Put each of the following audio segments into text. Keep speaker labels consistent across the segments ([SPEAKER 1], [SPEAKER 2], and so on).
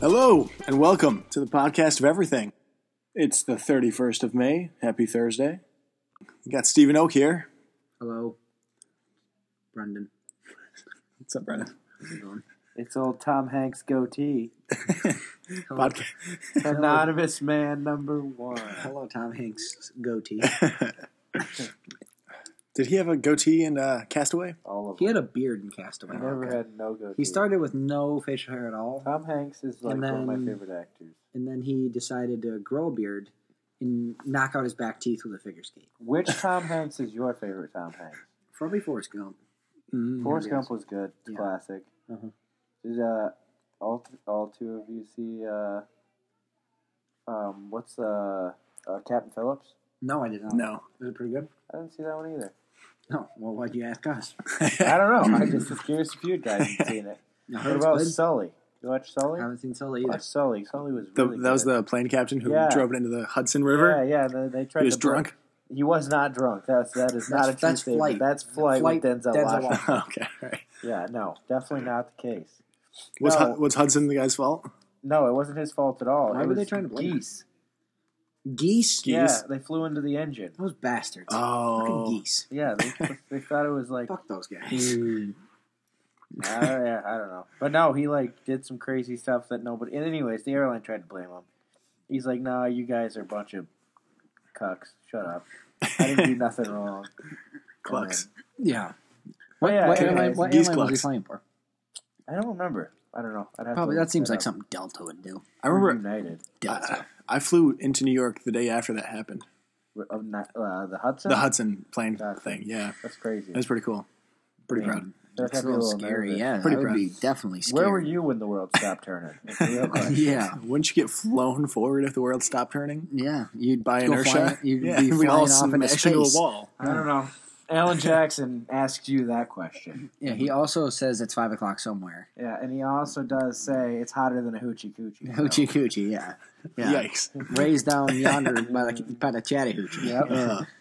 [SPEAKER 1] Hello, and welcome to the podcast of everything. It's the 31st of May. Happy Thursday. We got Stephen Oak here.
[SPEAKER 2] Hello, Brendan.
[SPEAKER 1] What's up, Brennan?
[SPEAKER 3] It's old Tom Hanks goatee.
[SPEAKER 1] Podca-
[SPEAKER 3] Anonymous man number one.
[SPEAKER 2] Hello, Tom Hanks goatee.
[SPEAKER 1] Did he have a goatee in uh, Castaway?
[SPEAKER 3] All of
[SPEAKER 2] He
[SPEAKER 3] them.
[SPEAKER 2] had a beard in Castaway.
[SPEAKER 3] I never had no goatee.
[SPEAKER 2] He started with no facial hair at all,
[SPEAKER 3] Tom Hanks is like
[SPEAKER 2] And
[SPEAKER 3] one of
[SPEAKER 2] then-
[SPEAKER 3] my favorite actors.
[SPEAKER 2] and then he decided to grow a beard and knock out his back teeth with a figure skate.
[SPEAKER 3] Which Tom Hanks is your favorite Tom Hanks?
[SPEAKER 2] Probably Forrest Gump.
[SPEAKER 3] Forrest
[SPEAKER 2] yes.
[SPEAKER 3] Gump was good.
[SPEAKER 2] Yeah.
[SPEAKER 3] Classic.
[SPEAKER 2] Uh-huh.
[SPEAKER 3] Did uh, all th- all two of you see uh, um, what's uh, uh Captain Phillips?
[SPEAKER 2] No, I did not.
[SPEAKER 1] No.
[SPEAKER 2] Was it pretty good?
[SPEAKER 3] I didn't see that one either.
[SPEAKER 2] No. Well, why'd you ask us?
[SPEAKER 3] I don't know. I just was curious if you guys had seen it.
[SPEAKER 2] No,
[SPEAKER 3] What
[SPEAKER 2] it's
[SPEAKER 3] about
[SPEAKER 2] good.
[SPEAKER 3] Sully? You watch
[SPEAKER 2] I
[SPEAKER 3] Sully?
[SPEAKER 2] haven't seen Sully
[SPEAKER 3] Watch
[SPEAKER 2] either.
[SPEAKER 3] Sully. Sully was
[SPEAKER 1] The,
[SPEAKER 3] really
[SPEAKER 1] that was
[SPEAKER 3] good.
[SPEAKER 1] the plane captain who
[SPEAKER 3] Yeah.
[SPEAKER 1] drove it into the Hudson River.
[SPEAKER 3] Yeah, yeah. They, they tried
[SPEAKER 1] he was
[SPEAKER 3] to blame-
[SPEAKER 1] drunk.
[SPEAKER 3] He was not drunk. That's that is not
[SPEAKER 2] That's-
[SPEAKER 3] a true
[SPEAKER 2] that's
[SPEAKER 3] statement.
[SPEAKER 2] flight.
[SPEAKER 3] That's flight,
[SPEAKER 2] Flight,
[SPEAKER 3] with Denzel,
[SPEAKER 2] Denzel
[SPEAKER 3] Washington.
[SPEAKER 2] Washington.
[SPEAKER 1] okay. all right.
[SPEAKER 3] Yeah, no, definitely not the case.
[SPEAKER 1] Was,
[SPEAKER 3] No.
[SPEAKER 1] Hu- was Hudson the guy's fault?
[SPEAKER 3] No, it wasn't his fault at all.
[SPEAKER 2] Why
[SPEAKER 3] It
[SPEAKER 2] were they
[SPEAKER 3] was
[SPEAKER 2] trying to blame
[SPEAKER 3] geese?
[SPEAKER 2] Geese.
[SPEAKER 1] Geese.
[SPEAKER 3] Yeah, they flew into the engine.
[SPEAKER 2] Those bastards. Fucking
[SPEAKER 1] Oh.
[SPEAKER 2] geese.
[SPEAKER 3] Yeah, they, they thought it was like
[SPEAKER 2] Fuck those guys.
[SPEAKER 3] I, don't- yeah, I don't know, but no, he like did some crazy stuff that nobody. And anyways, the airline tried to blame him. He's like, "Nah, you guys are a bunch of cucks. Shut up. I didn't do nothing wrong."
[SPEAKER 1] Clucks.
[SPEAKER 2] yeah.
[SPEAKER 3] But yeah,
[SPEAKER 2] what
[SPEAKER 3] anyways,
[SPEAKER 2] airline, what
[SPEAKER 1] geese
[SPEAKER 2] airline was he
[SPEAKER 1] clucks.
[SPEAKER 2] flying for?
[SPEAKER 3] I don't remember. I don't know. I'd have
[SPEAKER 2] Probably
[SPEAKER 3] to
[SPEAKER 2] that seems like
[SPEAKER 3] something.
[SPEAKER 2] something Delta would do.
[SPEAKER 1] I remember
[SPEAKER 3] United
[SPEAKER 2] Delta.
[SPEAKER 1] I flew into New York the day after that happened.
[SPEAKER 3] of not, uh, the Hudson.
[SPEAKER 1] The Hudson plane
[SPEAKER 3] Gotcha.
[SPEAKER 1] thing. Yeah.
[SPEAKER 3] That's crazy.
[SPEAKER 1] That was pretty cool. Pretty proud.
[SPEAKER 3] That
[SPEAKER 2] That's
[SPEAKER 3] had
[SPEAKER 2] a
[SPEAKER 3] me
[SPEAKER 2] little scary.
[SPEAKER 3] nervous.
[SPEAKER 2] Yeah,
[SPEAKER 1] Pretty
[SPEAKER 2] that would
[SPEAKER 1] proud.
[SPEAKER 2] be definitely scary.
[SPEAKER 3] Where were you when the world stopped turning? It's a real question.
[SPEAKER 2] Yeah,
[SPEAKER 1] Wouldn't you get flown forward if the world stopped turning?
[SPEAKER 2] yeah. You'd
[SPEAKER 1] By
[SPEAKER 2] go
[SPEAKER 1] inertia?
[SPEAKER 2] flying- you'd
[SPEAKER 1] yeah,
[SPEAKER 2] be
[SPEAKER 1] we'd all
[SPEAKER 2] flying off into
[SPEAKER 1] smash into
[SPEAKER 2] space.
[SPEAKER 1] a wall.
[SPEAKER 3] I don't know. Alan Jackson asked you that question.
[SPEAKER 2] Yeah, he also says it's five o'clock somewhere.
[SPEAKER 3] Yeah, and he also does say it's hotter than a hoochie coochie. so-
[SPEAKER 2] Hoochie coochie, yeah, yeah.
[SPEAKER 1] Yikes.
[SPEAKER 2] Raised down yonder by the by the chatty hoochie.
[SPEAKER 3] Yep.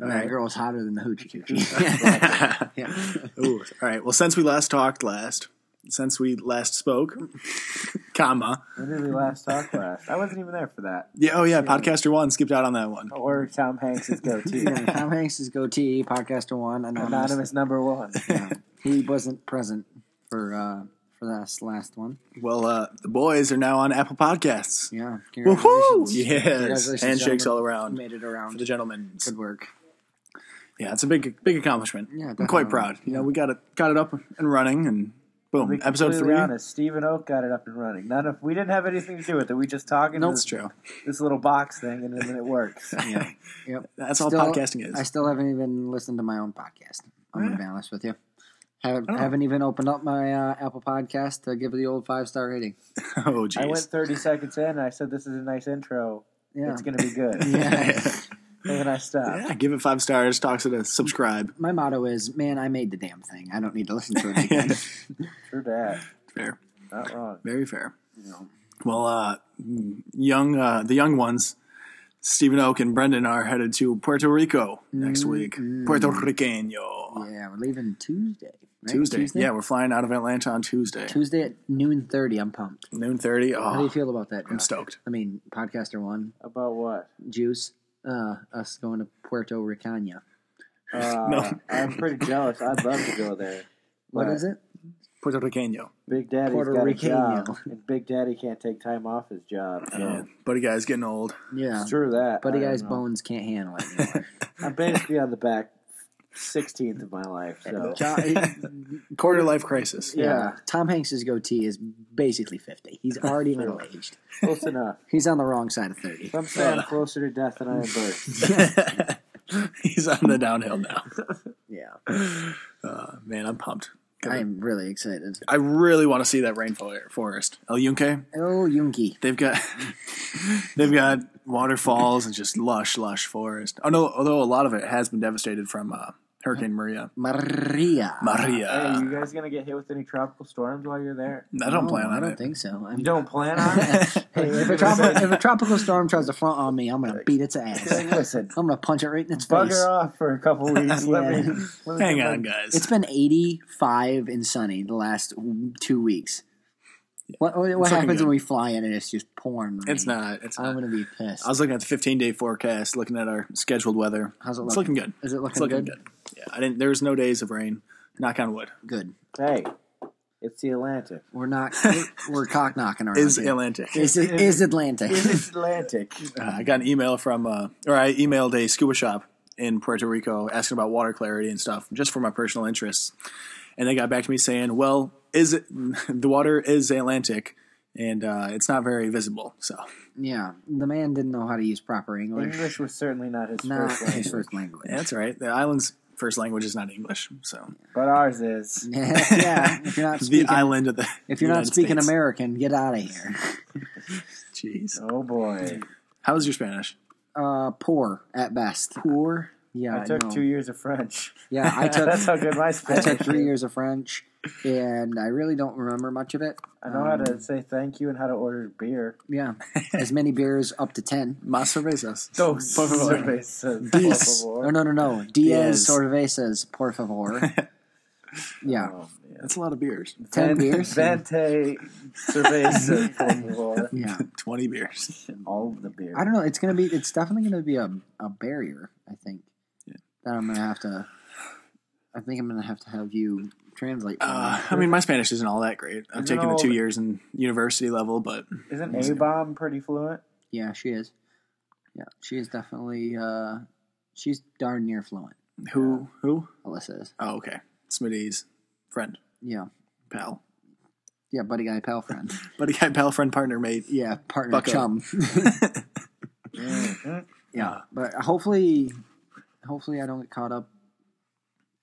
[SPEAKER 1] Uh,
[SPEAKER 2] All right, girl's hotter than the hoochie coochie. yeah.
[SPEAKER 1] Ooh, all right. Well, since we last talked last, since we last spoke, comma.
[SPEAKER 3] When did we last talk last? I wasn't even there for that.
[SPEAKER 1] Yeah. Oh, yeah. Podcaster one skipped out on that one.
[SPEAKER 3] Or Tom Hanks's goatee.
[SPEAKER 2] yeah, Tom Hanks' goatee, podcaster one, anonymous.
[SPEAKER 3] Anonymous number one.
[SPEAKER 2] Yeah. He wasn't present for uh, for this last one.
[SPEAKER 1] Well, uh, the boys are now on Apple Podcasts.
[SPEAKER 2] Yeah,
[SPEAKER 1] Woohoo!
[SPEAKER 2] congratulations.
[SPEAKER 1] Yes.
[SPEAKER 2] Congratulations,
[SPEAKER 1] Handshakes all
[SPEAKER 2] gentlemen.
[SPEAKER 1] around
[SPEAKER 2] Made it
[SPEAKER 1] for
[SPEAKER 2] around.
[SPEAKER 1] the gentlemen.
[SPEAKER 2] Good work.
[SPEAKER 1] Yeah, it's a big, big accomplishment.
[SPEAKER 2] Yeah,
[SPEAKER 1] I'm quite
[SPEAKER 2] definitely.
[SPEAKER 1] proud. You know, we got it, got it up and running, and
[SPEAKER 3] To
[SPEAKER 1] boom,
[SPEAKER 3] be
[SPEAKER 1] episode
[SPEAKER 3] completely
[SPEAKER 1] three.
[SPEAKER 3] Honest, Stephen Oak got it up and running. None of we didn't have anything to do with it. We just talk into
[SPEAKER 2] Nope.
[SPEAKER 1] That's
[SPEAKER 3] this,
[SPEAKER 1] true.
[SPEAKER 3] this little box thing, and then it works.
[SPEAKER 2] Yeah. Yep.
[SPEAKER 1] That's all
[SPEAKER 2] Still-
[SPEAKER 1] podcasting is.
[SPEAKER 2] I still haven't even listened to my own podcast. I'm gonna be honest with you. Haven't,
[SPEAKER 3] Oh.
[SPEAKER 2] haven't even opened up my uh, Apple Podcast to give it the old five star rating.
[SPEAKER 1] oh,
[SPEAKER 3] I went
[SPEAKER 1] jeez.
[SPEAKER 3] 30 seconds in, and I said, "This is a nice intro.
[SPEAKER 2] Yeah,
[SPEAKER 3] It's going to be good."
[SPEAKER 2] yeah.
[SPEAKER 3] And then I stopped.
[SPEAKER 1] yeah, give it five stars. Talks it a subscribe.
[SPEAKER 2] My motto is, man, I made the damn thing. I don't need to listen to it again.
[SPEAKER 3] True that.
[SPEAKER 1] Fair,
[SPEAKER 3] Not wrong.
[SPEAKER 1] very fair.
[SPEAKER 2] No.
[SPEAKER 1] Well, uh, young, uh, the young ones, Stephen Oak and Brendan are headed to Puerto Rico next week. Puerto Riqueño.
[SPEAKER 2] Mm-hmm. yeah, we're leaving Tuesday. right?
[SPEAKER 1] Tuesday. Yeah, we're flying out of Atlanta on Tuesday,
[SPEAKER 2] Tuesday at noon thirty. I'm pumped.
[SPEAKER 1] noon thirty.
[SPEAKER 2] How
[SPEAKER 3] Ah,
[SPEAKER 2] do you
[SPEAKER 1] Oh,
[SPEAKER 2] feel about that?
[SPEAKER 1] I'm
[SPEAKER 2] Josh?
[SPEAKER 1] stoked.
[SPEAKER 2] I mean, podcaster one,
[SPEAKER 3] About what?
[SPEAKER 2] juice, uh, us going to Puerto Ricana.
[SPEAKER 3] Uh,
[SPEAKER 1] No.
[SPEAKER 3] I'm pretty jealous. I'd love to go there.
[SPEAKER 2] What
[SPEAKER 3] Right.
[SPEAKER 2] is it?
[SPEAKER 1] Puerto Riqueño.
[SPEAKER 3] Big Daddy's
[SPEAKER 2] Puerto
[SPEAKER 3] got a
[SPEAKER 2] Rican,
[SPEAKER 3] job,
[SPEAKER 2] yeah.
[SPEAKER 3] and Big Daddy can't take time off his job. So
[SPEAKER 1] Yeah, buddy guy's getting old.
[SPEAKER 2] Yeah,
[SPEAKER 3] True that.
[SPEAKER 2] buddy,
[SPEAKER 3] I don't
[SPEAKER 2] guy's
[SPEAKER 3] know.
[SPEAKER 2] bones can't handle it. anymore.
[SPEAKER 3] I'm basically on the back 16th of my life. So
[SPEAKER 2] John,
[SPEAKER 1] Quarter life crisis.
[SPEAKER 2] yeah.
[SPEAKER 3] Yeah.
[SPEAKER 2] Tom Hanks's goatee is basically 50. He's already middle aged.
[SPEAKER 3] close enough.
[SPEAKER 2] He's on the wrong side of 30.
[SPEAKER 3] Some say I'm closer to death than I am birth.
[SPEAKER 1] He's on the downhill now.
[SPEAKER 2] Yeah.
[SPEAKER 1] Uh, man, I'm pumped.
[SPEAKER 2] I am really excited.
[SPEAKER 1] I really want to see that rainforest. El Yunque,
[SPEAKER 2] Oh, Yunki.
[SPEAKER 1] they've got they've got waterfalls and just lush, lush forest. Oh no, although a lot of it has been devastated from uh, Hurricane Maria.
[SPEAKER 2] Maria.
[SPEAKER 1] Maria.
[SPEAKER 3] Hey, you guys gonna get hit with any tropical storms while you're there?
[SPEAKER 1] I don't
[SPEAKER 2] No,
[SPEAKER 1] plan on
[SPEAKER 2] Oh, I don't
[SPEAKER 1] it.
[SPEAKER 2] think so. I'm,
[SPEAKER 3] You don't plan on it? Hey,
[SPEAKER 2] Hey, if, a tropical, if a tropical storm tries to front on me, I'm going to beat its ass.
[SPEAKER 3] listen,
[SPEAKER 2] I'm going to punch it right in its face.
[SPEAKER 3] bugger off for a couple weeks. Let me, let me
[SPEAKER 1] Hang
[SPEAKER 3] get my
[SPEAKER 1] on, guys.
[SPEAKER 2] It's been 85 and sunny the last two weeks. What, what, what
[SPEAKER 1] looking
[SPEAKER 2] happens
[SPEAKER 1] good.
[SPEAKER 2] when we fly in and it's just pouring rain?
[SPEAKER 1] It's not. It's
[SPEAKER 2] I'm
[SPEAKER 1] not.
[SPEAKER 2] gonna be pissed.
[SPEAKER 1] I was looking at the 15 day forecast, looking at our scheduled weather.
[SPEAKER 2] How's it
[SPEAKER 1] It's
[SPEAKER 2] looking?
[SPEAKER 1] looking good.
[SPEAKER 2] Is it looking,
[SPEAKER 1] It's looking
[SPEAKER 2] good?
[SPEAKER 1] good. Yeah, I didn't. There's no days of rain. Knock on wood.
[SPEAKER 2] Good.
[SPEAKER 3] Hey, it's the Atlantic.
[SPEAKER 2] We're not. We're, we're cock knocking around.
[SPEAKER 1] Is
[SPEAKER 2] here.
[SPEAKER 1] Atlantic.
[SPEAKER 2] Is, is Atlantic?
[SPEAKER 3] It's Atlantic.
[SPEAKER 1] Uh, I got an email from, uh, or I emailed a scuba shop in Puerto Rico asking about water clarity and stuff, just for my personal interests. And they got back to me saying, "Well, is it the water is Atlantic, and uh, it's not very visible." So
[SPEAKER 2] yeah, the man didn't know how to use proper English.
[SPEAKER 3] English was certainly not his
[SPEAKER 2] Not
[SPEAKER 3] first language,
[SPEAKER 2] his first language.
[SPEAKER 1] yeah, that's all right. The island's first language is not English, so
[SPEAKER 3] but ours is.
[SPEAKER 2] yeah, if you're not speaking,
[SPEAKER 1] the island of the
[SPEAKER 2] if you're not
[SPEAKER 1] United
[SPEAKER 2] speaking
[SPEAKER 1] States.
[SPEAKER 2] American, get out of here.
[SPEAKER 1] Jeez,
[SPEAKER 3] Oh boy,
[SPEAKER 1] how is your Spanish?
[SPEAKER 2] Uh, poor at best.
[SPEAKER 1] Poor.
[SPEAKER 2] Yeah,
[SPEAKER 3] I took
[SPEAKER 2] know.
[SPEAKER 3] two years of French.
[SPEAKER 2] Yeah, I took
[SPEAKER 3] That's how good my
[SPEAKER 2] I
[SPEAKER 3] Spanish.
[SPEAKER 2] took three
[SPEAKER 3] is.
[SPEAKER 2] years of French, and I really don't remember much of um, it.
[SPEAKER 3] I know how to say thank you and how to order beer.
[SPEAKER 2] Yeah, as many beers up to ten.
[SPEAKER 1] Mas cervezas.
[SPEAKER 2] Oh,
[SPEAKER 3] Those
[SPEAKER 1] Por favor.
[SPEAKER 3] cervezas,
[SPEAKER 2] Diez.
[SPEAKER 3] por
[SPEAKER 2] Oh,
[SPEAKER 3] favor.
[SPEAKER 2] no, no, no.
[SPEAKER 1] Diez.
[SPEAKER 2] Diez cervezas, por favor. Yeah.
[SPEAKER 3] Oh, yeah.
[SPEAKER 1] That's a lot of beers.
[SPEAKER 2] Ten
[SPEAKER 3] Ven-
[SPEAKER 2] beers?
[SPEAKER 3] Vente cervezas, por favor.
[SPEAKER 2] Yeah.
[SPEAKER 1] Twenty beers.
[SPEAKER 3] All of the beer.
[SPEAKER 2] I don't know. It's going to be, it's definitely going to be a, a barrier, I think, that I'm going to have to, I think I'm going to have to have you translate.
[SPEAKER 3] Oh,
[SPEAKER 2] for
[SPEAKER 1] Uh, I
[SPEAKER 2] me.
[SPEAKER 1] mean, my Spanish isn't all that great. I've
[SPEAKER 3] Isn't
[SPEAKER 1] taken the
[SPEAKER 3] all
[SPEAKER 1] two
[SPEAKER 3] the-
[SPEAKER 1] years in university level, but
[SPEAKER 3] Isn't A bomb pretty fluent?
[SPEAKER 2] yeah, she is. Yeah. She is definitely, uh, she's darn near fluent,
[SPEAKER 1] who who?
[SPEAKER 2] Alyssa is.
[SPEAKER 1] Oh, okay. Smitty's friend,
[SPEAKER 2] Yeah.
[SPEAKER 1] pal,
[SPEAKER 2] Yeah. Buddy guy, pal friend.
[SPEAKER 1] buddy guy, pal, friend, partner, mate.
[SPEAKER 2] Yeah. Partner
[SPEAKER 1] Bucko.
[SPEAKER 2] chum. Mm-hmm.
[SPEAKER 3] Mhm.
[SPEAKER 2] Yeah, but hopefully, hopefully I don't get caught up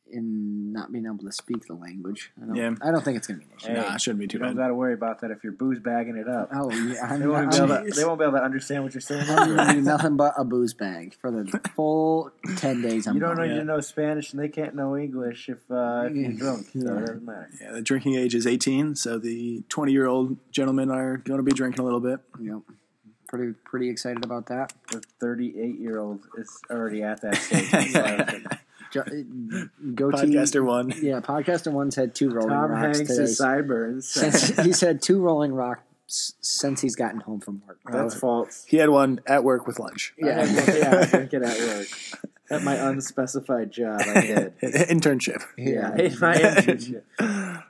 [SPEAKER 2] in not being able to speak the language. I don't,
[SPEAKER 1] Yeah.
[SPEAKER 2] I don't think it's gonna be an issue.
[SPEAKER 3] Hey,
[SPEAKER 1] nah, it shouldn't be too
[SPEAKER 3] you don't
[SPEAKER 1] bad.
[SPEAKER 3] got to worry about that if your booze bagging it up.
[SPEAKER 2] Oh, yeah, I'm,
[SPEAKER 3] They won't, be
[SPEAKER 2] I'm-
[SPEAKER 3] able to, they won't be able to understand what you're saying.
[SPEAKER 2] I'm gonna be nothing but a booze bag for the full ten days. I'm
[SPEAKER 3] You don't
[SPEAKER 2] gone.
[SPEAKER 3] need
[SPEAKER 1] Yeah.
[SPEAKER 3] to know Spanish, and they can't know English if, uh, if you're drunk. So it doesn't matter.
[SPEAKER 1] Yeah, the drinking age is 18, so the 20 year old gentlemen are going to be drinking a little bit.
[SPEAKER 2] Yep. Pretty pretty excited about that.
[SPEAKER 3] The 38 year old is already at that stage.
[SPEAKER 2] Jo- goatee.
[SPEAKER 1] Podcaster one.
[SPEAKER 2] uh, Yeah, podcaster once had two rolling
[SPEAKER 3] Tom
[SPEAKER 2] rocks
[SPEAKER 3] Hanks'
[SPEAKER 2] today.
[SPEAKER 3] sideburns.
[SPEAKER 2] Since, he's had two rolling rocks since he's gotten home from work.
[SPEAKER 1] Uh,
[SPEAKER 3] That's false.
[SPEAKER 1] He had one at work with lunch.
[SPEAKER 3] Yeah, yeah, I drink it at work. At my unspecified job, I did.
[SPEAKER 1] Internship.
[SPEAKER 3] Yeah, in my internship.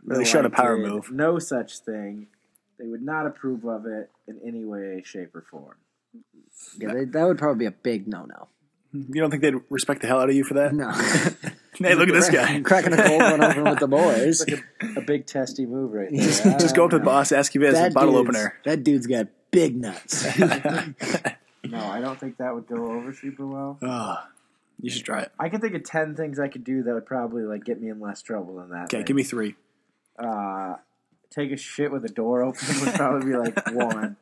[SPEAKER 1] Really
[SPEAKER 3] No,
[SPEAKER 1] showed
[SPEAKER 3] I
[SPEAKER 1] a power
[SPEAKER 3] did
[SPEAKER 1] move.
[SPEAKER 3] No such thing. They would not approve of it in any way, shape, or form.
[SPEAKER 2] Yeah, they- that would probably be a big no no.
[SPEAKER 1] You don't think they'd respect the hell out of you for that?
[SPEAKER 2] No.
[SPEAKER 1] Hey, look at this guy.
[SPEAKER 2] cracking a cold one open with the boys.
[SPEAKER 3] It's like a, a big testy move right there.
[SPEAKER 2] Just-
[SPEAKER 3] I
[SPEAKER 1] Just go up
[SPEAKER 3] don't
[SPEAKER 1] to the
[SPEAKER 3] know.
[SPEAKER 1] boss, ask if he has a bottle opener.
[SPEAKER 2] uh, That dude's got big nuts.
[SPEAKER 3] No, I don't think that would go over super well.
[SPEAKER 1] Oh, you should try it.
[SPEAKER 3] I can think of ten things I could do that would probably like get me in less trouble than that.
[SPEAKER 1] Okay,
[SPEAKER 3] thing.
[SPEAKER 1] give me three.
[SPEAKER 3] uh, take a shit with the door open would probably be like one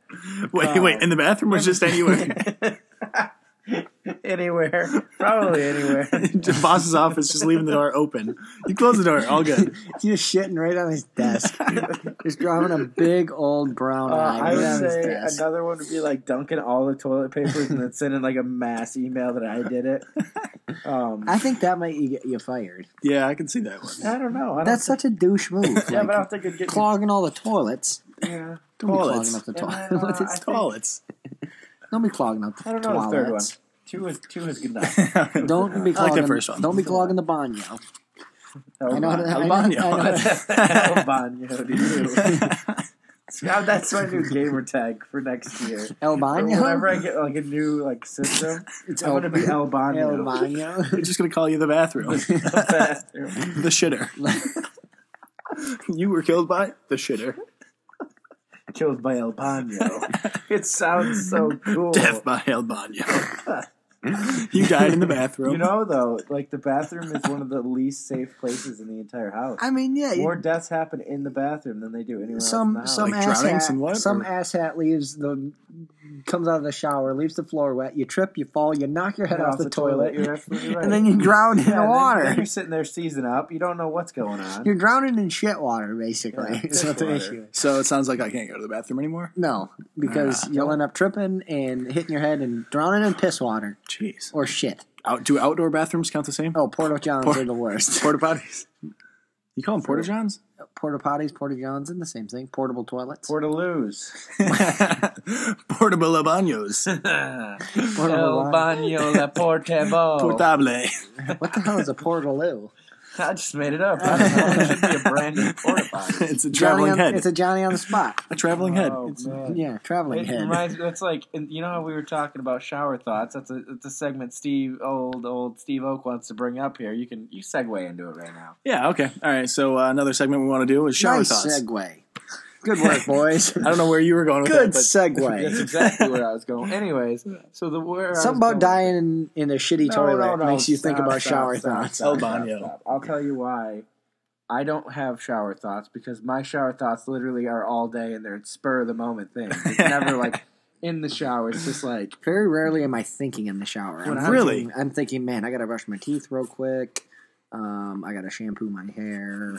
[SPEAKER 1] Wait,
[SPEAKER 3] Wow.
[SPEAKER 1] wait, in the bathroom or just anywhere?
[SPEAKER 3] anywhere, probably anywhere.
[SPEAKER 1] the boss's office, just leaving the door open. You close the door, all good.
[SPEAKER 2] Just shitting right on his desk. Just drawing a big old brown
[SPEAKER 3] Uh,
[SPEAKER 2] eye
[SPEAKER 3] I
[SPEAKER 2] right on
[SPEAKER 3] would
[SPEAKER 2] his
[SPEAKER 3] say
[SPEAKER 2] desk.
[SPEAKER 3] another one would be like dunking all the toilet papers and then sending like a mass email that I did it. Um,
[SPEAKER 2] I think that might e- get you fired.
[SPEAKER 1] Yeah, I can see that one.
[SPEAKER 3] I don't know. I don't
[SPEAKER 2] That's such a douche move.
[SPEAKER 3] yeah,
[SPEAKER 2] like,
[SPEAKER 3] but I don't think it'd get
[SPEAKER 2] clogging all the toilets.
[SPEAKER 3] Yeah.
[SPEAKER 1] Don't be
[SPEAKER 2] Clogging
[SPEAKER 1] toilets.
[SPEAKER 2] up the
[SPEAKER 3] And then, uh,
[SPEAKER 2] toilets.
[SPEAKER 3] I think-
[SPEAKER 1] Toilets.
[SPEAKER 2] don't be clogging up
[SPEAKER 3] I
[SPEAKER 2] the
[SPEAKER 3] don't know the third one.
[SPEAKER 2] toilets.
[SPEAKER 3] Two is two is good enough.
[SPEAKER 2] Don't be
[SPEAKER 1] I like
[SPEAKER 2] clogging.
[SPEAKER 1] the first one.
[SPEAKER 2] Don't be clogging the banyo. I know.
[SPEAKER 3] Albano.
[SPEAKER 2] I know, I know, I know.
[SPEAKER 3] Albano, dude. Now that's my new gamer tag for next year.
[SPEAKER 2] El
[SPEAKER 3] Whenever
[SPEAKER 2] banyo.
[SPEAKER 3] I get like a new like system,
[SPEAKER 2] It's
[SPEAKER 3] I'm gonna be El
[SPEAKER 2] El
[SPEAKER 3] Bano.
[SPEAKER 2] banyo.
[SPEAKER 1] They're just going to call you the bathroom. the shitter. you were killed by the shitter.
[SPEAKER 3] Killed by El Bano. It sounds so cool.
[SPEAKER 1] Death by El Baño. you died in the bathroom.
[SPEAKER 3] You know though, like the bathroom is one of the least safe places in the entire house.
[SPEAKER 2] I mean, yeah. you-
[SPEAKER 3] More deaths happen in the bathroom than they do anywhere
[SPEAKER 2] some
[SPEAKER 3] else.
[SPEAKER 2] some
[SPEAKER 1] Like drowning
[SPEAKER 2] asshat
[SPEAKER 1] someone,
[SPEAKER 2] some
[SPEAKER 1] or-
[SPEAKER 2] asshat leaves the comes out of the shower, leaves the floor wet. You trip, you fall, you knock your head off the, toilet,
[SPEAKER 3] You're absolutely right.
[SPEAKER 2] and then you drown in the
[SPEAKER 3] Yeah, and then-
[SPEAKER 2] water.
[SPEAKER 3] then you're sitting there seizing up. You don't know what's going on.
[SPEAKER 2] You're drowning in shit water, basically.
[SPEAKER 3] Yeah,
[SPEAKER 2] is what the
[SPEAKER 3] water.
[SPEAKER 2] issue. is.
[SPEAKER 1] so it sounds like I can't go to the bathroom anymore.
[SPEAKER 2] No, because you'll end up tripping and hitting your head and drowning in piss water
[SPEAKER 1] Jeez.
[SPEAKER 2] or shit.
[SPEAKER 1] Out, do outdoor bathrooms count the same?
[SPEAKER 2] Oh, porta johns are the worst.
[SPEAKER 1] Porta potties. You call them porta
[SPEAKER 3] So-
[SPEAKER 1] johns?
[SPEAKER 2] Porta potties, porta johns, and the same thing. Portable toilets.
[SPEAKER 3] Portaloos.
[SPEAKER 1] Portable baños.
[SPEAKER 2] Portable
[SPEAKER 3] El
[SPEAKER 2] line.
[SPEAKER 3] baño la portable.
[SPEAKER 1] Portable.
[SPEAKER 2] what the hell is a portaloo?
[SPEAKER 3] I just made it up. I don't know. It should be a brand new porta potty.
[SPEAKER 1] It's a
[SPEAKER 2] Johnny
[SPEAKER 1] traveling
[SPEAKER 2] on,
[SPEAKER 1] head.
[SPEAKER 2] It's a Johnny on the spot.
[SPEAKER 1] a traveling head.
[SPEAKER 3] Oh,
[SPEAKER 1] It's-
[SPEAKER 3] man.
[SPEAKER 2] Yeah, traveling
[SPEAKER 3] It
[SPEAKER 2] head.
[SPEAKER 3] reminds me. It's like and you know how we were talking about shower thoughts. That's a it's a segment Steve old old Steve Oak wants to bring up here. You can you segue into it right now.
[SPEAKER 1] yeah, okay. All right. So uh, another segment we want to do is shower
[SPEAKER 2] nice
[SPEAKER 1] thoughts.
[SPEAKER 2] segue. Good work, boys.
[SPEAKER 1] I don't know where you were going with
[SPEAKER 2] Good
[SPEAKER 1] that,
[SPEAKER 3] That's
[SPEAKER 2] segue.
[SPEAKER 3] exactly where I was going. Anyways, so the where I was
[SPEAKER 2] Something about
[SPEAKER 3] going-
[SPEAKER 2] dying in, in a shitty
[SPEAKER 3] No,
[SPEAKER 2] toilet
[SPEAKER 3] no, no,
[SPEAKER 2] makes you think
[SPEAKER 3] stop,
[SPEAKER 2] about
[SPEAKER 3] stop,
[SPEAKER 2] shower
[SPEAKER 3] stop,
[SPEAKER 2] thoughts.
[SPEAKER 1] stop. El
[SPEAKER 3] stop,
[SPEAKER 1] Baño.
[SPEAKER 3] stop. I'll tell you why. I don't have shower thoughts because my shower thoughts literally are all day and they're spur of the moment things. It's never like in the shower. It's just like
[SPEAKER 2] Very rarely am I thinking in the shower. I'm thinking-
[SPEAKER 1] Really?
[SPEAKER 2] I'm thinking, man, I gotta brush my teeth real quick. Um, I gotta shampoo my hair.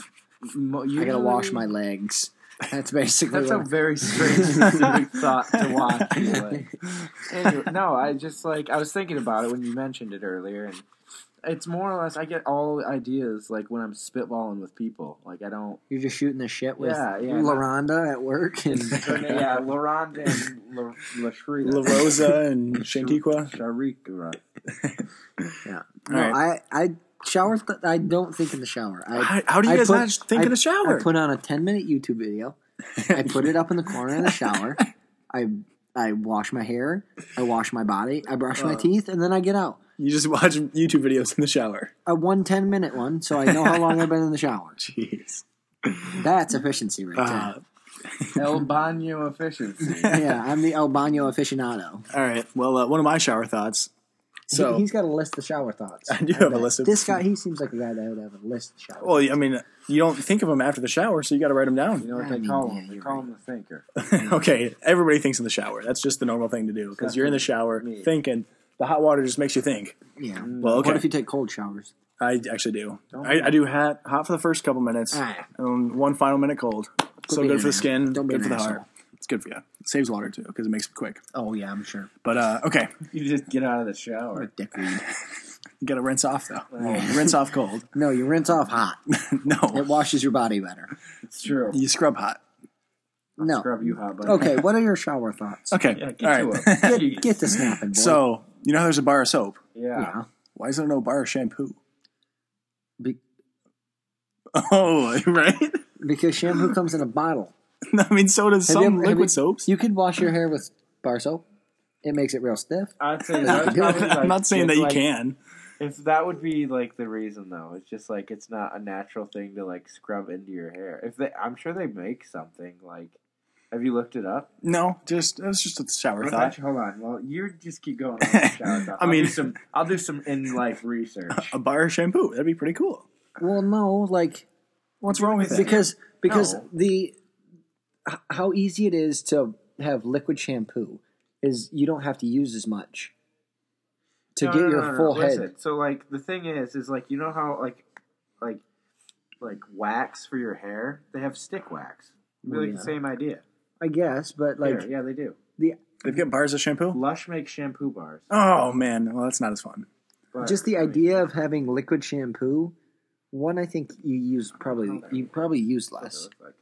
[SPEAKER 3] mo-
[SPEAKER 2] I gotta wash
[SPEAKER 3] usually-
[SPEAKER 2] my legs. That's basically
[SPEAKER 3] That's a
[SPEAKER 2] what
[SPEAKER 3] very strange specific thought to watch. Anyway. anyway, no, I just like I was thinking about it when you mentioned it earlier, and it's more or less I get all ideas like when I'm spitballing with people. Like I don't.
[SPEAKER 2] you're just shooting the shit with
[SPEAKER 3] Yeah, yeah.
[SPEAKER 2] LaRonda at work and
[SPEAKER 3] yeah, LaRonda and La, La
[SPEAKER 1] La Rosa and Shantiqua.
[SPEAKER 3] Sharika.
[SPEAKER 2] yeah.
[SPEAKER 1] All
[SPEAKER 2] No, I I shower. Th- I don't think in the shower. I,
[SPEAKER 1] How, how do you
[SPEAKER 2] I
[SPEAKER 1] guys
[SPEAKER 2] put-
[SPEAKER 1] not think
[SPEAKER 2] I-
[SPEAKER 1] in the shower?
[SPEAKER 2] I put on a 10 minute YouTube video. I put it up in the corner of the shower. I I wash my hair. I wash my body. I brush my teeth, and then I get out.
[SPEAKER 1] you just watch YouTube videos in the shower.
[SPEAKER 2] A one 10 minute one, so I know how long I've been in the shower.
[SPEAKER 1] Jeez.
[SPEAKER 2] That's efficiency right
[SPEAKER 1] Uh,
[SPEAKER 2] there.
[SPEAKER 3] El Baño efficiency.
[SPEAKER 2] yeah, I'm the El Baño aficionado.
[SPEAKER 1] all right. Well, uh, one of my shower thoughts. So
[SPEAKER 2] he, has got a list of shower thoughts.
[SPEAKER 1] I do have a list of-
[SPEAKER 2] this guy. He seems like a guy that would have a list of shower.
[SPEAKER 1] Well, I mean, you don't think of them after the shower, so you got to write them
[SPEAKER 3] You
[SPEAKER 1] down.
[SPEAKER 3] know what
[SPEAKER 2] I
[SPEAKER 3] they
[SPEAKER 2] mean,
[SPEAKER 3] call
[SPEAKER 2] yeah,
[SPEAKER 3] him? They
[SPEAKER 2] you're
[SPEAKER 3] call
[SPEAKER 2] right.
[SPEAKER 3] him the thinker.
[SPEAKER 1] okay, everybody thinks in the shower. That's just the normal thing to do because you're in the shower
[SPEAKER 3] Me.
[SPEAKER 1] thinking. The hot water just makes you think.
[SPEAKER 2] yeah. Mm.
[SPEAKER 1] Well, okay,
[SPEAKER 2] What if you take cold showers?
[SPEAKER 1] I actually do.
[SPEAKER 3] Don't
[SPEAKER 1] I, I do hot, hot for the first couple minutes,
[SPEAKER 2] Ah.
[SPEAKER 1] and one final minute cold. so
[SPEAKER 2] be
[SPEAKER 1] good
[SPEAKER 2] an
[SPEAKER 1] for the
[SPEAKER 2] ass-
[SPEAKER 1] skin.
[SPEAKER 2] don't be
[SPEAKER 1] good
[SPEAKER 2] an
[SPEAKER 1] for the heart.
[SPEAKER 2] asshole.
[SPEAKER 1] It's good for you. saves water too because it makes it quick.
[SPEAKER 2] Oh yeah, I'm sure.
[SPEAKER 1] But uh, okay,
[SPEAKER 3] You just get out of the shower.
[SPEAKER 2] Dickweed.
[SPEAKER 1] you got to rinse off though.
[SPEAKER 2] Oh,
[SPEAKER 1] rinse off cold.
[SPEAKER 2] No, you rinse off hot. It
[SPEAKER 1] no,
[SPEAKER 2] washes your body better.
[SPEAKER 3] It's true.
[SPEAKER 1] you scrub hot.
[SPEAKER 2] No.
[SPEAKER 3] Scrub you hot, buddy.
[SPEAKER 2] Okay, what are your shower thoughts?
[SPEAKER 1] Okay,
[SPEAKER 3] Yeah, get
[SPEAKER 1] all
[SPEAKER 3] to
[SPEAKER 1] right.
[SPEAKER 3] it.
[SPEAKER 2] Get, get to snapping, boy.
[SPEAKER 1] So you know how there's a bar of soap.
[SPEAKER 3] yeah.
[SPEAKER 2] yeah.
[SPEAKER 1] Why is there no bar of shampoo?
[SPEAKER 2] Be-
[SPEAKER 1] Oh, right.
[SPEAKER 2] because shampoo comes in a bottle.
[SPEAKER 1] I mean, so does
[SPEAKER 2] Have
[SPEAKER 1] some
[SPEAKER 2] you ever- have
[SPEAKER 1] liquid
[SPEAKER 2] you-
[SPEAKER 1] soaps.
[SPEAKER 2] You could wash your hair with bar soap. It makes it real stiff.
[SPEAKER 3] I'd say that's probably like
[SPEAKER 1] I'm not saying that
[SPEAKER 3] just
[SPEAKER 1] you
[SPEAKER 3] like-
[SPEAKER 1] can.
[SPEAKER 3] If that would be like the reason though, it's just like it's not a natural thing to like scrub into your hair. If they, I'm sure they make something like. Have you looked it up?
[SPEAKER 1] No, just it was just a shower
[SPEAKER 3] Hold
[SPEAKER 1] thought.
[SPEAKER 3] on. Well, you just keep going. On the shower thought.
[SPEAKER 1] I
[SPEAKER 3] I'll
[SPEAKER 1] mean-
[SPEAKER 3] do some. I'll do some in life research.
[SPEAKER 1] A bar of shampoo. That'd be pretty cool.
[SPEAKER 2] Well, no, like
[SPEAKER 1] What's wrong with it?
[SPEAKER 2] because because
[SPEAKER 3] No.
[SPEAKER 2] the h- how easy it is to have liquid shampoo is you don't have to use as much to
[SPEAKER 3] No,
[SPEAKER 2] get
[SPEAKER 3] no,
[SPEAKER 2] your
[SPEAKER 3] no, no,
[SPEAKER 2] full head.
[SPEAKER 3] listen. So like the thing is, is like you know how like, like, like wax for your hair. They have stick wax. It'd be
[SPEAKER 2] Well,
[SPEAKER 3] like
[SPEAKER 2] Oh, yeah.
[SPEAKER 3] the same idea.
[SPEAKER 2] I guess, but like
[SPEAKER 3] Here, yeah, they do.
[SPEAKER 2] the
[SPEAKER 1] They've got bars of shampoo.
[SPEAKER 3] Lush makes shampoo bars.
[SPEAKER 1] Oh man, well that's not as fun.
[SPEAKER 3] but-
[SPEAKER 2] just the
[SPEAKER 3] I mean,
[SPEAKER 2] idea of having liquid shampoo one i think you use probably you probably use
[SPEAKER 3] what they
[SPEAKER 2] less
[SPEAKER 3] look like.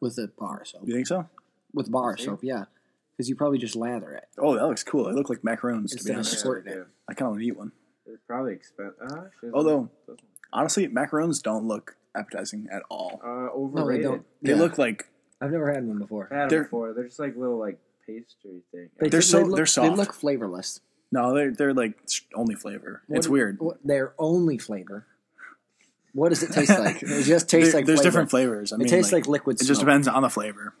[SPEAKER 2] with a bar soap
[SPEAKER 1] You think so?
[SPEAKER 2] with bar soap yeah because you probably just lather it
[SPEAKER 1] Oh, that looks cool. It looked like macaroons. To be
[SPEAKER 2] Instead of
[SPEAKER 1] honest,
[SPEAKER 2] Yeah,
[SPEAKER 3] Yeah,
[SPEAKER 2] sort
[SPEAKER 3] they
[SPEAKER 2] it.
[SPEAKER 3] do.
[SPEAKER 1] I kind of want to eat one.
[SPEAKER 3] It's probably expensive. Uh, actually,
[SPEAKER 1] Although- Honestly, macaroons don't look appetizing at all.
[SPEAKER 3] uh, overrated.
[SPEAKER 2] no they don't
[SPEAKER 1] They
[SPEAKER 2] Yeah.
[SPEAKER 1] look like
[SPEAKER 2] i've never had one before
[SPEAKER 3] I've had
[SPEAKER 1] They're-
[SPEAKER 3] them before. They're just like little like pastry thing.
[SPEAKER 2] They-
[SPEAKER 1] They're so-
[SPEAKER 2] they look,
[SPEAKER 1] they're soft.
[SPEAKER 2] they look flavorless
[SPEAKER 1] no, they're they're like only flavor. it's
[SPEAKER 2] What-
[SPEAKER 1] weird.
[SPEAKER 2] what, their only flavor what does it taste like it just tastes
[SPEAKER 1] There-
[SPEAKER 2] like
[SPEAKER 1] there's
[SPEAKER 2] flavor.
[SPEAKER 1] different flavors. I mean,
[SPEAKER 2] it tastes like, liquid
[SPEAKER 1] it just
[SPEAKER 2] smoke.
[SPEAKER 1] depends on the flavor.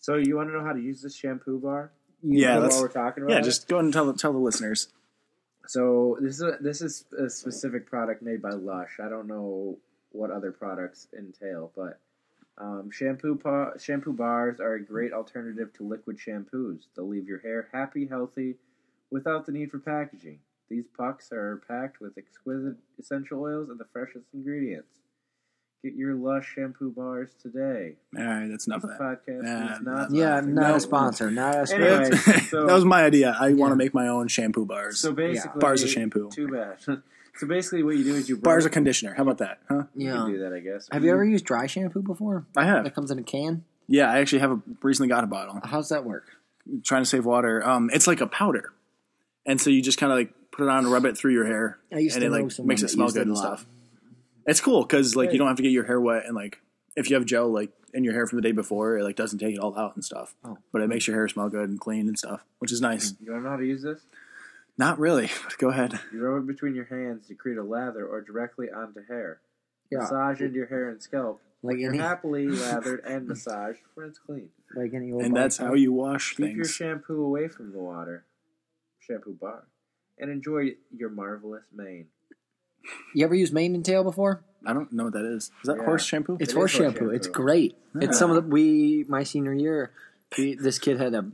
[SPEAKER 3] So you want to know how to use this shampoo bar?
[SPEAKER 2] You
[SPEAKER 1] Yeah,
[SPEAKER 2] know,
[SPEAKER 3] Is that
[SPEAKER 1] let's-
[SPEAKER 3] what we're talking about.
[SPEAKER 1] Yeah,
[SPEAKER 3] it?
[SPEAKER 1] just go ahead and tell the, tell the listeners.
[SPEAKER 3] so this is a, this is a specific product made by Lush. I don't know what other products entail, but um, shampoo pa- shampoo bars are a great alternative to liquid shampoos. They'll leave your hair happy, healthy, without the need for packaging. These pucks are packed with exquisite essential oils and the freshest ingredients. Get your Lush shampoo bars today.
[SPEAKER 1] All right, that's enough of
[SPEAKER 3] This
[SPEAKER 1] that.
[SPEAKER 3] podcast
[SPEAKER 1] Yeah,
[SPEAKER 3] is not.
[SPEAKER 2] yeah
[SPEAKER 3] sponsored.
[SPEAKER 2] not
[SPEAKER 1] No.
[SPEAKER 2] a sponsor not a sponsor
[SPEAKER 3] Anyway, so-
[SPEAKER 1] that was my idea. I want
[SPEAKER 2] Yeah.
[SPEAKER 1] to make my own shampoo bars.
[SPEAKER 3] So basically,
[SPEAKER 1] Bars of shampoo.
[SPEAKER 3] Too bad. So basically, what you do is you
[SPEAKER 1] Bars
[SPEAKER 3] brush.
[SPEAKER 1] of conditioner. How about that? Huh?
[SPEAKER 3] You can
[SPEAKER 2] Yeah.
[SPEAKER 3] do that, I guess.
[SPEAKER 2] Have you ever used dry shampoo before?
[SPEAKER 1] I have.
[SPEAKER 2] That comes in a can.
[SPEAKER 1] Yeah, I actually have a, recently got a bottle.
[SPEAKER 2] How's that work?
[SPEAKER 1] trying to save water. Um, it's like a powder, and so you just kind of like put it on and rub it through your hair,
[SPEAKER 2] I used
[SPEAKER 1] and
[SPEAKER 2] to
[SPEAKER 1] it
[SPEAKER 2] know
[SPEAKER 1] like
[SPEAKER 2] someone
[SPEAKER 1] makes it
[SPEAKER 2] that
[SPEAKER 1] smell
[SPEAKER 2] used
[SPEAKER 1] good
[SPEAKER 2] it a
[SPEAKER 1] and
[SPEAKER 2] lot.
[SPEAKER 1] stuff. It's cool because like
[SPEAKER 3] Hey.
[SPEAKER 1] you don't have to get your hair wet, and like if you have gel like in your hair from the day before, it like doesn't take it all out and stuff.
[SPEAKER 2] Oh.
[SPEAKER 1] But it makes your hair smell good and clean and stuff, which is nice.
[SPEAKER 3] You don't know how to use this?
[SPEAKER 1] Not really, but go ahead.
[SPEAKER 3] You rub it between your hands to create a lather or directly onto hair.
[SPEAKER 2] Yeah,
[SPEAKER 3] Massage into your hair and scalp.
[SPEAKER 2] like
[SPEAKER 3] You're
[SPEAKER 2] any
[SPEAKER 3] happily lathered and massaged when it's clean.
[SPEAKER 2] like any old.
[SPEAKER 1] And
[SPEAKER 2] body
[SPEAKER 1] that's how
[SPEAKER 2] part.
[SPEAKER 1] you wash
[SPEAKER 3] Keep your
[SPEAKER 1] things.
[SPEAKER 3] shampoo away from the water, shampoo bar, and enjoy your marvelous mane.
[SPEAKER 2] You ever use mane and tail before?
[SPEAKER 1] I don't know what that is. Is that
[SPEAKER 3] Yeah.
[SPEAKER 1] horse shampoo?
[SPEAKER 2] It's
[SPEAKER 3] is
[SPEAKER 2] horse
[SPEAKER 3] horse
[SPEAKER 2] shampoo.
[SPEAKER 3] shampoo.
[SPEAKER 2] It's great. It's some of the we my senior year. We, this kid had a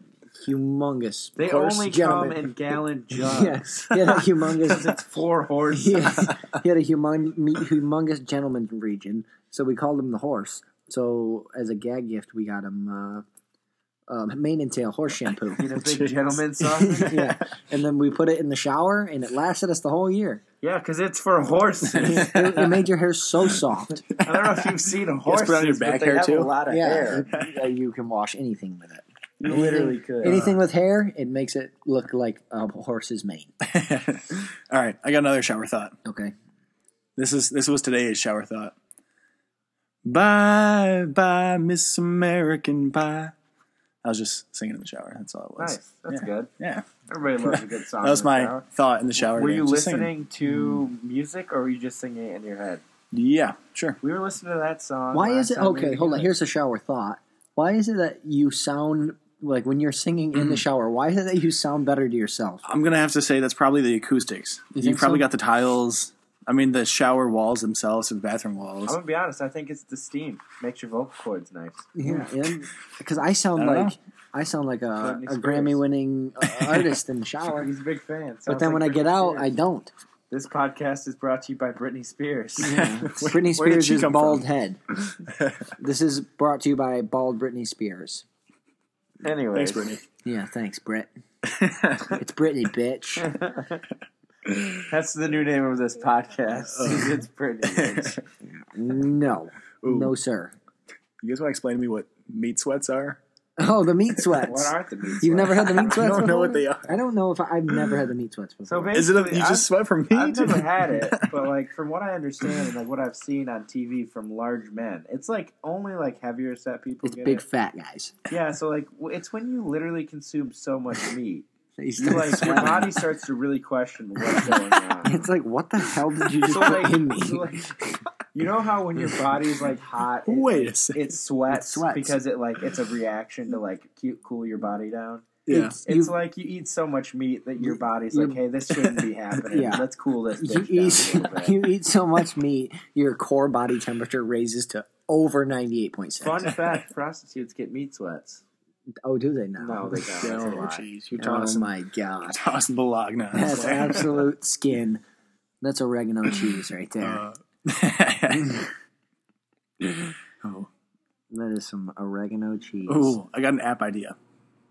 [SPEAKER 2] humongous.
[SPEAKER 3] They
[SPEAKER 2] horse
[SPEAKER 3] only
[SPEAKER 2] gentleman.
[SPEAKER 3] come in gallon jugs.
[SPEAKER 2] Yes, he had a
[SPEAKER 3] Because
[SPEAKER 2] humongous.
[SPEAKER 3] it's four horses.
[SPEAKER 2] he, had, he had a humong, me- humongous gentleman region, so we called him the horse. So as a gag gift, we got him uh, um, mane and tail horse shampoo.
[SPEAKER 3] You know, big gentleman sausage.
[SPEAKER 2] yeah, and then we put it in the shower, and it lasted us the whole year.
[SPEAKER 3] Yeah, because it's for horses.
[SPEAKER 2] It, it made your hair so soft.
[SPEAKER 3] I don't know if you've seen a
[SPEAKER 1] put
[SPEAKER 3] horse.
[SPEAKER 1] it on your back hair, too?
[SPEAKER 3] A lot of
[SPEAKER 2] Yeah,
[SPEAKER 3] hair.
[SPEAKER 2] you, yeah, you can wash anything with it.
[SPEAKER 3] You literally could.
[SPEAKER 2] Anything with hair, it makes it look like a horse's mane.
[SPEAKER 1] all right, I got another shower thought.
[SPEAKER 2] Okay.
[SPEAKER 1] This is this was today's shower thought. Bye, bye, Miss American, bye. I was just singing in the shower. That's all it was.
[SPEAKER 3] Nice. That's
[SPEAKER 1] yeah.
[SPEAKER 3] good.
[SPEAKER 1] Yeah,
[SPEAKER 3] Everybody loves a good song.
[SPEAKER 1] that was
[SPEAKER 3] in the
[SPEAKER 1] my
[SPEAKER 3] shower.
[SPEAKER 1] thought in the shower.
[SPEAKER 3] Were
[SPEAKER 1] today,
[SPEAKER 3] you
[SPEAKER 1] just singing.
[SPEAKER 3] listening to music or were you just singing it in your head?
[SPEAKER 1] Yeah, sure.
[SPEAKER 3] We were listening to that song.
[SPEAKER 2] Why
[SPEAKER 3] last
[SPEAKER 2] is it
[SPEAKER 3] time we
[SPEAKER 2] okay?
[SPEAKER 3] were
[SPEAKER 2] Hold on.
[SPEAKER 3] together.
[SPEAKER 2] Here's a shower thought. Why is it that you sound like when you're singing in the shower? Why is it that you sound better to yourself?
[SPEAKER 1] I'm gonna have to say that's probably the acoustics. You,
[SPEAKER 2] think
[SPEAKER 1] probably
[SPEAKER 2] so?
[SPEAKER 1] got the tiles. I mean, the shower walls themselves and bathroom walls.
[SPEAKER 3] I'm gonna be honest. I think it's the steam makes your vocal cords nice.
[SPEAKER 2] Yeah, because I sound
[SPEAKER 1] I don't
[SPEAKER 2] like I sound like a,
[SPEAKER 3] Britney
[SPEAKER 2] a
[SPEAKER 3] Spears.
[SPEAKER 2] Grammy-winning uh, artist in the shower.
[SPEAKER 3] He's a big fan.
[SPEAKER 2] But then when I get out, I Mm-hmm. don't.
[SPEAKER 3] This podcast is brought to you by Britney Spears.
[SPEAKER 2] Britney
[SPEAKER 1] where did she
[SPEAKER 2] Spears'
[SPEAKER 1] come
[SPEAKER 2] bald
[SPEAKER 1] from?
[SPEAKER 2] head. this is brought to you by Bald Britney Spears.
[SPEAKER 3] anyway,
[SPEAKER 1] Thanks, Brittany.
[SPEAKER 2] Yeah, thanks, Brit. it's Britney, bitch.
[SPEAKER 3] That's the new name of this podcast. it's Britney.
[SPEAKER 2] No, no, sir.
[SPEAKER 1] You guys want to explain to me what meat sweats are?
[SPEAKER 2] Oh, the meat
[SPEAKER 3] what
[SPEAKER 2] sweats.
[SPEAKER 3] aren't the meat
[SPEAKER 2] You've
[SPEAKER 3] sweats?
[SPEAKER 2] never had the meat
[SPEAKER 1] I
[SPEAKER 2] sweats?
[SPEAKER 1] don't know
[SPEAKER 2] before?
[SPEAKER 1] what they are.
[SPEAKER 2] I don't know if I, I've never had the meat sweats before.
[SPEAKER 3] So basically,
[SPEAKER 1] Is it a, you
[SPEAKER 3] I've-
[SPEAKER 1] just sweat from meat?
[SPEAKER 3] I've never had it, but like from what I understand and like what I've seen on TV from large men, it's like only like heavier set people
[SPEAKER 2] it's
[SPEAKER 3] get
[SPEAKER 2] big
[SPEAKER 3] it.
[SPEAKER 2] fat guys.
[SPEAKER 3] Yeah, so like w- it's when you literally consume so much meat,
[SPEAKER 2] He's
[SPEAKER 3] you like your body starts to really question what's going on.
[SPEAKER 2] It's like, what the hell did you just
[SPEAKER 3] So
[SPEAKER 2] put
[SPEAKER 3] like,
[SPEAKER 2] in me?
[SPEAKER 3] so, like, you know how when your body's like hot, it,
[SPEAKER 1] Wait a
[SPEAKER 3] like,
[SPEAKER 1] second.
[SPEAKER 3] it sweats,
[SPEAKER 2] It sweats.
[SPEAKER 3] because it like it's a reaction to like cu- cool your body down.
[SPEAKER 1] yeah.
[SPEAKER 3] It's
[SPEAKER 2] You-
[SPEAKER 3] like you eat so much meat that your body's
[SPEAKER 2] you-
[SPEAKER 3] like, hey, this shouldn't be happening.
[SPEAKER 2] Yeah.
[SPEAKER 3] Let's cool this.
[SPEAKER 2] You
[SPEAKER 3] bitch down a
[SPEAKER 2] eat,
[SPEAKER 3] little bit."
[SPEAKER 2] you eat so much meat, your core body temperature raises to over 98.6.
[SPEAKER 3] Fun fact: prostitutes get meat sweats.
[SPEAKER 2] Oh, do they now?
[SPEAKER 3] No, they don't. That's a
[SPEAKER 1] Oh,
[SPEAKER 3] lie.
[SPEAKER 1] jeez, you're
[SPEAKER 2] Oh,
[SPEAKER 1] tossing,
[SPEAKER 2] my God.
[SPEAKER 1] tossing Bologna.
[SPEAKER 2] That's absolute skin. That's oregano cheese right there.
[SPEAKER 3] Uh,
[SPEAKER 1] oh.
[SPEAKER 2] that is some oregano cheese.
[SPEAKER 1] Ooh, I got an app idea.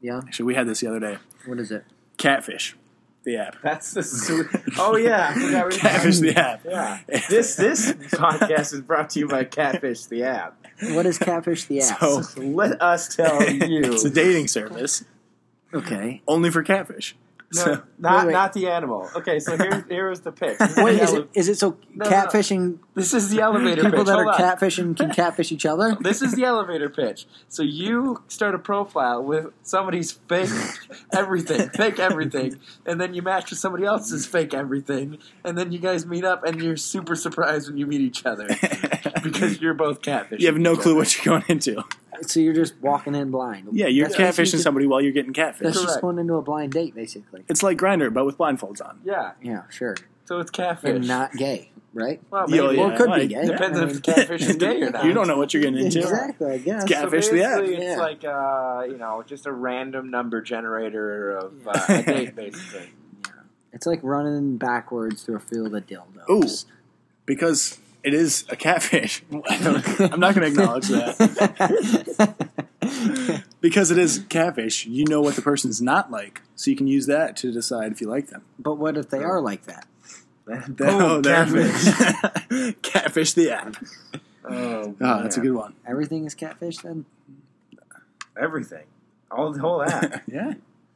[SPEAKER 2] Yeah?
[SPEAKER 1] Actually, we had this the other day.
[SPEAKER 2] What is it?
[SPEAKER 1] Catfish, the app.
[SPEAKER 3] That's the sweet. Oh yeah, I forgot we were
[SPEAKER 1] Catfish,
[SPEAKER 3] talking-
[SPEAKER 1] the app.
[SPEAKER 3] Yeah. This this podcast is brought to you by Catfish the app.
[SPEAKER 2] What is catfish the ass?
[SPEAKER 1] So
[SPEAKER 3] Let us tell you.
[SPEAKER 1] it's a dating service
[SPEAKER 2] okay.
[SPEAKER 1] only for catfish.
[SPEAKER 3] No,
[SPEAKER 1] So,
[SPEAKER 3] not
[SPEAKER 2] Wait, wait.
[SPEAKER 3] not the animal. Okay, so here's here's the pitch. This is,
[SPEAKER 2] Wait,
[SPEAKER 3] the,
[SPEAKER 2] is
[SPEAKER 3] ele-
[SPEAKER 2] it, is it so
[SPEAKER 3] No, no, no.
[SPEAKER 2] catfishing
[SPEAKER 3] this is the elevator
[SPEAKER 2] people
[SPEAKER 3] pitch.
[SPEAKER 2] that
[SPEAKER 3] Hold
[SPEAKER 2] are
[SPEAKER 3] on.
[SPEAKER 2] catfishing can catfish each other?
[SPEAKER 3] This is the elevator pitch. So you start a profile with somebody's fake everything, fake everything, and then you match with somebody else's fake everything, and then you guys meet up, and you're super surprised when you meet each other because you're both catfish.
[SPEAKER 1] you have no clue what you're going into.
[SPEAKER 2] So you're just walking in blind.
[SPEAKER 1] Yeah, you're
[SPEAKER 2] That's basically
[SPEAKER 1] catfishing
[SPEAKER 2] just-
[SPEAKER 1] somebody while you're getting catfish.
[SPEAKER 2] That's just
[SPEAKER 3] Correct.
[SPEAKER 2] going into a blind date, basically.
[SPEAKER 1] It's like Grinder, but with blindfolds on.
[SPEAKER 3] Yeah,
[SPEAKER 2] Yeah, sure.
[SPEAKER 3] so it's catfish.
[SPEAKER 2] And not gay, right?
[SPEAKER 3] well,
[SPEAKER 1] Yeah,
[SPEAKER 3] Oh, maybe.
[SPEAKER 1] yeah,
[SPEAKER 2] Well, it could be
[SPEAKER 1] like-
[SPEAKER 2] gay.
[SPEAKER 3] Depends
[SPEAKER 2] I
[SPEAKER 3] if
[SPEAKER 2] mean,
[SPEAKER 3] catfish is gay or not.
[SPEAKER 1] You don't know what you're getting into.
[SPEAKER 2] Exactly, I guess.
[SPEAKER 1] It's catfish the app.
[SPEAKER 3] basically
[SPEAKER 2] Yeah.
[SPEAKER 3] It's like uh, you know, just a random number generator of uh, a date, basically.
[SPEAKER 2] It's like running backwards through a field of dildos.
[SPEAKER 1] Ooh. Because it is a catfish. I'm not going to acknowledge that. Because it is catfish, you know what the person's not like. So you can use that to decide if you like them.
[SPEAKER 2] But what if they are like that?
[SPEAKER 1] That,
[SPEAKER 3] Boom,
[SPEAKER 1] Oh, catfish. catfish the app.
[SPEAKER 3] Oh,
[SPEAKER 1] Oh, that's a
[SPEAKER 3] man.
[SPEAKER 1] good one.
[SPEAKER 2] Everything is catfish then?
[SPEAKER 3] Everything. All the whole app.
[SPEAKER 1] yeah,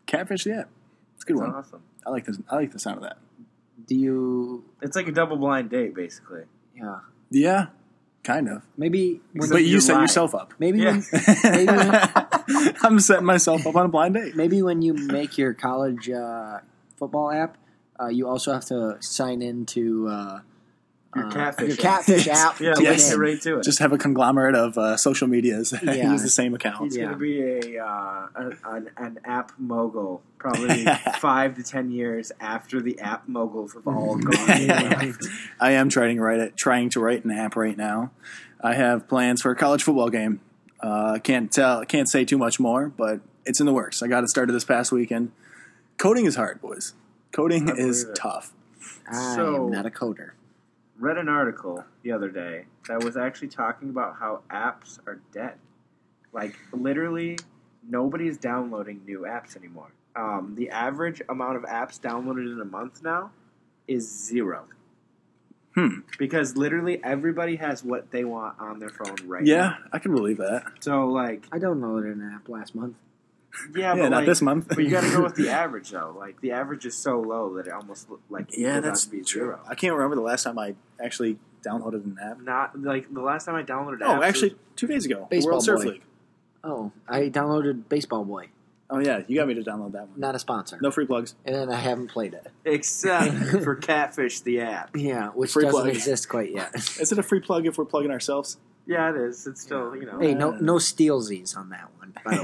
[SPEAKER 1] catfish the app. It's a good
[SPEAKER 3] it's
[SPEAKER 1] one.
[SPEAKER 3] awesome.
[SPEAKER 1] I like this. I like the sound of that.
[SPEAKER 2] Do you.
[SPEAKER 3] It's like a double blind date, basically.
[SPEAKER 2] Yeah.
[SPEAKER 1] Yeah, kind of.
[SPEAKER 2] Maybe. When,
[SPEAKER 3] Except
[SPEAKER 1] but you
[SPEAKER 3] you're
[SPEAKER 1] set
[SPEAKER 3] lying.
[SPEAKER 1] yourself up.
[SPEAKER 2] maybe,
[SPEAKER 3] Yeah.
[SPEAKER 2] when, Maybe
[SPEAKER 1] I'm setting myself up on a blind date.
[SPEAKER 2] maybe when you make your college uh, football app, uh, you also have to sign in to. Uh,
[SPEAKER 3] Your
[SPEAKER 2] uh,
[SPEAKER 3] catfish
[SPEAKER 2] Your
[SPEAKER 3] app.
[SPEAKER 2] catfish app.
[SPEAKER 3] Yeah,
[SPEAKER 2] to
[SPEAKER 1] Yes.
[SPEAKER 3] let's
[SPEAKER 2] win
[SPEAKER 3] get
[SPEAKER 2] in.
[SPEAKER 3] right to it.
[SPEAKER 1] Just have a conglomerate of uh, social medias that
[SPEAKER 2] Yeah.
[SPEAKER 1] use the same account.
[SPEAKER 3] He's
[SPEAKER 2] Yeah.
[SPEAKER 3] gonna be a uh, an, an an app mogul, probably five to ten years after the app moguls have all gone. left.
[SPEAKER 1] I am trying to write it, trying to write an app right now. I have plans for a college football game. Uh, can't tell, can't say too much more, but it's in the works. I got it started this past weekend. Coding is hard, boys. Coding
[SPEAKER 3] I believe
[SPEAKER 1] is
[SPEAKER 3] it.
[SPEAKER 1] tough.
[SPEAKER 2] I
[SPEAKER 3] So-
[SPEAKER 2] am not a coder.
[SPEAKER 3] Read an article the other day that was actually talking about how apps are dead. Like literally, nobody's downloading new apps anymore. Um, the average amount of apps downloaded in a month now is zero.
[SPEAKER 1] Hmm.
[SPEAKER 3] Because literally everybody has what they want on their phone right now.
[SPEAKER 1] Yeah, I can believe that.
[SPEAKER 3] So like,
[SPEAKER 2] I downloaded an app last month.
[SPEAKER 3] yeah,
[SPEAKER 1] Yeah,
[SPEAKER 3] but
[SPEAKER 1] not
[SPEAKER 3] like,
[SPEAKER 1] this month.
[SPEAKER 3] but you got to go with the average though. Like the average is so low that it almost lo- like
[SPEAKER 1] yeah,
[SPEAKER 3] equals out
[SPEAKER 1] that's
[SPEAKER 3] to be
[SPEAKER 1] true.
[SPEAKER 3] zero.
[SPEAKER 1] I can't remember the last time I actually downloaded an app.
[SPEAKER 3] Not like the last time I downloaded. apps
[SPEAKER 1] Oh,
[SPEAKER 3] was-
[SPEAKER 1] actually, two days ago,
[SPEAKER 2] Baseball
[SPEAKER 1] World Surf
[SPEAKER 2] Boy.
[SPEAKER 1] League.
[SPEAKER 2] Oh, I downloaded Baseball Boy.
[SPEAKER 1] Oh yeah, you got me to download that one.
[SPEAKER 2] Not a sponsor.
[SPEAKER 1] No free plugs.
[SPEAKER 2] And then I haven't played it.
[SPEAKER 3] except for Catfish the app.
[SPEAKER 2] Yeah, which
[SPEAKER 1] Free
[SPEAKER 2] doesn't
[SPEAKER 1] plug.
[SPEAKER 2] exist quite yet.
[SPEAKER 1] Is it a free plug if we're plugging ourselves?
[SPEAKER 3] Yeah, it is. It's still you know.
[SPEAKER 2] hey, no, no steelsies on that one, by the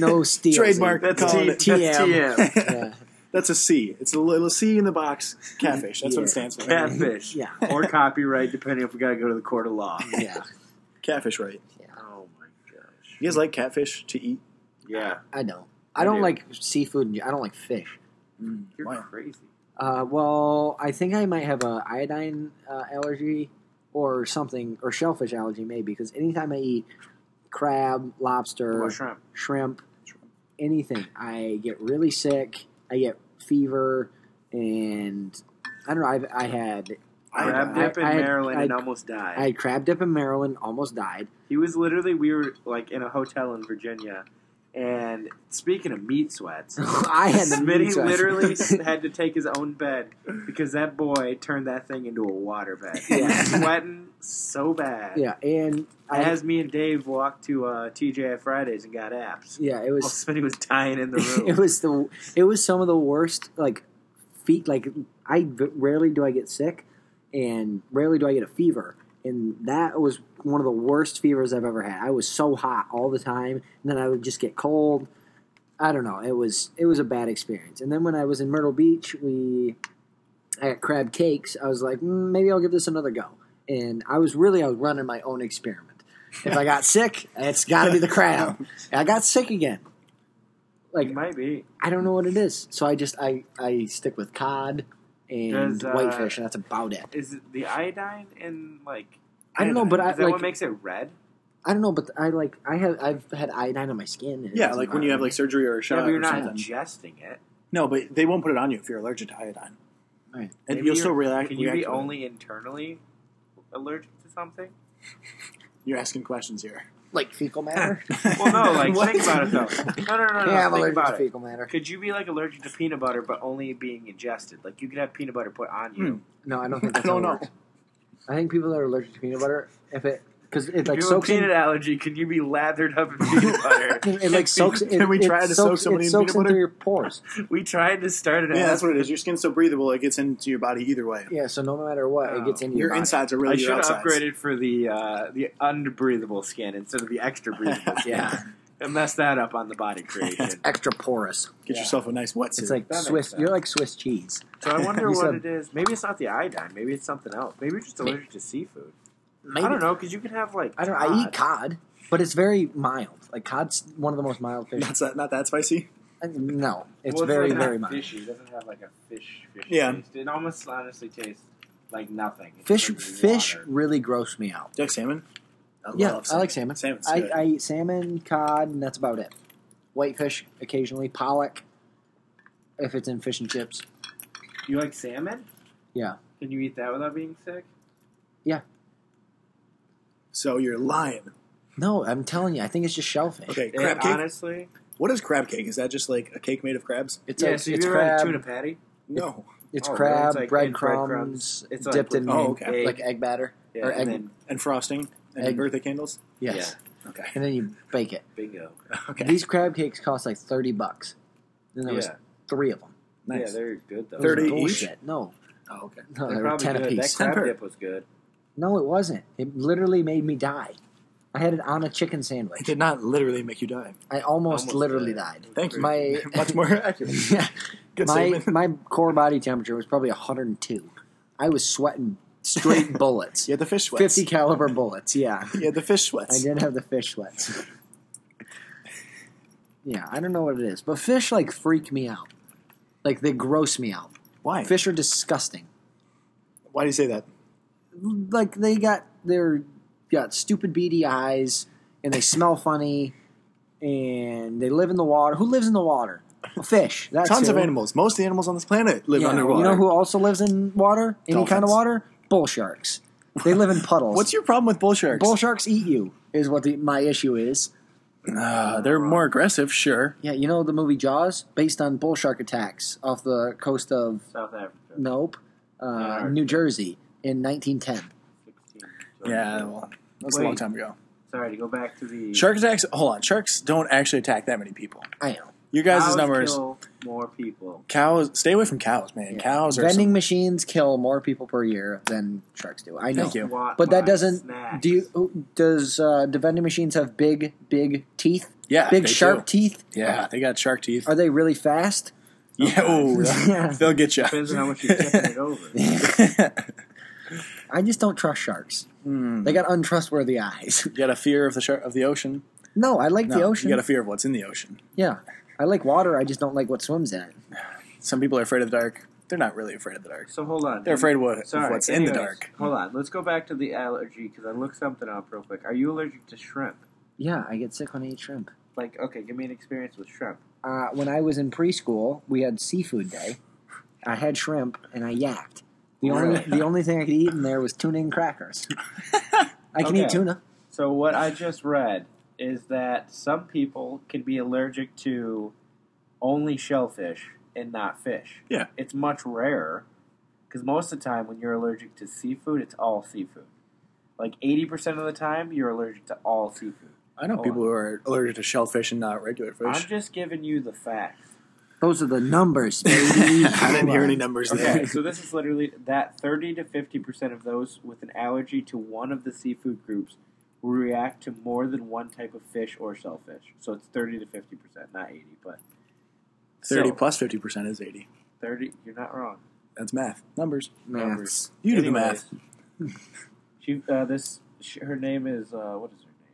[SPEAKER 2] No steelsies.
[SPEAKER 1] Trademark.
[SPEAKER 3] that's
[SPEAKER 1] Calling
[SPEAKER 3] T-
[SPEAKER 1] it
[SPEAKER 3] that's
[SPEAKER 2] TM.
[SPEAKER 3] TM.
[SPEAKER 2] Yeah,
[SPEAKER 1] That's a C. It's a little C in the box. Catfish. That's what
[SPEAKER 2] Yeah.
[SPEAKER 1] it stands for.
[SPEAKER 3] Catfish.
[SPEAKER 2] Yeah.
[SPEAKER 3] Or copyright, depending if we got to go to the court of law.
[SPEAKER 2] yeah,
[SPEAKER 1] Catfish, right?
[SPEAKER 3] Oh my gosh.
[SPEAKER 1] You guys like catfish to eat?
[SPEAKER 3] Yeah.
[SPEAKER 2] I don't.
[SPEAKER 3] I
[SPEAKER 2] I don't
[SPEAKER 3] do.
[SPEAKER 2] like seafood. and I don't like fish. Mm.
[SPEAKER 3] You're
[SPEAKER 1] Why?
[SPEAKER 3] crazy.
[SPEAKER 2] Uh, well, I think I might have a iodine uh, allergy or something, or shellfish allergy maybe, because anytime I eat crab, lobster,
[SPEAKER 3] Or shrimp.
[SPEAKER 2] shrimp, anything. I get really sick. I get fever, and I don't know. I've, I had
[SPEAKER 1] I-
[SPEAKER 3] Crab dip in
[SPEAKER 2] I- I-
[SPEAKER 3] Maryland and
[SPEAKER 2] I-
[SPEAKER 3] almost died.
[SPEAKER 2] I had crab dip in Maryland, almost died.
[SPEAKER 3] He was literally we were like in a hotel in Virginia, and speaking of meat sweats,
[SPEAKER 2] I had the
[SPEAKER 3] Smitty
[SPEAKER 2] measles.
[SPEAKER 3] literally had to take his own bed because that boy turned that thing into a water bed. He was sweating so bad.
[SPEAKER 2] yeah, and I
[SPEAKER 3] As me and Dave walked to uh, TJ at Fridays and got apps,
[SPEAKER 2] yeah, it
[SPEAKER 3] while
[SPEAKER 2] was
[SPEAKER 3] Smitty was dying in the room.
[SPEAKER 2] it was the it was some of the worst like feet. Like I v- rarely do I get sick, and rarely do I get a fever. And that was one of the worst fevers I've ever had. I was so hot all the time, and then I would just get cold. I don't know. It was it was a bad experience. And then when I was in Myrtle Beach, we I got crab cakes. I was like, mm, maybe I'll give this another go. And I was really I was running my own experiment. If I got sick, it's got to be the crab. And I got sick again. Like
[SPEAKER 3] it might be.
[SPEAKER 2] I don't know what it is. So I just I I stick with cod and
[SPEAKER 3] Does, uh,
[SPEAKER 2] whitefish, and that's about it.
[SPEAKER 3] Is it the iodine in like?
[SPEAKER 2] I don't know, but I
[SPEAKER 3] is that
[SPEAKER 2] like
[SPEAKER 3] what makes it red?
[SPEAKER 2] I don't know, but I like I have I've had iodine on my skin. and it
[SPEAKER 1] Yeah,
[SPEAKER 2] doesn't
[SPEAKER 1] like when you have
[SPEAKER 2] bother
[SPEAKER 1] like surgery or a
[SPEAKER 3] Yeah,
[SPEAKER 1] shot
[SPEAKER 3] but you're
[SPEAKER 1] or
[SPEAKER 3] not
[SPEAKER 1] something.
[SPEAKER 3] ingesting it.
[SPEAKER 1] No, but they won't put it on you if you're allergic to iodine.
[SPEAKER 2] me. Right.
[SPEAKER 1] And
[SPEAKER 3] Maybe
[SPEAKER 1] you'll
[SPEAKER 3] you're-
[SPEAKER 1] still react.
[SPEAKER 3] Can you
[SPEAKER 1] react
[SPEAKER 3] be
[SPEAKER 1] to it.
[SPEAKER 3] only internally allergic to something?
[SPEAKER 1] You're asking questions here.
[SPEAKER 2] like fecal matter.
[SPEAKER 3] Well, no, like
[SPEAKER 1] What?
[SPEAKER 3] think about it though. No, no, no, no.
[SPEAKER 2] yeah, I'm
[SPEAKER 3] think
[SPEAKER 2] allergic
[SPEAKER 3] about
[SPEAKER 2] to
[SPEAKER 3] it.
[SPEAKER 2] fecal matter.
[SPEAKER 3] Could you be like allergic to peanut butter, but only being ingested? Like you could have peanut butter put on you.
[SPEAKER 2] No, I don't think.
[SPEAKER 1] I
[SPEAKER 2] That's
[SPEAKER 1] don't
[SPEAKER 2] how it
[SPEAKER 1] know.
[SPEAKER 2] works. I think people that are allergic to peanut butter, if it because it
[SPEAKER 3] If
[SPEAKER 2] like
[SPEAKER 3] you have a
[SPEAKER 2] soaks
[SPEAKER 3] peanut
[SPEAKER 2] in.
[SPEAKER 3] allergy, can you be lathered up in peanut butter?
[SPEAKER 2] It like soaks. It,
[SPEAKER 1] Can we
[SPEAKER 2] it
[SPEAKER 1] try to soak
[SPEAKER 2] soaks,
[SPEAKER 1] somebody
[SPEAKER 2] it
[SPEAKER 1] in
[SPEAKER 2] soaks
[SPEAKER 1] peanut butter?
[SPEAKER 2] into your pores.
[SPEAKER 3] We tried to start it
[SPEAKER 1] Yeah,
[SPEAKER 3] out.
[SPEAKER 1] that's what it is. Your skin's so breathable it gets into your body either way.
[SPEAKER 2] Yeah, so no matter what,
[SPEAKER 3] Oh.
[SPEAKER 2] it gets into
[SPEAKER 1] Your
[SPEAKER 2] your, body.
[SPEAKER 1] insides are
[SPEAKER 3] I
[SPEAKER 1] really
[SPEAKER 3] should
[SPEAKER 1] your
[SPEAKER 3] have
[SPEAKER 1] outsides.
[SPEAKER 3] upgraded for the uh, the unbreathable skin instead of the extra breathable skin.
[SPEAKER 2] Yeah,
[SPEAKER 3] And mess that up on the body creation.
[SPEAKER 2] extra porous.
[SPEAKER 1] Get
[SPEAKER 3] Yeah.
[SPEAKER 1] yourself a nice wetsuit.
[SPEAKER 2] It's like
[SPEAKER 3] that makes
[SPEAKER 2] Swiss.
[SPEAKER 3] sense.
[SPEAKER 2] You're like Swiss cheese.
[SPEAKER 3] So I wonder
[SPEAKER 2] You
[SPEAKER 3] what
[SPEAKER 2] said-
[SPEAKER 3] it is. Maybe it's not the iodine. Maybe it's something else. Maybe you're just
[SPEAKER 2] Maybe.
[SPEAKER 3] allergic to seafood.
[SPEAKER 2] Maybe.
[SPEAKER 3] I don't know because you can have like
[SPEAKER 2] I don't. I eat
[SPEAKER 3] cod.
[SPEAKER 2] cod, but it's very mild. Like cod's one of the most mild fish.
[SPEAKER 1] not that, not that spicy.
[SPEAKER 2] I- No, it's
[SPEAKER 3] Well,
[SPEAKER 2] very
[SPEAKER 3] like not
[SPEAKER 2] very mild. Fish,
[SPEAKER 3] Fishy. It doesn't have like a fish. fish
[SPEAKER 1] Yeah.
[SPEAKER 3] Taste. It almost honestly tastes like nothing. It's
[SPEAKER 2] fish,
[SPEAKER 3] like water.
[SPEAKER 2] really gross me out.
[SPEAKER 1] Do you like salmon? I
[SPEAKER 2] yeah,
[SPEAKER 1] love
[SPEAKER 2] I like salmon.
[SPEAKER 1] Salmon's
[SPEAKER 2] I,
[SPEAKER 1] good.
[SPEAKER 2] I eat salmon, cod, and that's about it. Whitefish occasionally, pollock, if it's in fish and chips.
[SPEAKER 3] You like salmon?
[SPEAKER 2] Yeah.
[SPEAKER 3] Can you eat that without being sick?
[SPEAKER 1] So you're lying.
[SPEAKER 2] No, I'm telling you, I think it's just shellfish.
[SPEAKER 1] Okay,
[SPEAKER 3] Yeah,
[SPEAKER 1] crab cake.
[SPEAKER 3] honestly.
[SPEAKER 1] What is crab cake? Is that just like a cake made of crabs?
[SPEAKER 2] It's
[SPEAKER 3] yeah,
[SPEAKER 2] like,
[SPEAKER 3] so you
[SPEAKER 2] it's
[SPEAKER 3] ever had
[SPEAKER 2] crab,
[SPEAKER 3] a tuna patty?
[SPEAKER 1] No.
[SPEAKER 2] it's
[SPEAKER 3] Oh,
[SPEAKER 2] crab,
[SPEAKER 3] man, it's like in
[SPEAKER 2] breadcrumbs
[SPEAKER 3] breadcrumbs. It's like
[SPEAKER 2] dipped
[SPEAKER 3] with
[SPEAKER 2] in
[SPEAKER 1] Oh, okay.
[SPEAKER 3] egg.
[SPEAKER 2] like egg batter.
[SPEAKER 3] Yeah,
[SPEAKER 2] Or
[SPEAKER 3] and
[SPEAKER 2] egg-
[SPEAKER 3] then
[SPEAKER 1] And frosting and
[SPEAKER 2] Egg.
[SPEAKER 1] birthday candles.
[SPEAKER 2] Yes,
[SPEAKER 1] Okay.
[SPEAKER 2] and then you bake it.
[SPEAKER 3] bingo.
[SPEAKER 1] Okay.
[SPEAKER 2] These crab cakes cost like thirty bucks. And there was
[SPEAKER 3] yeah.
[SPEAKER 2] three of them.
[SPEAKER 3] yeah,
[SPEAKER 1] Nice.
[SPEAKER 3] they're good though.
[SPEAKER 2] It was
[SPEAKER 1] 30 each?
[SPEAKER 2] bullshit. No,
[SPEAKER 1] oh, okay.
[SPEAKER 2] no,
[SPEAKER 3] They're
[SPEAKER 2] they were
[SPEAKER 3] probably
[SPEAKER 2] ten
[SPEAKER 3] good.
[SPEAKER 2] apiece.
[SPEAKER 3] That crab
[SPEAKER 1] Temper.
[SPEAKER 3] dip was good.
[SPEAKER 2] No, it wasn't. It literally made me die. I had it on a chicken
[SPEAKER 1] It
[SPEAKER 2] sandwich.
[SPEAKER 1] did not literally make you die.
[SPEAKER 2] I almost,
[SPEAKER 3] Almost
[SPEAKER 2] literally
[SPEAKER 3] died.
[SPEAKER 2] died.
[SPEAKER 1] Thank you.
[SPEAKER 2] My
[SPEAKER 1] Much more accurate.
[SPEAKER 2] yeah,
[SPEAKER 1] Good
[SPEAKER 2] my
[SPEAKER 1] statement.
[SPEAKER 2] my core body temperature was probably 102. I was sweating straight bullets,
[SPEAKER 1] You had the fish sweats.
[SPEAKER 2] 50 caliber bullets. Yeah,
[SPEAKER 1] You had the fish
[SPEAKER 2] I
[SPEAKER 1] sweats.
[SPEAKER 2] did have the fish sweats. yeah, I don't know what it is, but fish like freak me out. Like they gross me out.
[SPEAKER 1] Why?
[SPEAKER 2] Fish are disgusting.
[SPEAKER 1] Why do you say that?
[SPEAKER 2] Like they got their got stupid beady eyes and they smell funny and they live in the water. Who lives in the water? A fish. That's
[SPEAKER 1] Tons of
[SPEAKER 2] who.
[SPEAKER 1] animals. Most of the animals on this planet live
[SPEAKER 2] Yeah,
[SPEAKER 1] underwater.
[SPEAKER 2] You know who also lives in water? Any kind
[SPEAKER 1] Dolphins.
[SPEAKER 2] of water? Bull sharks. They live in puddles.
[SPEAKER 1] What's your problem with bull sharks?
[SPEAKER 2] bull sharks eat you? Is what the, my issue is.
[SPEAKER 1] Uh, they're more aggressive, sure.
[SPEAKER 2] Yeah, you know the movie Jaws, based on bull shark attacks off the coast of
[SPEAKER 3] South Africa.
[SPEAKER 2] Nope, uh,
[SPEAKER 3] Alright.
[SPEAKER 2] New Jersey in 1910.
[SPEAKER 3] 16.
[SPEAKER 1] Yeah, well, that was a long
[SPEAKER 3] Wait.
[SPEAKER 1] time ago.
[SPEAKER 3] Sorry to go back to the
[SPEAKER 1] Shark attacks. Hold on, sharks don't actually attack that many people.
[SPEAKER 2] I know.
[SPEAKER 1] Your guys'
[SPEAKER 3] Cows
[SPEAKER 1] numbers.
[SPEAKER 3] kill more people.
[SPEAKER 1] Cows. Stay away from cows, man.
[SPEAKER 2] Yeah.
[SPEAKER 1] Cows are.
[SPEAKER 2] vending machines kill more people per year than sharks do. I know.
[SPEAKER 1] Thank you.
[SPEAKER 3] Want
[SPEAKER 2] But that
[SPEAKER 3] my
[SPEAKER 2] doesn't-
[SPEAKER 3] snacks.
[SPEAKER 2] Do you does uh, do vending machines have big big teeth?
[SPEAKER 1] some- yeah,
[SPEAKER 2] big
[SPEAKER 1] they
[SPEAKER 2] sharp teeth?
[SPEAKER 1] do. Yeah, they got shark teeth.
[SPEAKER 2] Are they really fast?
[SPEAKER 1] yeah, oh,
[SPEAKER 2] Yeah.
[SPEAKER 1] they'll get you.
[SPEAKER 3] Depends on how much you're tipping it over.
[SPEAKER 2] I just don't trust sharks.
[SPEAKER 1] Hmm.
[SPEAKER 2] They got untrustworthy eyes.
[SPEAKER 1] You got a fear of the shark of the ocean.
[SPEAKER 2] No, I like the
[SPEAKER 1] No,
[SPEAKER 2] ocean.
[SPEAKER 1] You got a fear of what's in the ocean.
[SPEAKER 2] yeah, I like water. I just don't like what swims in it.
[SPEAKER 1] Some people are afraid of the dark. They're not really afraid of the dark.
[SPEAKER 3] So hold on.
[SPEAKER 1] They're afraid of, what,
[SPEAKER 3] Sorry.
[SPEAKER 1] of what's in
[SPEAKER 3] anyways,
[SPEAKER 1] the dark.
[SPEAKER 3] Hold on. Let's go back to the allergy because I looked something up real quick. Are you allergic to shrimp?
[SPEAKER 2] Yeah, I get sick when I eat shrimp.
[SPEAKER 3] Like, okay, give me an experience with shrimp.
[SPEAKER 2] Uh, when I was in preschool, we had seafood day. I had shrimp and I yacked. The only
[SPEAKER 3] Really?
[SPEAKER 2] the only thing I could eat in there was tuna and crackers. I can eat
[SPEAKER 3] Okay.
[SPEAKER 2] tuna.
[SPEAKER 3] So what I just read is that some people can be allergic to only shellfish and not fish.
[SPEAKER 1] Yeah.
[SPEAKER 3] It's much rarer because most of the time when you're allergic to seafood, it's all seafood. Like 80% of the time, you're allergic to all seafood.
[SPEAKER 1] I know
[SPEAKER 3] Hold
[SPEAKER 1] people
[SPEAKER 3] on.
[SPEAKER 1] who are allergic to shellfish and not regular
[SPEAKER 3] I'm
[SPEAKER 1] fish.
[SPEAKER 3] just giving you the facts.
[SPEAKER 2] Those are the numbers, baby.
[SPEAKER 1] I didn't hear any
[SPEAKER 2] Come
[SPEAKER 1] numbers
[SPEAKER 3] Okay,
[SPEAKER 1] there.
[SPEAKER 3] so this is literally that 30 to 50% of those with an allergy to one of the seafood groups will react to more than one type of fish or shellfish. So it's 30 to 50%, not 80, but
[SPEAKER 1] Thirty
[SPEAKER 3] still,
[SPEAKER 1] plus fifty percent is eighty.
[SPEAKER 3] 30, you're not wrong.
[SPEAKER 1] That's math. Numbers.
[SPEAKER 2] on.
[SPEAKER 3] Numbers.
[SPEAKER 1] You do the
[SPEAKER 3] Anyways,
[SPEAKER 1] math.
[SPEAKER 3] She, uh, this, sh her name is, uh, what is her name?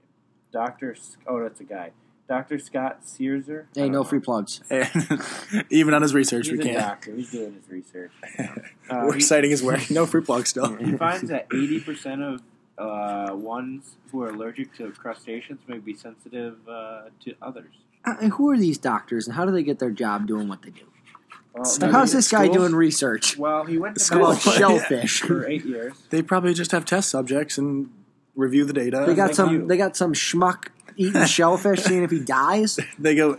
[SPEAKER 3] Dr. Sc- oh, that's a guy. Dr. Scott Searser. I
[SPEAKER 2] Hey,
[SPEAKER 3] don't
[SPEAKER 2] no
[SPEAKER 3] know.
[SPEAKER 2] free plugs.
[SPEAKER 1] Even on his research,
[SPEAKER 3] He's
[SPEAKER 1] we
[SPEAKER 3] a
[SPEAKER 1] can't.
[SPEAKER 3] doctor. He's doing his research. Uh,
[SPEAKER 1] We're
[SPEAKER 3] he-
[SPEAKER 1] citing his work. No free plug still.
[SPEAKER 3] He finds that 80% of uh, ones who are allergic to crustaceans may be sensitive uh, to others.
[SPEAKER 2] Uh, who are these doctors, and how do they get their job doing what they do?
[SPEAKER 3] Well,
[SPEAKER 1] Study
[SPEAKER 2] How's
[SPEAKER 1] at
[SPEAKER 2] this guy
[SPEAKER 1] school?
[SPEAKER 2] doing research?
[SPEAKER 3] Well, he went to
[SPEAKER 1] School.
[SPEAKER 2] About
[SPEAKER 3] medical
[SPEAKER 1] Well,
[SPEAKER 3] school
[SPEAKER 2] shellfish.
[SPEAKER 3] for eight years.
[SPEAKER 1] They probably just have test subjects and review the data.
[SPEAKER 2] They got
[SPEAKER 3] like
[SPEAKER 2] some.
[SPEAKER 3] you.
[SPEAKER 2] They got some schmuck eating shellfish, seeing if he dies.
[SPEAKER 1] They go,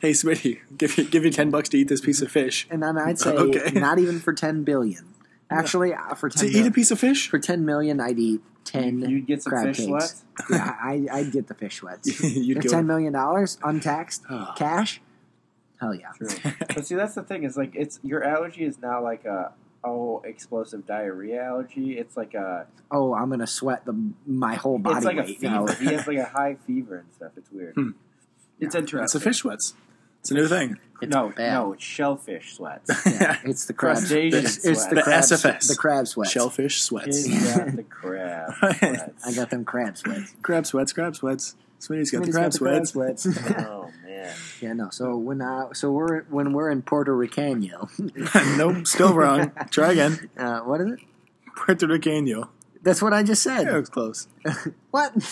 [SPEAKER 1] hey Smitty, give you, give you ten bucks to eat this piece of fish.
[SPEAKER 2] And then I'd say,
[SPEAKER 1] Okay.
[SPEAKER 2] not even for ten billion. Actually, uh, for
[SPEAKER 1] To
[SPEAKER 2] ten
[SPEAKER 1] eat
[SPEAKER 2] mil-
[SPEAKER 1] a piece of fish,
[SPEAKER 2] for ten million, I'd eat ten.
[SPEAKER 3] You'd get some
[SPEAKER 2] crab
[SPEAKER 3] fish
[SPEAKER 2] cakes.
[SPEAKER 3] sweats.
[SPEAKER 2] Yeah, I, I'd get the fish sweats.
[SPEAKER 1] you'd
[SPEAKER 2] For
[SPEAKER 1] go.
[SPEAKER 2] ten million dollars, untaxed
[SPEAKER 1] Oh.
[SPEAKER 2] cash. Hell yeah!
[SPEAKER 3] but see, that's the thing. Is like it's your allergy is not like a oh explosive diarrhea allergy. It's like a
[SPEAKER 2] Oh, I'm gonna sweat the my whole body
[SPEAKER 3] it's like a
[SPEAKER 2] weight
[SPEAKER 3] fever.
[SPEAKER 2] now.
[SPEAKER 3] He has like a high fever and stuff. It's weird.
[SPEAKER 1] Hmm.
[SPEAKER 3] It's interesting.
[SPEAKER 1] It's a fish sweats. It's a new thing.
[SPEAKER 2] It's
[SPEAKER 3] no,
[SPEAKER 2] bad.
[SPEAKER 3] no, it's shellfish sweats.
[SPEAKER 2] Yeah, it's the crab.
[SPEAKER 3] Crustacean
[SPEAKER 2] It's, it's the,
[SPEAKER 3] sweats. The
[SPEAKER 2] crab.
[SPEAKER 1] SFS.
[SPEAKER 2] The crab sweats.
[SPEAKER 1] Shellfish sweats.
[SPEAKER 3] He's got the crab. sweats.
[SPEAKER 2] I got them crab sweats.
[SPEAKER 1] crab sweats. Crab sweats. Smitty's got
[SPEAKER 2] Somebody's
[SPEAKER 1] the crab sweats.
[SPEAKER 2] sweats.
[SPEAKER 3] Oh man.
[SPEAKER 2] yeah, no. So when I, so we're when we're in Puerto Ricano,
[SPEAKER 1] nope, still wrong. Try again.
[SPEAKER 2] uh, what is it?
[SPEAKER 1] Puerto Ricano.
[SPEAKER 2] That's what I just said.
[SPEAKER 1] Yeah, it was close.
[SPEAKER 2] What?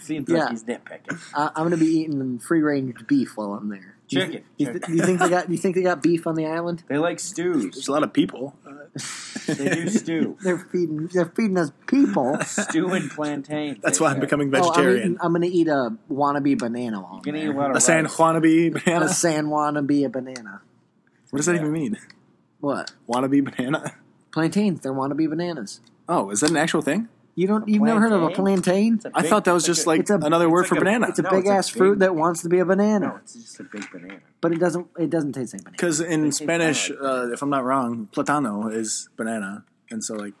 [SPEAKER 3] Seems
[SPEAKER 2] Yeah.
[SPEAKER 3] like he's nitpicking.
[SPEAKER 2] I, I'm gonna be eating free range beef while I'm there. Do you-
[SPEAKER 3] Chicken.
[SPEAKER 2] Do you, th- do you think they got? Do you think they got beef on the island?
[SPEAKER 3] They like
[SPEAKER 1] There's
[SPEAKER 3] stews.
[SPEAKER 1] a lot of people. Uh,
[SPEAKER 3] They do stew.
[SPEAKER 2] They're feeding. They're feeding us people.
[SPEAKER 4] Stew and plantains.
[SPEAKER 1] That's
[SPEAKER 4] they
[SPEAKER 1] why I'm
[SPEAKER 4] said.
[SPEAKER 1] becoming
[SPEAKER 2] Oh, I'm,
[SPEAKER 1] vegetarian.
[SPEAKER 2] eating, I'm gonna eat a wannabe banana
[SPEAKER 4] You
[SPEAKER 2] on
[SPEAKER 4] can
[SPEAKER 2] there.
[SPEAKER 4] eat a lot of
[SPEAKER 1] a San
[SPEAKER 4] rice.
[SPEAKER 1] Juanabe
[SPEAKER 2] a
[SPEAKER 1] banana.
[SPEAKER 2] San wannabe a banana.
[SPEAKER 1] What does that
[SPEAKER 4] Yeah.
[SPEAKER 1] even mean?
[SPEAKER 2] What
[SPEAKER 1] Wannabe banana?
[SPEAKER 2] plantains? They're wannabe bananas.
[SPEAKER 1] Oh, is that an actual thing?
[SPEAKER 2] You don't.
[SPEAKER 4] A
[SPEAKER 2] You've never heard of a
[SPEAKER 4] plantain?
[SPEAKER 2] plantain?
[SPEAKER 4] It's a
[SPEAKER 1] I
[SPEAKER 4] big-
[SPEAKER 1] thought that was
[SPEAKER 4] it's
[SPEAKER 1] just
[SPEAKER 4] a-
[SPEAKER 1] like
[SPEAKER 2] it's a-
[SPEAKER 1] another word
[SPEAKER 3] it's
[SPEAKER 1] for
[SPEAKER 3] like a-
[SPEAKER 1] banana.
[SPEAKER 2] It's a
[SPEAKER 3] No,
[SPEAKER 2] big
[SPEAKER 3] it's a
[SPEAKER 2] ass
[SPEAKER 3] big-
[SPEAKER 2] fruit that wants to be a banana,
[SPEAKER 3] No, it's just a big banana.
[SPEAKER 2] but it doesn't. It doesn't taste like banana.
[SPEAKER 1] Because in
[SPEAKER 4] It's- it's kinda
[SPEAKER 1] Spanish,
[SPEAKER 4] like
[SPEAKER 1] uh, if I'm not wrong, platano is banana, and so like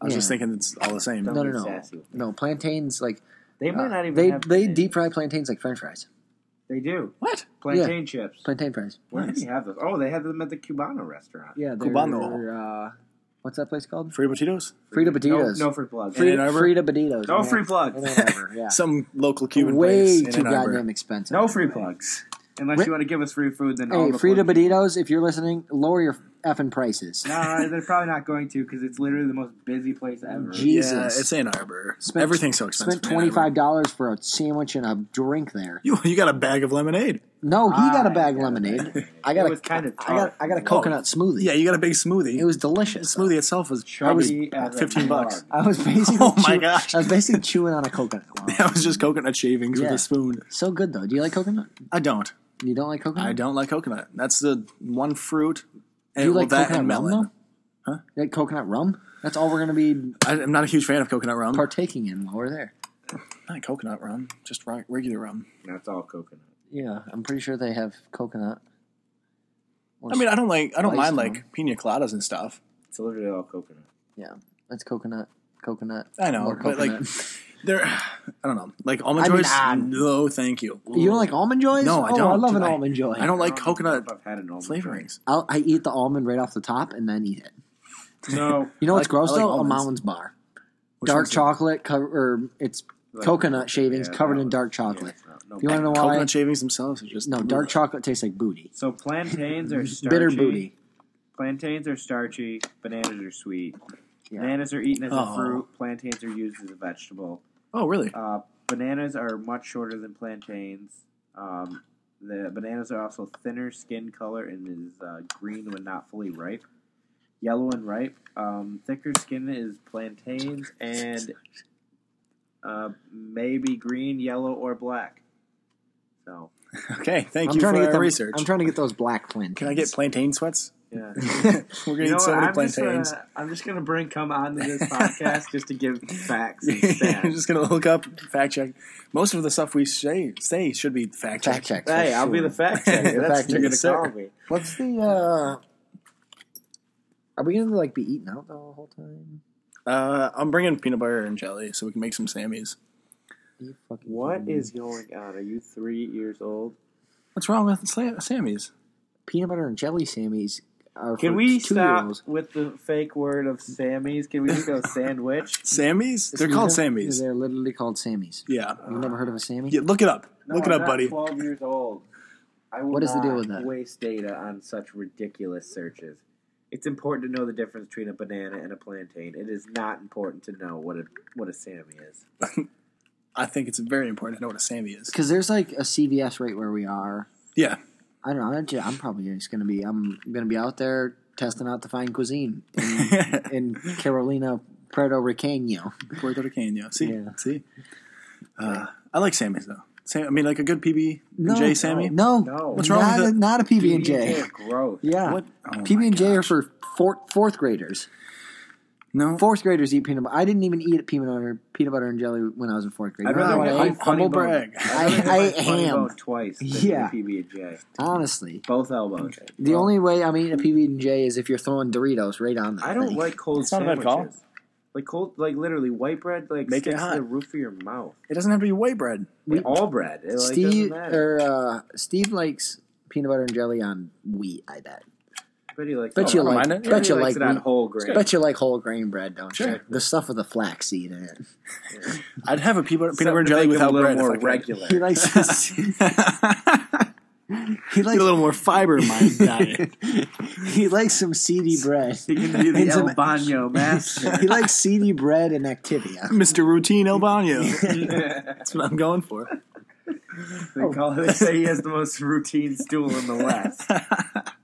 [SPEAKER 1] I was just
[SPEAKER 2] Yeah.
[SPEAKER 1] thinking it's all the same.
[SPEAKER 4] Don't
[SPEAKER 2] No, no,
[SPEAKER 4] be
[SPEAKER 2] no,
[SPEAKER 4] sassy with me.
[SPEAKER 2] no. Plantains like
[SPEAKER 4] They might
[SPEAKER 2] uh,
[SPEAKER 4] not even.
[SPEAKER 2] they
[SPEAKER 4] have
[SPEAKER 2] they
[SPEAKER 4] potatoes.
[SPEAKER 2] deep fry plantains like French fries,
[SPEAKER 3] They do
[SPEAKER 1] What?
[SPEAKER 3] plantain chips.
[SPEAKER 2] plantain fries.
[SPEAKER 3] Where
[SPEAKER 1] Nice.
[SPEAKER 3] did you have those? Oh, they had them at the Cubano restaurant.
[SPEAKER 2] Yeah, they're,
[SPEAKER 1] Cubano.
[SPEAKER 2] Uh, what's that place called?
[SPEAKER 1] Free potatoes?
[SPEAKER 2] Frita
[SPEAKER 3] No,
[SPEAKER 2] Batidas.
[SPEAKER 3] no free blood.
[SPEAKER 1] Free- In
[SPEAKER 2] Free,
[SPEAKER 1] Ann Arbor?
[SPEAKER 2] Frida Batidos.
[SPEAKER 3] No
[SPEAKER 2] man.
[SPEAKER 3] free plugs.
[SPEAKER 2] In Ann Arbor, yeah.
[SPEAKER 1] Some local Cuban
[SPEAKER 2] Way
[SPEAKER 1] place in
[SPEAKER 2] too
[SPEAKER 1] Ann Arbor.
[SPEAKER 2] goddamn expensive.
[SPEAKER 3] No free plugs. Unless
[SPEAKER 2] Ri-
[SPEAKER 3] you want to give us free food, then all
[SPEAKER 2] Hey,
[SPEAKER 3] the
[SPEAKER 2] Frida
[SPEAKER 3] plugs-
[SPEAKER 2] Batidos, if you're listening, lower your effing prices.
[SPEAKER 3] Nah, Uh, they're probably not going to because it's literally the most busy place ever.
[SPEAKER 2] Gee.
[SPEAKER 1] Yeah,
[SPEAKER 2] Jesus.
[SPEAKER 1] it's Ann Arbor.
[SPEAKER 2] Spent-
[SPEAKER 1] Everything's so expensive.
[SPEAKER 2] Spent
[SPEAKER 1] in Ann
[SPEAKER 2] twenty
[SPEAKER 1] Arbor.
[SPEAKER 2] five dollars for a sandwich and a drink there.
[SPEAKER 1] You you got a bag of lemonade.
[SPEAKER 2] No, he got a
[SPEAKER 3] I
[SPEAKER 2] bag of
[SPEAKER 3] got a
[SPEAKER 2] lemonade.
[SPEAKER 3] lemonade.
[SPEAKER 2] I got
[SPEAKER 3] It
[SPEAKER 2] a
[SPEAKER 3] was kind of
[SPEAKER 2] I got
[SPEAKER 3] tart.
[SPEAKER 2] I got a
[SPEAKER 3] Oh.
[SPEAKER 2] coconut smoothie.
[SPEAKER 1] Yeah, you got a big smoothie.
[SPEAKER 2] it was
[SPEAKER 1] the
[SPEAKER 2] delicious.
[SPEAKER 1] smoothie itself was probably
[SPEAKER 3] Chubby as a
[SPEAKER 1] 15 bucks.
[SPEAKER 3] log.
[SPEAKER 2] I was basically
[SPEAKER 1] Oh my
[SPEAKER 2] chew-
[SPEAKER 1] gosh.
[SPEAKER 2] I was basically chewing on a coconut.
[SPEAKER 1] That was just coconut shavings with
[SPEAKER 2] Yeah.
[SPEAKER 1] a spoon.
[SPEAKER 2] So good though. Do you like coconut?
[SPEAKER 1] I don't.
[SPEAKER 2] You don't like coconut?
[SPEAKER 1] I don't like coconut. That's the one fruit. And
[SPEAKER 2] Mm. Do you like
[SPEAKER 1] well, that
[SPEAKER 2] coconut
[SPEAKER 1] and
[SPEAKER 2] rum
[SPEAKER 1] melon.
[SPEAKER 2] though? Huh? You like coconut rum? That's all we're gonna be
[SPEAKER 1] I, I'm not a huge fan of coconut rum.
[SPEAKER 2] partaking in while we're there.
[SPEAKER 1] not coconut rum, just ri- regular rum.
[SPEAKER 3] That's all coconut.
[SPEAKER 2] Yeah, I'm pretty sure they have coconut. Or
[SPEAKER 1] I mean, I don't like. I don't
[SPEAKER 2] Spiced
[SPEAKER 1] mind
[SPEAKER 2] rum.
[SPEAKER 1] like pina coladas and stuff.
[SPEAKER 3] It's literally all coconut.
[SPEAKER 2] yeah, that's coconut. Coconut.
[SPEAKER 1] I know,
[SPEAKER 2] more
[SPEAKER 1] but, like, They're, I don't know, like almond
[SPEAKER 2] I mean,
[SPEAKER 1] joys.
[SPEAKER 2] ah,
[SPEAKER 1] no, thank you.
[SPEAKER 2] you don't like almond joys?
[SPEAKER 1] No, I
[SPEAKER 2] Oh,
[SPEAKER 1] don't.
[SPEAKER 2] I love an
[SPEAKER 1] I-
[SPEAKER 2] almond joy.
[SPEAKER 1] I don't like
[SPEAKER 3] know
[SPEAKER 1] coconut
[SPEAKER 3] if I've had an almond
[SPEAKER 1] flavorings.
[SPEAKER 2] I'll, I eat the almond right off the top and then eat it.
[SPEAKER 3] joy. No,
[SPEAKER 2] You know
[SPEAKER 1] I
[SPEAKER 2] what's
[SPEAKER 1] like-
[SPEAKER 2] gross
[SPEAKER 1] I like
[SPEAKER 2] though?
[SPEAKER 1] almonds.
[SPEAKER 2] A Mounds bar,
[SPEAKER 1] Which
[SPEAKER 2] dark
[SPEAKER 1] one's it?
[SPEAKER 2] chocolate cover, or it's
[SPEAKER 3] Like-
[SPEAKER 2] coconut shavings
[SPEAKER 3] yeah,
[SPEAKER 2] covered
[SPEAKER 3] that
[SPEAKER 2] in
[SPEAKER 3] was-
[SPEAKER 2] dark chocolate.
[SPEAKER 3] yeah, no, no.
[SPEAKER 2] You wanna know why?
[SPEAKER 1] Coconut shavings themselves are just
[SPEAKER 2] No, dark chocolate tastes like booty.
[SPEAKER 3] So plantains are starchy.
[SPEAKER 2] Bitter booty.
[SPEAKER 3] Plantains are starchy. Bananas are sweet.
[SPEAKER 2] Yeah.
[SPEAKER 3] Bananas are eaten as
[SPEAKER 1] Oh.
[SPEAKER 3] a fruit. Plantains are used as a vegetable.
[SPEAKER 1] Oh, really?
[SPEAKER 3] Uh, bananas are much shorter than plantains. Um, the bananas are also thinner skin color and is uh, green when not fully ripe. Yellow and ripe. Um, thicker skin is plantains and uh, maybe green, yellow, or black. So
[SPEAKER 1] Okay, thank
[SPEAKER 2] I'm
[SPEAKER 1] you
[SPEAKER 2] trying
[SPEAKER 1] for
[SPEAKER 2] to get
[SPEAKER 1] our
[SPEAKER 2] them,
[SPEAKER 1] research.
[SPEAKER 2] I'm trying to get those black plantains.
[SPEAKER 1] Can I get plantain sweats? We're
[SPEAKER 3] yeah.
[SPEAKER 1] gonna
[SPEAKER 3] You know
[SPEAKER 1] eat so many
[SPEAKER 3] what? I'm just
[SPEAKER 2] uh,
[SPEAKER 3] gonna-
[SPEAKER 1] plantains.
[SPEAKER 3] I'm just gonna bring come on to this podcast just to give facts and
[SPEAKER 1] I'm
[SPEAKER 3] stats.
[SPEAKER 1] just gonna look up fact check. Most of the stuff we say say should be fact check.
[SPEAKER 2] fact check? for
[SPEAKER 3] hey, I'll be
[SPEAKER 2] sure.
[SPEAKER 3] the fact checker.
[SPEAKER 1] The
[SPEAKER 3] That's
[SPEAKER 2] fact
[SPEAKER 3] what you're gonna
[SPEAKER 1] checker,
[SPEAKER 3] call
[SPEAKER 1] sir.
[SPEAKER 3] me.
[SPEAKER 2] What's the? uh Are we gonna like be eating out the whole time?
[SPEAKER 1] Uh, I'm bringing peanut butter and jelly so we can make some Sammys.
[SPEAKER 2] Are you fucking
[SPEAKER 3] What
[SPEAKER 2] kidding me?
[SPEAKER 3] is going on? Are you three years old?
[SPEAKER 1] What's wrong with Sa- Sammys?
[SPEAKER 2] peanut butter and jelly Sammys? Are
[SPEAKER 3] Can
[SPEAKER 2] for
[SPEAKER 3] we
[SPEAKER 2] two
[SPEAKER 3] stop
[SPEAKER 2] Year olds.
[SPEAKER 3] with the fake word of Sammy's? Can we just go sandwich?
[SPEAKER 1] Sammys? They're called Sammys.
[SPEAKER 2] They're literally called Sammys.
[SPEAKER 1] Yeah.
[SPEAKER 2] You've never heard of a Sammy?
[SPEAKER 1] yeah. Look it up.
[SPEAKER 3] No,
[SPEAKER 1] look it
[SPEAKER 3] I'm
[SPEAKER 1] up,
[SPEAKER 3] not
[SPEAKER 1] buddy.
[SPEAKER 3] Twelve years old. I will
[SPEAKER 2] What is the
[SPEAKER 3] not
[SPEAKER 2] deal with that?
[SPEAKER 3] waste data on such ridiculous searches. It's important to know the difference between a banana and a plantain. It is not important to know what a what a Sammy is.
[SPEAKER 1] I think it's very important to know what a Sammy is.
[SPEAKER 2] Because there's like a CVS right where we are.
[SPEAKER 1] Yeah.
[SPEAKER 2] I don't know. I'm, just, I'm probably just gonna be. I'm gonna be out there testing out the fine cuisine in, in Carolina Puerto Riqueño.
[SPEAKER 1] Puerto Rican, yeah. See?
[SPEAKER 2] Yeah.
[SPEAKER 1] See? Uh, I like Sammys, though. Sam- I mean, like a good PB
[SPEAKER 2] No,
[SPEAKER 1] J Sammy?
[SPEAKER 2] No,
[SPEAKER 3] No. What's
[SPEAKER 1] wrong
[SPEAKER 2] not
[SPEAKER 1] with
[SPEAKER 2] a,
[SPEAKER 1] it?
[SPEAKER 2] not a PB and
[SPEAKER 3] PB&J
[SPEAKER 2] J.
[SPEAKER 3] are gross.
[SPEAKER 2] Yeah,
[SPEAKER 1] What? Oh my
[SPEAKER 2] PB and J are
[SPEAKER 1] gosh.
[SPEAKER 2] for fourth fourth graders.
[SPEAKER 1] No.
[SPEAKER 2] Fourth graders eat peanut butter. I didn't even eat peanut butter peanut butter and jelly when I was in fourth grade.
[SPEAKER 1] I'd
[SPEAKER 2] You know
[SPEAKER 1] rather
[SPEAKER 2] what
[SPEAKER 1] get
[SPEAKER 2] I
[SPEAKER 1] hum-
[SPEAKER 2] ate?
[SPEAKER 1] humble
[SPEAKER 3] Funny
[SPEAKER 1] brag.
[SPEAKER 3] I, really
[SPEAKER 2] I
[SPEAKER 3] like Funny
[SPEAKER 2] am.
[SPEAKER 3] Bone twice. than
[SPEAKER 2] Yeah.
[SPEAKER 3] PB&J.
[SPEAKER 2] Honestly,
[SPEAKER 3] Both elbows.
[SPEAKER 2] the only way I'm eating a PB and J is if you're throwing Doritos right on. That
[SPEAKER 3] I don't
[SPEAKER 2] thing.
[SPEAKER 3] like cold
[SPEAKER 1] That's not a bad
[SPEAKER 3] sandwiches.
[SPEAKER 1] call.
[SPEAKER 3] Like cold, like literally white bread, like
[SPEAKER 1] Make it
[SPEAKER 3] sticks
[SPEAKER 1] hot.
[SPEAKER 3] to the roof of your mouth.
[SPEAKER 1] It doesn't have to be white bread.
[SPEAKER 2] We-
[SPEAKER 3] all bread. It, like, doesn't
[SPEAKER 2] Steve
[SPEAKER 1] er,
[SPEAKER 3] matter.
[SPEAKER 2] or uh, Steve likes peanut butter and jelly on wheat. I bet.
[SPEAKER 3] but he likes
[SPEAKER 2] Bet
[SPEAKER 3] all
[SPEAKER 2] you
[SPEAKER 1] I don't
[SPEAKER 3] bread.
[SPEAKER 2] like.
[SPEAKER 1] mind it.
[SPEAKER 3] But
[SPEAKER 2] Bet
[SPEAKER 3] he
[SPEAKER 2] you like.
[SPEAKER 3] likes it on
[SPEAKER 2] wheat-
[SPEAKER 3] whole grain.
[SPEAKER 2] Bet you like whole grain bread, don't you?
[SPEAKER 1] Sure.
[SPEAKER 2] The stuff with the flaxseed in it.
[SPEAKER 1] I'd have a peanut, peanut butter and
[SPEAKER 3] Except
[SPEAKER 1] jelly
[SPEAKER 3] to make it a
[SPEAKER 1] without
[SPEAKER 3] little
[SPEAKER 1] bread. if I
[SPEAKER 3] More
[SPEAKER 1] could.
[SPEAKER 3] regular.
[SPEAKER 2] He likes. he
[SPEAKER 1] Get
[SPEAKER 2] likes.
[SPEAKER 1] a little more fiber in my diet.
[SPEAKER 2] he likes some seedy bread.
[SPEAKER 3] He can be the
[SPEAKER 2] And
[SPEAKER 3] El
[SPEAKER 2] some-
[SPEAKER 3] Bano master.
[SPEAKER 2] he likes seedy bread and Activia.
[SPEAKER 1] Mr. Routine El Baño.
[SPEAKER 3] they
[SPEAKER 1] That's what I'm going for.
[SPEAKER 3] call. They say he has the most routine stool in the West.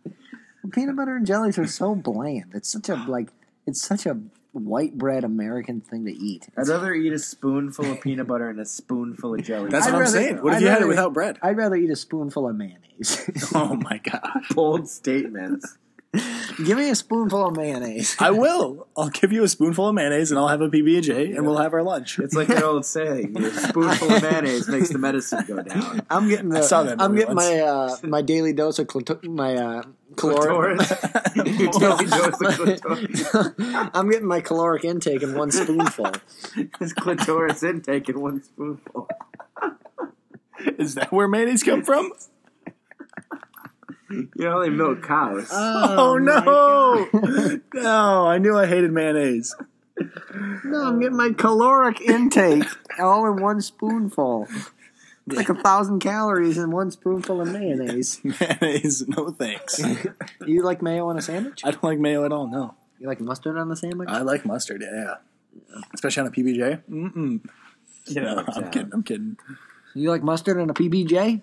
[SPEAKER 2] peanut butter and jellies are so bland. It's such a like it's such a white bread American thing to eat.
[SPEAKER 3] I'd rather eat a spoonful of peanut butter and a spoonful of jelly.
[SPEAKER 1] That's
[SPEAKER 2] I'd
[SPEAKER 1] what I'm
[SPEAKER 2] rather-
[SPEAKER 1] saying. What if
[SPEAKER 2] I'd
[SPEAKER 1] you had it
[SPEAKER 2] rather-
[SPEAKER 1] without bread?
[SPEAKER 2] I'd rather eat a spoonful of mayonnaise.
[SPEAKER 1] Oh my god!
[SPEAKER 3] bold statements.
[SPEAKER 2] Give me a spoonful of mayonnaise.
[SPEAKER 1] I will. I'll give you a spoonful of mayonnaise, and I'll have a PB and J, and we'll have our lunch.
[SPEAKER 3] It's like an old saying: a spoonful of mayonnaise makes the medicine go down.
[SPEAKER 2] I'm getting the.
[SPEAKER 1] I saw that
[SPEAKER 2] am
[SPEAKER 1] movie
[SPEAKER 2] getting
[SPEAKER 1] once.
[SPEAKER 2] my uh, my daily dose of clito- my uh, caloric.
[SPEAKER 3] Clitoris. Your daily dose of clitoris.
[SPEAKER 2] I'm getting my caloric intake in one spoonful.
[SPEAKER 3] His clitoris intake in one spoonful.
[SPEAKER 1] Is that where mayonnaise come from?
[SPEAKER 3] You only milk cows.
[SPEAKER 2] Uh,
[SPEAKER 1] Oh, no! no, I knew I hated mayonnaise.
[SPEAKER 2] No, I'm getting my caloric intake all in one spoonful. It's like a thousand calories in one spoonful of mayonnaise.
[SPEAKER 1] Mayonnaise, no thanks.
[SPEAKER 2] You like mayo on a sandwich?
[SPEAKER 1] I don't like mayo at all. No,
[SPEAKER 2] You like mustard on the sandwich?
[SPEAKER 1] I like mustard. Yeah, especially on a PBJ. Mm-mm. You know,
[SPEAKER 3] uh,
[SPEAKER 1] I'm kidding. I'm kidding.
[SPEAKER 2] You like mustard on a PBJ?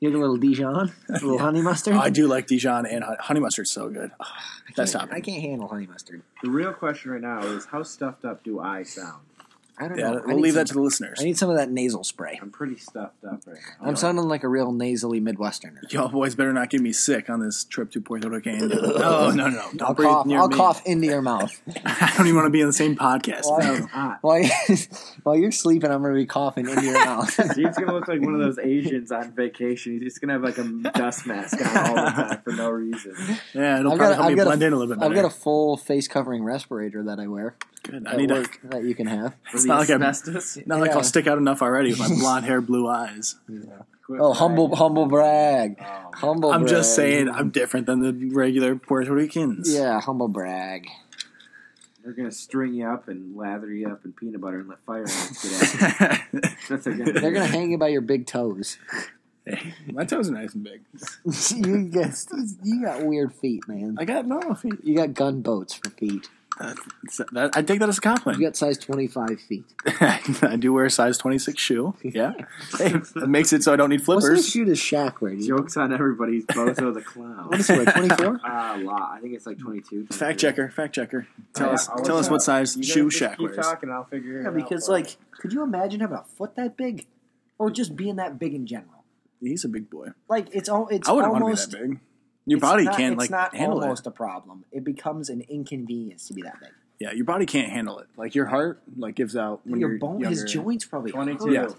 [SPEAKER 2] You like a little Dijon, a little honey mustard.
[SPEAKER 1] I do like Dijon and hon- honey mustard's so good. Ugh, That's
[SPEAKER 2] can't,
[SPEAKER 1] not
[SPEAKER 2] I can't handle honey mustard.
[SPEAKER 3] The real question right now is how stuffed up do I sound?
[SPEAKER 2] I don't
[SPEAKER 1] Yeah,
[SPEAKER 2] know. I
[SPEAKER 1] we'll
[SPEAKER 2] need
[SPEAKER 1] leave
[SPEAKER 2] some-
[SPEAKER 1] that to the listeners.
[SPEAKER 2] I need some of that nasal spray.
[SPEAKER 3] I'm pretty stuffed up right now.
[SPEAKER 2] I'm sounding like a real nasally Midwesterner.
[SPEAKER 1] Y'all boys better not get me sick on this trip to Puerto Rican. no, no, no. Don't
[SPEAKER 2] I'll
[SPEAKER 1] breathe
[SPEAKER 2] cough.
[SPEAKER 1] near
[SPEAKER 2] I'll
[SPEAKER 1] me.
[SPEAKER 2] cough into your mouth.
[SPEAKER 1] I don't even want to be on the same podcast.
[SPEAKER 2] Why?
[SPEAKER 1] No.
[SPEAKER 3] hot.
[SPEAKER 2] while, while you're sleeping, I'm going to be coughing into your mouth.
[SPEAKER 3] Ah, Steve's gonna look like one of those Asians on vacation. He's just gonna have like a dust mask on all the time for no reason.
[SPEAKER 1] Yeah, it'll probably
[SPEAKER 2] I've got,
[SPEAKER 1] help
[SPEAKER 2] I've,
[SPEAKER 1] me
[SPEAKER 2] got
[SPEAKER 1] blend
[SPEAKER 2] a,
[SPEAKER 1] in a little bit
[SPEAKER 2] I've
[SPEAKER 1] better.
[SPEAKER 2] got a full face covering respirator that I wear.
[SPEAKER 1] Good. I
[SPEAKER 2] at
[SPEAKER 1] need to.
[SPEAKER 2] work that you can have.
[SPEAKER 1] It's not like I'm-
[SPEAKER 3] asbestos.
[SPEAKER 1] Not like
[SPEAKER 2] yeah.
[SPEAKER 1] I'll stick out enough already with my blonde hair, blue eyes.
[SPEAKER 3] Quit
[SPEAKER 2] Oh, humble,
[SPEAKER 3] bragging.
[SPEAKER 2] humble brag,
[SPEAKER 3] Oh,
[SPEAKER 2] humble.
[SPEAKER 1] I'm just
[SPEAKER 2] brag.
[SPEAKER 1] saying, I'm different than the regular Puerto Ricans.
[SPEAKER 2] Yeah, humble brag.
[SPEAKER 3] They're gonna string you up and lather you up in peanut butter and let fire ants get at you. That's what they're gonna.
[SPEAKER 2] They're
[SPEAKER 3] do.
[SPEAKER 2] gonna hang you by your big toes.
[SPEAKER 1] Hey, my toes are nice and big.
[SPEAKER 2] you got you got weird feet, man.
[SPEAKER 1] I got normal feet.
[SPEAKER 2] You got gunboats for feet.
[SPEAKER 1] So that- I take that as a compliment.
[SPEAKER 2] You got size twenty five feet.
[SPEAKER 1] I do wear a size 26 shoe. Yeah. Hey, it makes it so I don't need
[SPEAKER 2] What's the
[SPEAKER 1] flippers.
[SPEAKER 2] shoe does Shaq wear? Do you
[SPEAKER 3] Jokes on everybody's bozo the
[SPEAKER 2] what
[SPEAKER 3] clown.
[SPEAKER 2] does he wear? Twenty four.
[SPEAKER 3] Ah, a lot. I think it's like 22. 23.
[SPEAKER 1] Fact checker, fact checker. Tell
[SPEAKER 3] Yeah,
[SPEAKER 1] us
[SPEAKER 3] I'll
[SPEAKER 1] tell
[SPEAKER 3] look
[SPEAKER 1] us
[SPEAKER 2] uh,
[SPEAKER 3] it
[SPEAKER 1] what
[SPEAKER 3] up.
[SPEAKER 1] size
[SPEAKER 3] You guys
[SPEAKER 1] shoe
[SPEAKER 3] just
[SPEAKER 1] Shaq
[SPEAKER 3] keep
[SPEAKER 1] wears.
[SPEAKER 3] talking. I'll figure it
[SPEAKER 2] Yeah,
[SPEAKER 3] out
[SPEAKER 2] because
[SPEAKER 3] for you.
[SPEAKER 2] like, could you imagine having a foot that big, or just being that big in general?
[SPEAKER 1] He's a big boy.
[SPEAKER 2] Like it's all it's
[SPEAKER 1] I wouldn't want to
[SPEAKER 2] almost
[SPEAKER 1] be that big. Your
[SPEAKER 2] it's
[SPEAKER 1] body
[SPEAKER 2] not-
[SPEAKER 1] can't
[SPEAKER 2] it's
[SPEAKER 1] like
[SPEAKER 2] not
[SPEAKER 1] handle
[SPEAKER 2] almost
[SPEAKER 1] it.
[SPEAKER 2] a problem. It becomes an inconvenience to be that big.
[SPEAKER 1] Yeah, your body can't handle it. Like your heart like gives out when
[SPEAKER 2] Your
[SPEAKER 1] you're
[SPEAKER 2] bone,
[SPEAKER 1] younger.
[SPEAKER 2] his joints probably
[SPEAKER 3] 22.
[SPEAKER 1] Yeah.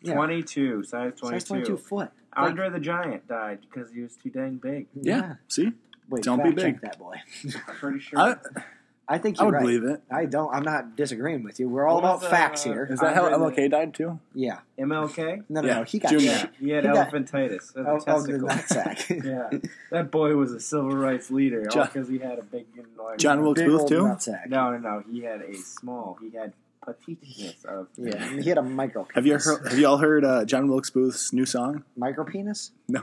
[SPEAKER 2] Yeah.
[SPEAKER 3] 22. Size 22.
[SPEAKER 2] Size twenty two foot. Like,
[SPEAKER 3] Andre the Giant died because he was too dang big.
[SPEAKER 1] Yeah. See,
[SPEAKER 2] Wait,
[SPEAKER 1] Don't be
[SPEAKER 2] fact check
[SPEAKER 1] big.
[SPEAKER 2] That boy.
[SPEAKER 3] I'm pretty sure.
[SPEAKER 1] I,
[SPEAKER 2] I think
[SPEAKER 1] I
[SPEAKER 2] you're
[SPEAKER 1] would
[SPEAKER 2] right.
[SPEAKER 1] believe it.
[SPEAKER 2] I don't. I'm not disagreeing with you. We're all
[SPEAKER 3] What was
[SPEAKER 2] about
[SPEAKER 3] the,
[SPEAKER 2] facts
[SPEAKER 3] uh,
[SPEAKER 2] here.
[SPEAKER 1] Is that how
[SPEAKER 3] Andre the-
[SPEAKER 1] MLK died too?
[SPEAKER 2] Yeah.
[SPEAKER 3] MLK?
[SPEAKER 2] No, no,
[SPEAKER 1] Yeah,
[SPEAKER 2] no. He got
[SPEAKER 1] Junior.
[SPEAKER 2] shit
[SPEAKER 3] He had
[SPEAKER 2] He got-
[SPEAKER 3] elephantitis. That's a
[SPEAKER 2] out of the
[SPEAKER 3] testicle.
[SPEAKER 2] nutsack.
[SPEAKER 3] yeah. That boy was a civil rights leader all
[SPEAKER 1] John-
[SPEAKER 3] because he had a big enlarged.
[SPEAKER 1] John Wilkes
[SPEAKER 2] Big
[SPEAKER 1] Booth
[SPEAKER 2] old
[SPEAKER 1] too.
[SPEAKER 2] nutsack.
[SPEAKER 3] No, no, no. He had a small. He had petiteness of.
[SPEAKER 2] Yeah, and he had a micro.
[SPEAKER 1] Have you heard, have you all heard uh, John Wilkes Booth's new song?
[SPEAKER 2] micro penis?
[SPEAKER 1] No,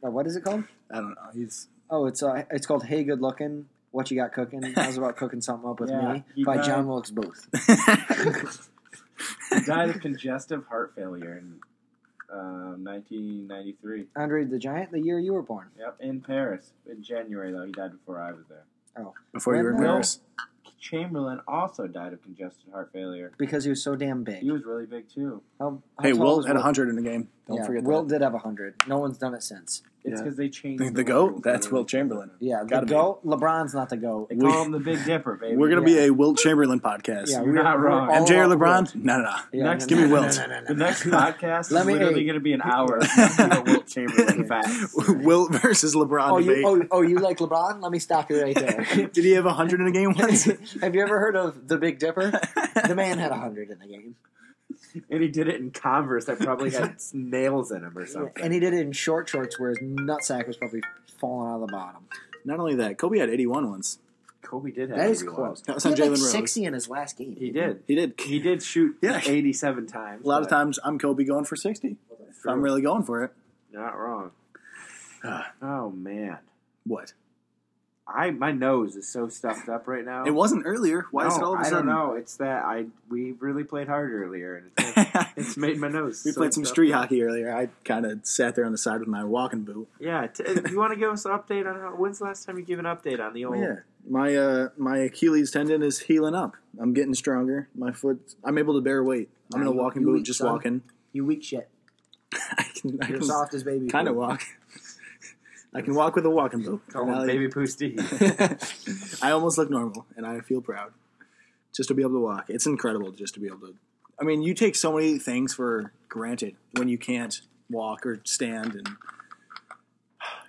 [SPEAKER 2] Or Oh, what is it called?
[SPEAKER 1] I don't know. He's
[SPEAKER 2] Oh, it's uh, it's called "Hey, Good Looking." What you got cooking? How's about cooking something up with
[SPEAKER 3] Yeah,
[SPEAKER 2] me?
[SPEAKER 3] he
[SPEAKER 2] By
[SPEAKER 3] died.
[SPEAKER 2] John Wilkes Booth.
[SPEAKER 3] He died of congestive heart failure in um, 1993.
[SPEAKER 2] Andre the Giant, the year you were born.
[SPEAKER 3] Yep, in Paris in January though. He died before I was there.
[SPEAKER 1] before you were in
[SPEAKER 2] Well,
[SPEAKER 1] Paris.
[SPEAKER 3] Chamberlain also died of congested heart failure.
[SPEAKER 2] Because he was so damn big.
[SPEAKER 3] He was really big too.
[SPEAKER 2] How- how
[SPEAKER 1] Hey,
[SPEAKER 2] tall
[SPEAKER 1] Wilt
[SPEAKER 2] was
[SPEAKER 1] had 100 in the game. Don't
[SPEAKER 2] yeah,
[SPEAKER 1] forget
[SPEAKER 2] Wilt
[SPEAKER 1] that.
[SPEAKER 2] did have 100. No one's done it since.
[SPEAKER 3] It's
[SPEAKER 1] Yeah.
[SPEAKER 3] because they changed
[SPEAKER 1] The, the
[SPEAKER 3] rules.
[SPEAKER 1] GOAT? That's Will Chamberlain.
[SPEAKER 2] Yeah, the
[SPEAKER 1] Gotta be.
[SPEAKER 2] go. LeBron's not the go.
[SPEAKER 3] They
[SPEAKER 1] We-
[SPEAKER 3] call him the Big Dipper, baby.
[SPEAKER 1] We're going to
[SPEAKER 2] Yeah.
[SPEAKER 1] be a Wilt Chamberlain podcast.
[SPEAKER 2] Yeah,
[SPEAKER 3] You're
[SPEAKER 2] we're-
[SPEAKER 3] not
[SPEAKER 2] we're
[SPEAKER 3] wrong.
[SPEAKER 2] all
[SPEAKER 1] MJ or
[SPEAKER 2] about
[SPEAKER 1] LeBron?
[SPEAKER 2] Wilt.
[SPEAKER 1] No, no, no.
[SPEAKER 2] Yeah,
[SPEAKER 3] Next-
[SPEAKER 1] Give me
[SPEAKER 2] no,
[SPEAKER 1] Wilt.
[SPEAKER 2] No, no, no,
[SPEAKER 3] the
[SPEAKER 2] no,
[SPEAKER 3] next
[SPEAKER 2] no.
[SPEAKER 3] podcast
[SPEAKER 2] Let
[SPEAKER 3] is
[SPEAKER 2] me-
[SPEAKER 3] literally going to be an hour of Wilt Chamberlain facts.
[SPEAKER 1] Wilt versus LeBron
[SPEAKER 2] Oh, you
[SPEAKER 1] debate.
[SPEAKER 2] oh, oh you like LeBron? Let me stop you right there.
[SPEAKER 1] Did he have 100 in a game once?
[SPEAKER 2] Have you ever heard of the Big Dipper? The man had 100 in the game,
[SPEAKER 3] And he did it in Converse that probably had nails in him or something.
[SPEAKER 2] and he did it in short shorts where his nutsack was probably falling out of the bottom.
[SPEAKER 1] Not only that, Kobe had 81 once.
[SPEAKER 3] Kobe did have
[SPEAKER 2] That is
[SPEAKER 3] 81.
[SPEAKER 2] close.
[SPEAKER 1] That was
[SPEAKER 2] he
[SPEAKER 1] on
[SPEAKER 2] had like
[SPEAKER 1] Jalen Rose.
[SPEAKER 2] 60 in his last game.
[SPEAKER 3] He did.
[SPEAKER 1] He did.
[SPEAKER 3] He did shoot
[SPEAKER 1] Yeah.
[SPEAKER 3] 87 times.
[SPEAKER 1] A lot of
[SPEAKER 3] but
[SPEAKER 1] times, I'm Kobe going for 60. If I'm really going for it.
[SPEAKER 3] Not wrong. oh, man.
[SPEAKER 1] What?
[SPEAKER 3] I My nose is so stuffed up right now.
[SPEAKER 1] It wasn't earlier. Why is it
[SPEAKER 3] No,
[SPEAKER 1] all of a
[SPEAKER 3] I
[SPEAKER 1] sudden?
[SPEAKER 3] don't know. It's that I we really played hard earlier, and it's It's made my nose.
[SPEAKER 1] we
[SPEAKER 3] so
[SPEAKER 1] played some
[SPEAKER 3] tough.
[SPEAKER 1] street hockey earlier. I kind of sat there on the side with my walking boot.
[SPEAKER 3] Yeah, t- uh, you want to give us an update on how? When's the last time you gave an update on
[SPEAKER 2] Oh,
[SPEAKER 3] the old?
[SPEAKER 1] Oh, Yeah, my uh, my Achilles tendon is healing up. I'm getting stronger. My foot, I'm able to bear weight. I'm in a
[SPEAKER 2] Now you-
[SPEAKER 1] walking
[SPEAKER 2] you
[SPEAKER 1] boot,
[SPEAKER 2] weak,
[SPEAKER 1] just
[SPEAKER 2] son.
[SPEAKER 1] walking.
[SPEAKER 2] You weak shit.
[SPEAKER 1] I can, I
[SPEAKER 2] You're
[SPEAKER 1] can
[SPEAKER 2] soft as baby.
[SPEAKER 1] kind of
[SPEAKER 2] food.
[SPEAKER 1] walk. I can walk with a walking boot.
[SPEAKER 3] Call him
[SPEAKER 1] Now-
[SPEAKER 3] baby poo Steve.
[SPEAKER 1] I almost look normal, and I feel proud just to be able to walk. It's incredible just to be able to. I mean, you take so many things for granted when you can't walk or stand, and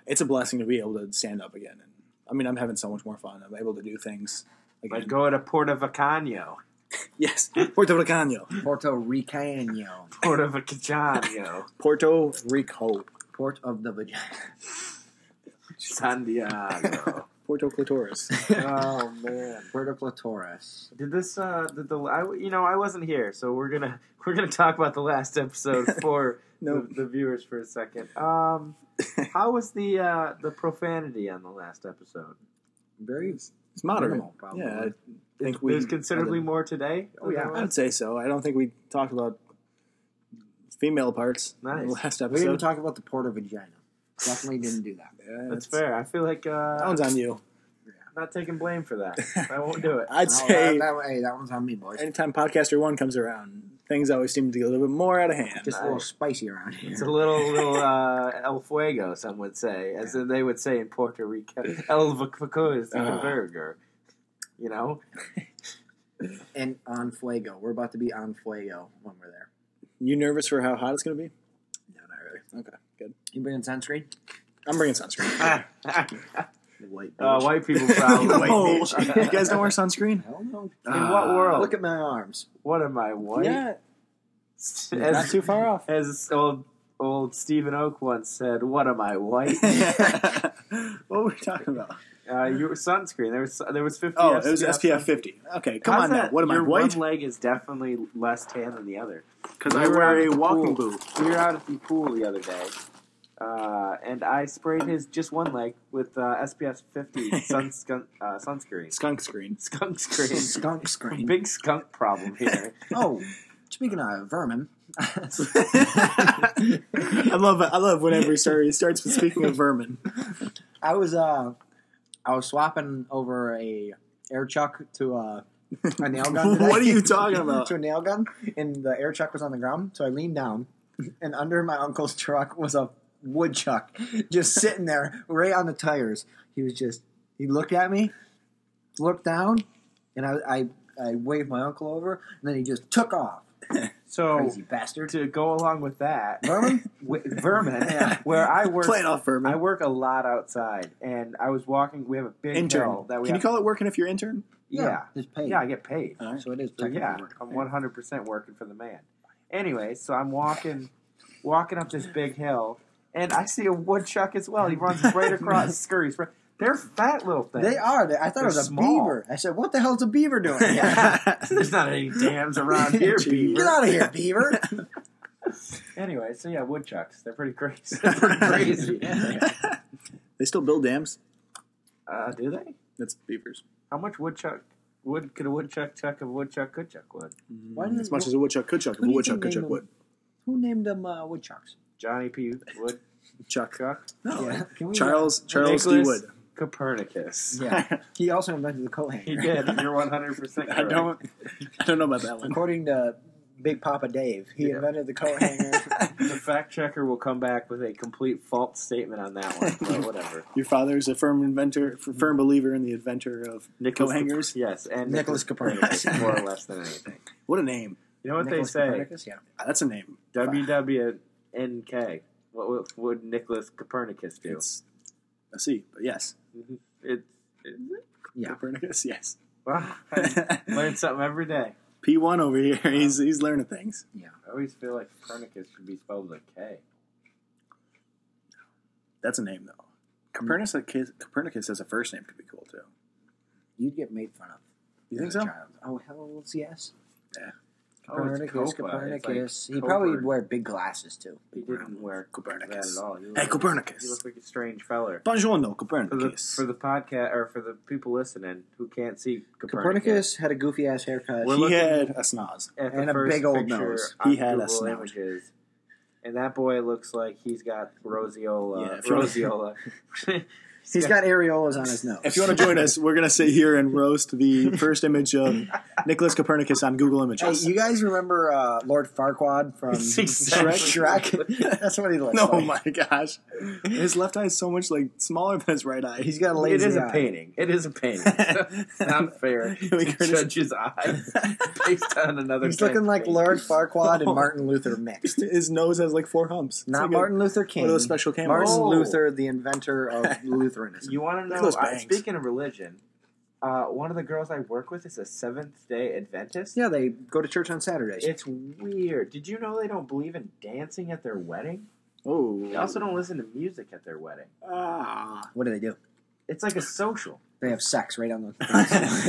[SPEAKER 1] it's a blessing to be able to stand up again. And I mean, I'm having so much more fun. I'm able to do things again.
[SPEAKER 3] like go to Puerto Vacano,
[SPEAKER 1] Yes, Puerto Rico,
[SPEAKER 2] Puerto Ricano.
[SPEAKER 3] Puerto Vacano,
[SPEAKER 1] Puerto Rico,
[SPEAKER 2] Port of the vagina.
[SPEAKER 3] San Diego.
[SPEAKER 1] Puerto Clitoris.
[SPEAKER 3] oh man.
[SPEAKER 2] Puerto Clitoris.
[SPEAKER 3] Did this? Uh, did the? I, you know, I wasn't here, so we're gonna we're gonna talk about the last episode for
[SPEAKER 1] No.
[SPEAKER 3] the, the viewers for a second. Um, how was the uh, the profanity on the last episode?
[SPEAKER 2] Very
[SPEAKER 1] It's moderate.
[SPEAKER 2] minimal, probably.
[SPEAKER 1] Yeah, I think we.
[SPEAKER 3] There's considerably more today.
[SPEAKER 2] Oh, yeah.
[SPEAKER 1] I would say so. I don't think we talked about female parts in
[SPEAKER 3] Nice.
[SPEAKER 1] the last
[SPEAKER 2] We didn't
[SPEAKER 1] episode.
[SPEAKER 2] even talk about the Puerto Vagina. Definitely didn't do that.
[SPEAKER 1] Yeah,
[SPEAKER 3] That's fair. I feel like uh,
[SPEAKER 1] That
[SPEAKER 3] I'm
[SPEAKER 1] one's on you.
[SPEAKER 3] not taking blame for that. I won't do it.
[SPEAKER 1] I'd
[SPEAKER 2] No,
[SPEAKER 1] say
[SPEAKER 2] that, that- hey, that one's on me, boys.
[SPEAKER 1] anytime Podcaster One comes around, things always seem to get a little bit more out of hand.
[SPEAKER 2] Just a little spicy around here.
[SPEAKER 3] It's a little little uh, El Fuego, some would say, as they would say in Puerto Rico. El Fuego is the
[SPEAKER 1] Ah.
[SPEAKER 3] burger. You know,
[SPEAKER 2] and on fuego. We're about to be on fuego when we're there.
[SPEAKER 1] you nervous for how hot it's going to be?
[SPEAKER 2] No, not really.
[SPEAKER 1] Okay, good.
[SPEAKER 2] You bringing sunscreen?
[SPEAKER 1] I'm bringing sunscreen.
[SPEAKER 2] White.
[SPEAKER 3] uh, white people problem.
[SPEAKER 1] Ah. White
[SPEAKER 3] No.
[SPEAKER 1] bitch. you guys don't wear sunscreen?
[SPEAKER 2] I don't know. Ah,
[SPEAKER 3] In what world?
[SPEAKER 2] Look at my arms.
[SPEAKER 3] What am I white?
[SPEAKER 1] Yeah, not
[SPEAKER 3] As,
[SPEAKER 1] too far off.
[SPEAKER 3] as old old Stephen Oak once said, "What am I white?"
[SPEAKER 1] what were we talking about?
[SPEAKER 3] uh, you were sunscreen. There was there was fifty.
[SPEAKER 1] Oh, it was SPF 50. Okay, come
[SPEAKER 3] How's
[SPEAKER 1] on now.
[SPEAKER 3] that?
[SPEAKER 1] What am I,
[SPEAKER 3] Your
[SPEAKER 1] white?
[SPEAKER 3] One leg is definitely less tan than the other.
[SPEAKER 1] Because
[SPEAKER 3] we
[SPEAKER 1] I
[SPEAKER 3] were out
[SPEAKER 1] wear
[SPEAKER 3] at
[SPEAKER 1] a
[SPEAKER 3] the
[SPEAKER 1] walking
[SPEAKER 3] pool.
[SPEAKER 1] boot.
[SPEAKER 3] We were out at the pool the other day, uh, and I sprayed his just one leg with uh, SPF 50 sun, skunk, uh, sunscreen.
[SPEAKER 1] Skunk screen.
[SPEAKER 3] Skunk screen.
[SPEAKER 2] Skunk screen.
[SPEAKER 3] Big skunk problem here.
[SPEAKER 2] Oh, speaking of vermin,
[SPEAKER 1] I love I love whenever he starts, he starts with speaking of vermin.
[SPEAKER 2] I was uh, I was swapping over a air chuck to a, a nail gun. today.
[SPEAKER 1] What are you talking about?
[SPEAKER 2] to a nail gun, and the air chuck was on the ground. So I leaned down, and under my uncle's truck was a woodchuck just sitting there, right on the tires. He was just he looked at me, looked down, and I I, I waved my uncle over, and then he just took off.
[SPEAKER 1] Oh.
[SPEAKER 3] So
[SPEAKER 2] Crazy bastard.
[SPEAKER 3] to go along with that,
[SPEAKER 2] Vermin?
[SPEAKER 3] wi- vermin,
[SPEAKER 2] Yeah.
[SPEAKER 3] where I work,
[SPEAKER 1] Play it off, vermin.
[SPEAKER 3] I work a lot outside, and I was walking. We have a big hill
[SPEAKER 1] intern.
[SPEAKER 3] that we
[SPEAKER 1] Can you
[SPEAKER 3] have.
[SPEAKER 1] call it working if you're intern?
[SPEAKER 3] yeah,
[SPEAKER 2] It's paid.
[SPEAKER 3] yeah, I get paid.
[SPEAKER 1] All right.
[SPEAKER 2] so it is
[SPEAKER 3] So
[SPEAKER 2] technically
[SPEAKER 3] yeah,
[SPEAKER 2] work.
[SPEAKER 3] I'm 100 percent working for the man. Anyway, so I'm walking, walking up this big hill, and I see a woodchuck as well. He runs right across, scurries. Right. They're fat little things.
[SPEAKER 2] They are. They- I thought it was a
[SPEAKER 3] They're small.
[SPEAKER 2] beaver. I said, "What the hell's a beaver doing?" Get
[SPEAKER 3] There's not any dams around here,
[SPEAKER 1] Jeez.
[SPEAKER 3] beaver.
[SPEAKER 2] out of here, beaver!
[SPEAKER 3] Anyway, so yeah, woodchucks. They're pretty crazy. They're pretty crazy.
[SPEAKER 1] They still build dams.
[SPEAKER 3] Uh, do they?
[SPEAKER 1] That's beavers.
[SPEAKER 3] How much woodchuck wood could a woodchuck chuck of woodchuck could chuck wood?
[SPEAKER 2] Why did
[SPEAKER 1] As much as a woodchuck could chuck, if a
[SPEAKER 2] Who do you
[SPEAKER 1] woodchuck
[SPEAKER 2] think
[SPEAKER 1] could chuck
[SPEAKER 2] named
[SPEAKER 1] wood.
[SPEAKER 2] who named them uh, woodchucks?
[SPEAKER 3] Johnny P. Woodchuck.
[SPEAKER 1] Chuck. No.
[SPEAKER 2] Yeah. Can we-
[SPEAKER 1] Oh. Charles Charles D.
[SPEAKER 3] Nicholas
[SPEAKER 1] Wood.
[SPEAKER 3] Copernicus.
[SPEAKER 2] Yeah, he also invented the coat
[SPEAKER 3] He
[SPEAKER 2] hanger.
[SPEAKER 3] did. You're 100 percent.
[SPEAKER 1] I don't I don't know about that one.
[SPEAKER 2] According to Big Papa Dave, he
[SPEAKER 3] Yeah.
[SPEAKER 2] invented the coat hanger.
[SPEAKER 3] The fact checker will come back with a complete false statement on that one, but whatever.
[SPEAKER 1] Your father is a firm inventor, f- firm believer in the inventor of
[SPEAKER 3] Nicholas
[SPEAKER 1] coat hangers.
[SPEAKER 3] Cop- yes, and
[SPEAKER 2] Nicholas Copernicus.
[SPEAKER 3] more or less than anything.
[SPEAKER 1] What a name! Ah,
[SPEAKER 3] You know what
[SPEAKER 2] Nicholas
[SPEAKER 3] they say?
[SPEAKER 2] Copernicus, yeah.
[SPEAKER 1] That's a name.
[SPEAKER 3] WWNK. What would, would Nicholas Copernicus do? It's,
[SPEAKER 1] It's a C, but yes,
[SPEAKER 3] it's, is it?
[SPEAKER 2] Yeah.
[SPEAKER 1] Copernicus. Yes,
[SPEAKER 3] Wow. I learn something every day.
[SPEAKER 1] P one over here. He's he's learning things.
[SPEAKER 3] I always feel like Copernicus should be spelled with a K.
[SPEAKER 1] That's a name though.
[SPEAKER 3] Hmm.
[SPEAKER 1] Copernicus, Copernicus as a first name could be cool too.
[SPEAKER 2] You'd get made fun of.
[SPEAKER 1] You think
[SPEAKER 2] as a
[SPEAKER 1] so?
[SPEAKER 2] Child. Oh, hells yes.
[SPEAKER 1] Yeah.
[SPEAKER 2] Copernicus,
[SPEAKER 3] Copa. It's like
[SPEAKER 2] Copernicus. he probably would
[SPEAKER 3] Copern-
[SPEAKER 2] wear big glasses too.
[SPEAKER 3] He didn't wear that
[SPEAKER 1] Copernicus.
[SPEAKER 3] at all. He looked
[SPEAKER 1] Hey,
[SPEAKER 3] like- He
[SPEAKER 1] Copernicus.
[SPEAKER 3] looked like a strange feller.
[SPEAKER 1] Buongiorno,
[SPEAKER 3] For the,
[SPEAKER 1] Copernicus.
[SPEAKER 3] for the podcast, or for the people listening who can't see
[SPEAKER 2] Copernicus
[SPEAKER 3] Copernicus,
[SPEAKER 2] had a goofy ass haircut.
[SPEAKER 3] We're
[SPEAKER 1] he
[SPEAKER 3] looking-
[SPEAKER 1] had a snoz.
[SPEAKER 3] at the
[SPEAKER 2] and a
[SPEAKER 3] first
[SPEAKER 2] big old
[SPEAKER 3] picture
[SPEAKER 2] nose.
[SPEAKER 3] on
[SPEAKER 1] He had a
[SPEAKER 3] Google
[SPEAKER 1] snout.
[SPEAKER 3] Images, and that boy looks like he's got roseola.
[SPEAKER 1] Yeah, if you-
[SPEAKER 3] roseola.
[SPEAKER 2] He's got areolas on his nose.
[SPEAKER 1] If you want to join us, we're going to sit here and roast the first image of Nicholas Copernicus on Google
[SPEAKER 2] Hey,
[SPEAKER 1] Images.
[SPEAKER 2] you guys remember uh, Lord Farquaad from
[SPEAKER 1] Exactly.
[SPEAKER 2] Shrek? Shrek? That's what he looks
[SPEAKER 1] no,
[SPEAKER 2] like.
[SPEAKER 1] my gosh. His left eye is so much like smaller than his right eye.
[SPEAKER 2] He's got a
[SPEAKER 3] it
[SPEAKER 2] lazy
[SPEAKER 3] is a
[SPEAKER 2] eye.
[SPEAKER 3] painting. It is a painting. It's not fair.
[SPEAKER 1] We
[SPEAKER 3] to
[SPEAKER 1] could-
[SPEAKER 3] Judge his eyes based on another.
[SPEAKER 2] He's
[SPEAKER 3] painting.
[SPEAKER 2] looking like Lord Farquaad and Martin Luther mixed.
[SPEAKER 1] his nose has like four humps. It's
[SPEAKER 2] Not
[SPEAKER 1] like a-
[SPEAKER 2] Martin Luther King.
[SPEAKER 1] One of those special cameras.
[SPEAKER 2] Martin
[SPEAKER 3] Oh.
[SPEAKER 2] Luther, the inventor of Lutheranism.
[SPEAKER 3] You want to
[SPEAKER 1] Look at
[SPEAKER 3] know?
[SPEAKER 1] those
[SPEAKER 3] Uh,
[SPEAKER 1] bangs.
[SPEAKER 3] speaking of religion, uh, one of the girls I work with is a Seventh Day Adventist.
[SPEAKER 2] yeah, they go to church on Saturdays.
[SPEAKER 3] It's weird. Did you know they don't believe in dancing at their wedding?
[SPEAKER 1] Oh.
[SPEAKER 3] They also don't listen to music at their wedding.
[SPEAKER 1] Ah.
[SPEAKER 2] what do they do?
[SPEAKER 3] It's like a social.
[SPEAKER 2] They have sex right on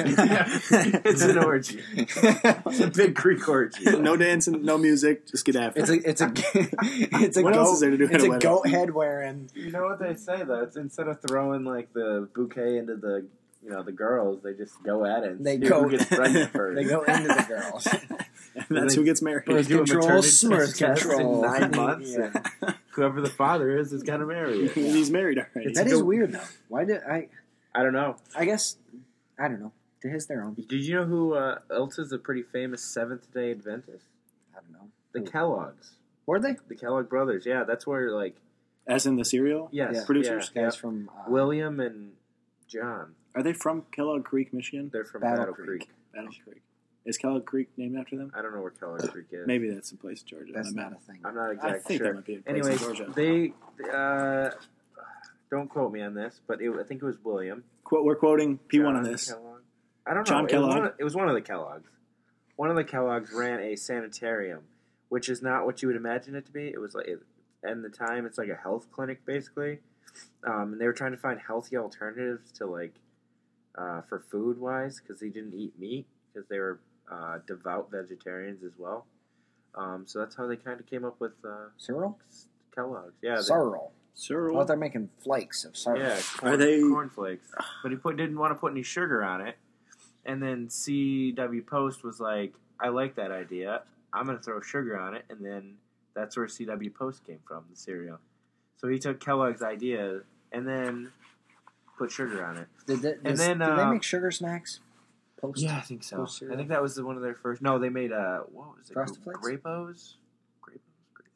[SPEAKER 3] it's an orgy. It's a
[SPEAKER 2] the.
[SPEAKER 3] big Greek orgy.
[SPEAKER 1] no dancing, no music, just get after
[SPEAKER 2] it's
[SPEAKER 1] it.
[SPEAKER 2] a it's a it's a
[SPEAKER 1] What
[SPEAKER 2] goat,
[SPEAKER 1] else is there to do at
[SPEAKER 2] It's
[SPEAKER 1] a
[SPEAKER 2] a
[SPEAKER 1] wedding?
[SPEAKER 2] goat head wearing.
[SPEAKER 3] You know what they say though? It's instead of throwing like the bouquet into the you know the girls, they just go at it. And
[SPEAKER 2] They
[SPEAKER 3] see
[SPEAKER 2] go-
[SPEAKER 3] who gets pregnant first.
[SPEAKER 2] They go into the girls.
[SPEAKER 1] And that's who gets married.
[SPEAKER 3] They
[SPEAKER 2] Birth
[SPEAKER 3] do a
[SPEAKER 2] control,
[SPEAKER 3] maternity
[SPEAKER 2] smurf
[SPEAKER 3] test
[SPEAKER 2] control.
[SPEAKER 3] in nine months.
[SPEAKER 2] Yeah.
[SPEAKER 3] and whoever the father is is gonna marry
[SPEAKER 1] And
[SPEAKER 3] her.
[SPEAKER 1] He's married already.
[SPEAKER 2] That is weird though. Why did I?
[SPEAKER 3] I don't know.
[SPEAKER 2] I guess I don't know. To his their own.
[SPEAKER 3] Did you know who uh, else is a pretty famous Seventh Day Adventist?
[SPEAKER 2] I don't know.
[SPEAKER 3] The
[SPEAKER 2] Who?
[SPEAKER 3] Kellogg's,
[SPEAKER 2] Were they
[SPEAKER 3] the Kellogg brothers. Yeah, that's where like
[SPEAKER 1] As in the cereal?
[SPEAKER 3] yes,
[SPEAKER 2] Yeah.
[SPEAKER 1] Producers?
[SPEAKER 3] yeah,
[SPEAKER 2] guys
[SPEAKER 3] yeah.
[SPEAKER 2] from uh,
[SPEAKER 3] William and John.
[SPEAKER 1] Are they from Kellogg Creek, Michigan?
[SPEAKER 3] They're from
[SPEAKER 2] Battle
[SPEAKER 3] Battle,
[SPEAKER 2] Creek.
[SPEAKER 3] Creek.
[SPEAKER 1] Battle Creek. Is Kellogg Creek named after them?
[SPEAKER 3] I don't know where Kellogg Creek is.
[SPEAKER 1] Maybe that's a place in Georgia.
[SPEAKER 2] That's
[SPEAKER 1] I'm
[SPEAKER 2] not a thing.
[SPEAKER 3] I'm not
[SPEAKER 1] I
[SPEAKER 3] exactly
[SPEAKER 1] think
[SPEAKER 3] sure.
[SPEAKER 1] that might be a place
[SPEAKER 3] Anyway,
[SPEAKER 1] in Georgia.
[SPEAKER 3] they uh, don't quote me on this, but it, I think it was William.
[SPEAKER 1] Qu- we're quoting P1 on
[SPEAKER 3] John
[SPEAKER 1] this.
[SPEAKER 3] Kellogg. I don't know.
[SPEAKER 1] John
[SPEAKER 3] it, was one
[SPEAKER 1] Kellogg?
[SPEAKER 3] of, it was one of the Kellogg's. One of the Kellogg's ran a sanitarium, which is not what you would imagine it to be. It was like, it, and the time it's like a health clinic basically, um, and they were trying to find healthy alternatives to like uh, for food wise because they didn't eat meat because they were uh, devout vegetarians as well. Um, so that's how they kind of came up with uh,
[SPEAKER 2] Cyril.
[SPEAKER 3] Kellogg's. Yeah, they-
[SPEAKER 2] Sorrel.
[SPEAKER 1] Cyril.
[SPEAKER 2] Oh, they're making flakes of sorrel.
[SPEAKER 3] Yeah, corn,
[SPEAKER 1] Are they-
[SPEAKER 3] cornflakes? But he put, didn't want to put any sugar on it. And then CW Post was like, "I like that idea. I'm going to throw sugar on it." And then that's where CW Post came from, the cereal. So he took Kellogg's idea and then put sugar on it.
[SPEAKER 2] Did, they, does-
[SPEAKER 3] then,
[SPEAKER 2] do they
[SPEAKER 3] uh,
[SPEAKER 2] make sugar snacks? Post?
[SPEAKER 3] Yeah, I think so.
[SPEAKER 2] Post cereal.
[SPEAKER 3] I think that was one of their first. No, they made uh, what was it?
[SPEAKER 2] Frosted Flakes?
[SPEAKER 3] Grapos. Grapos.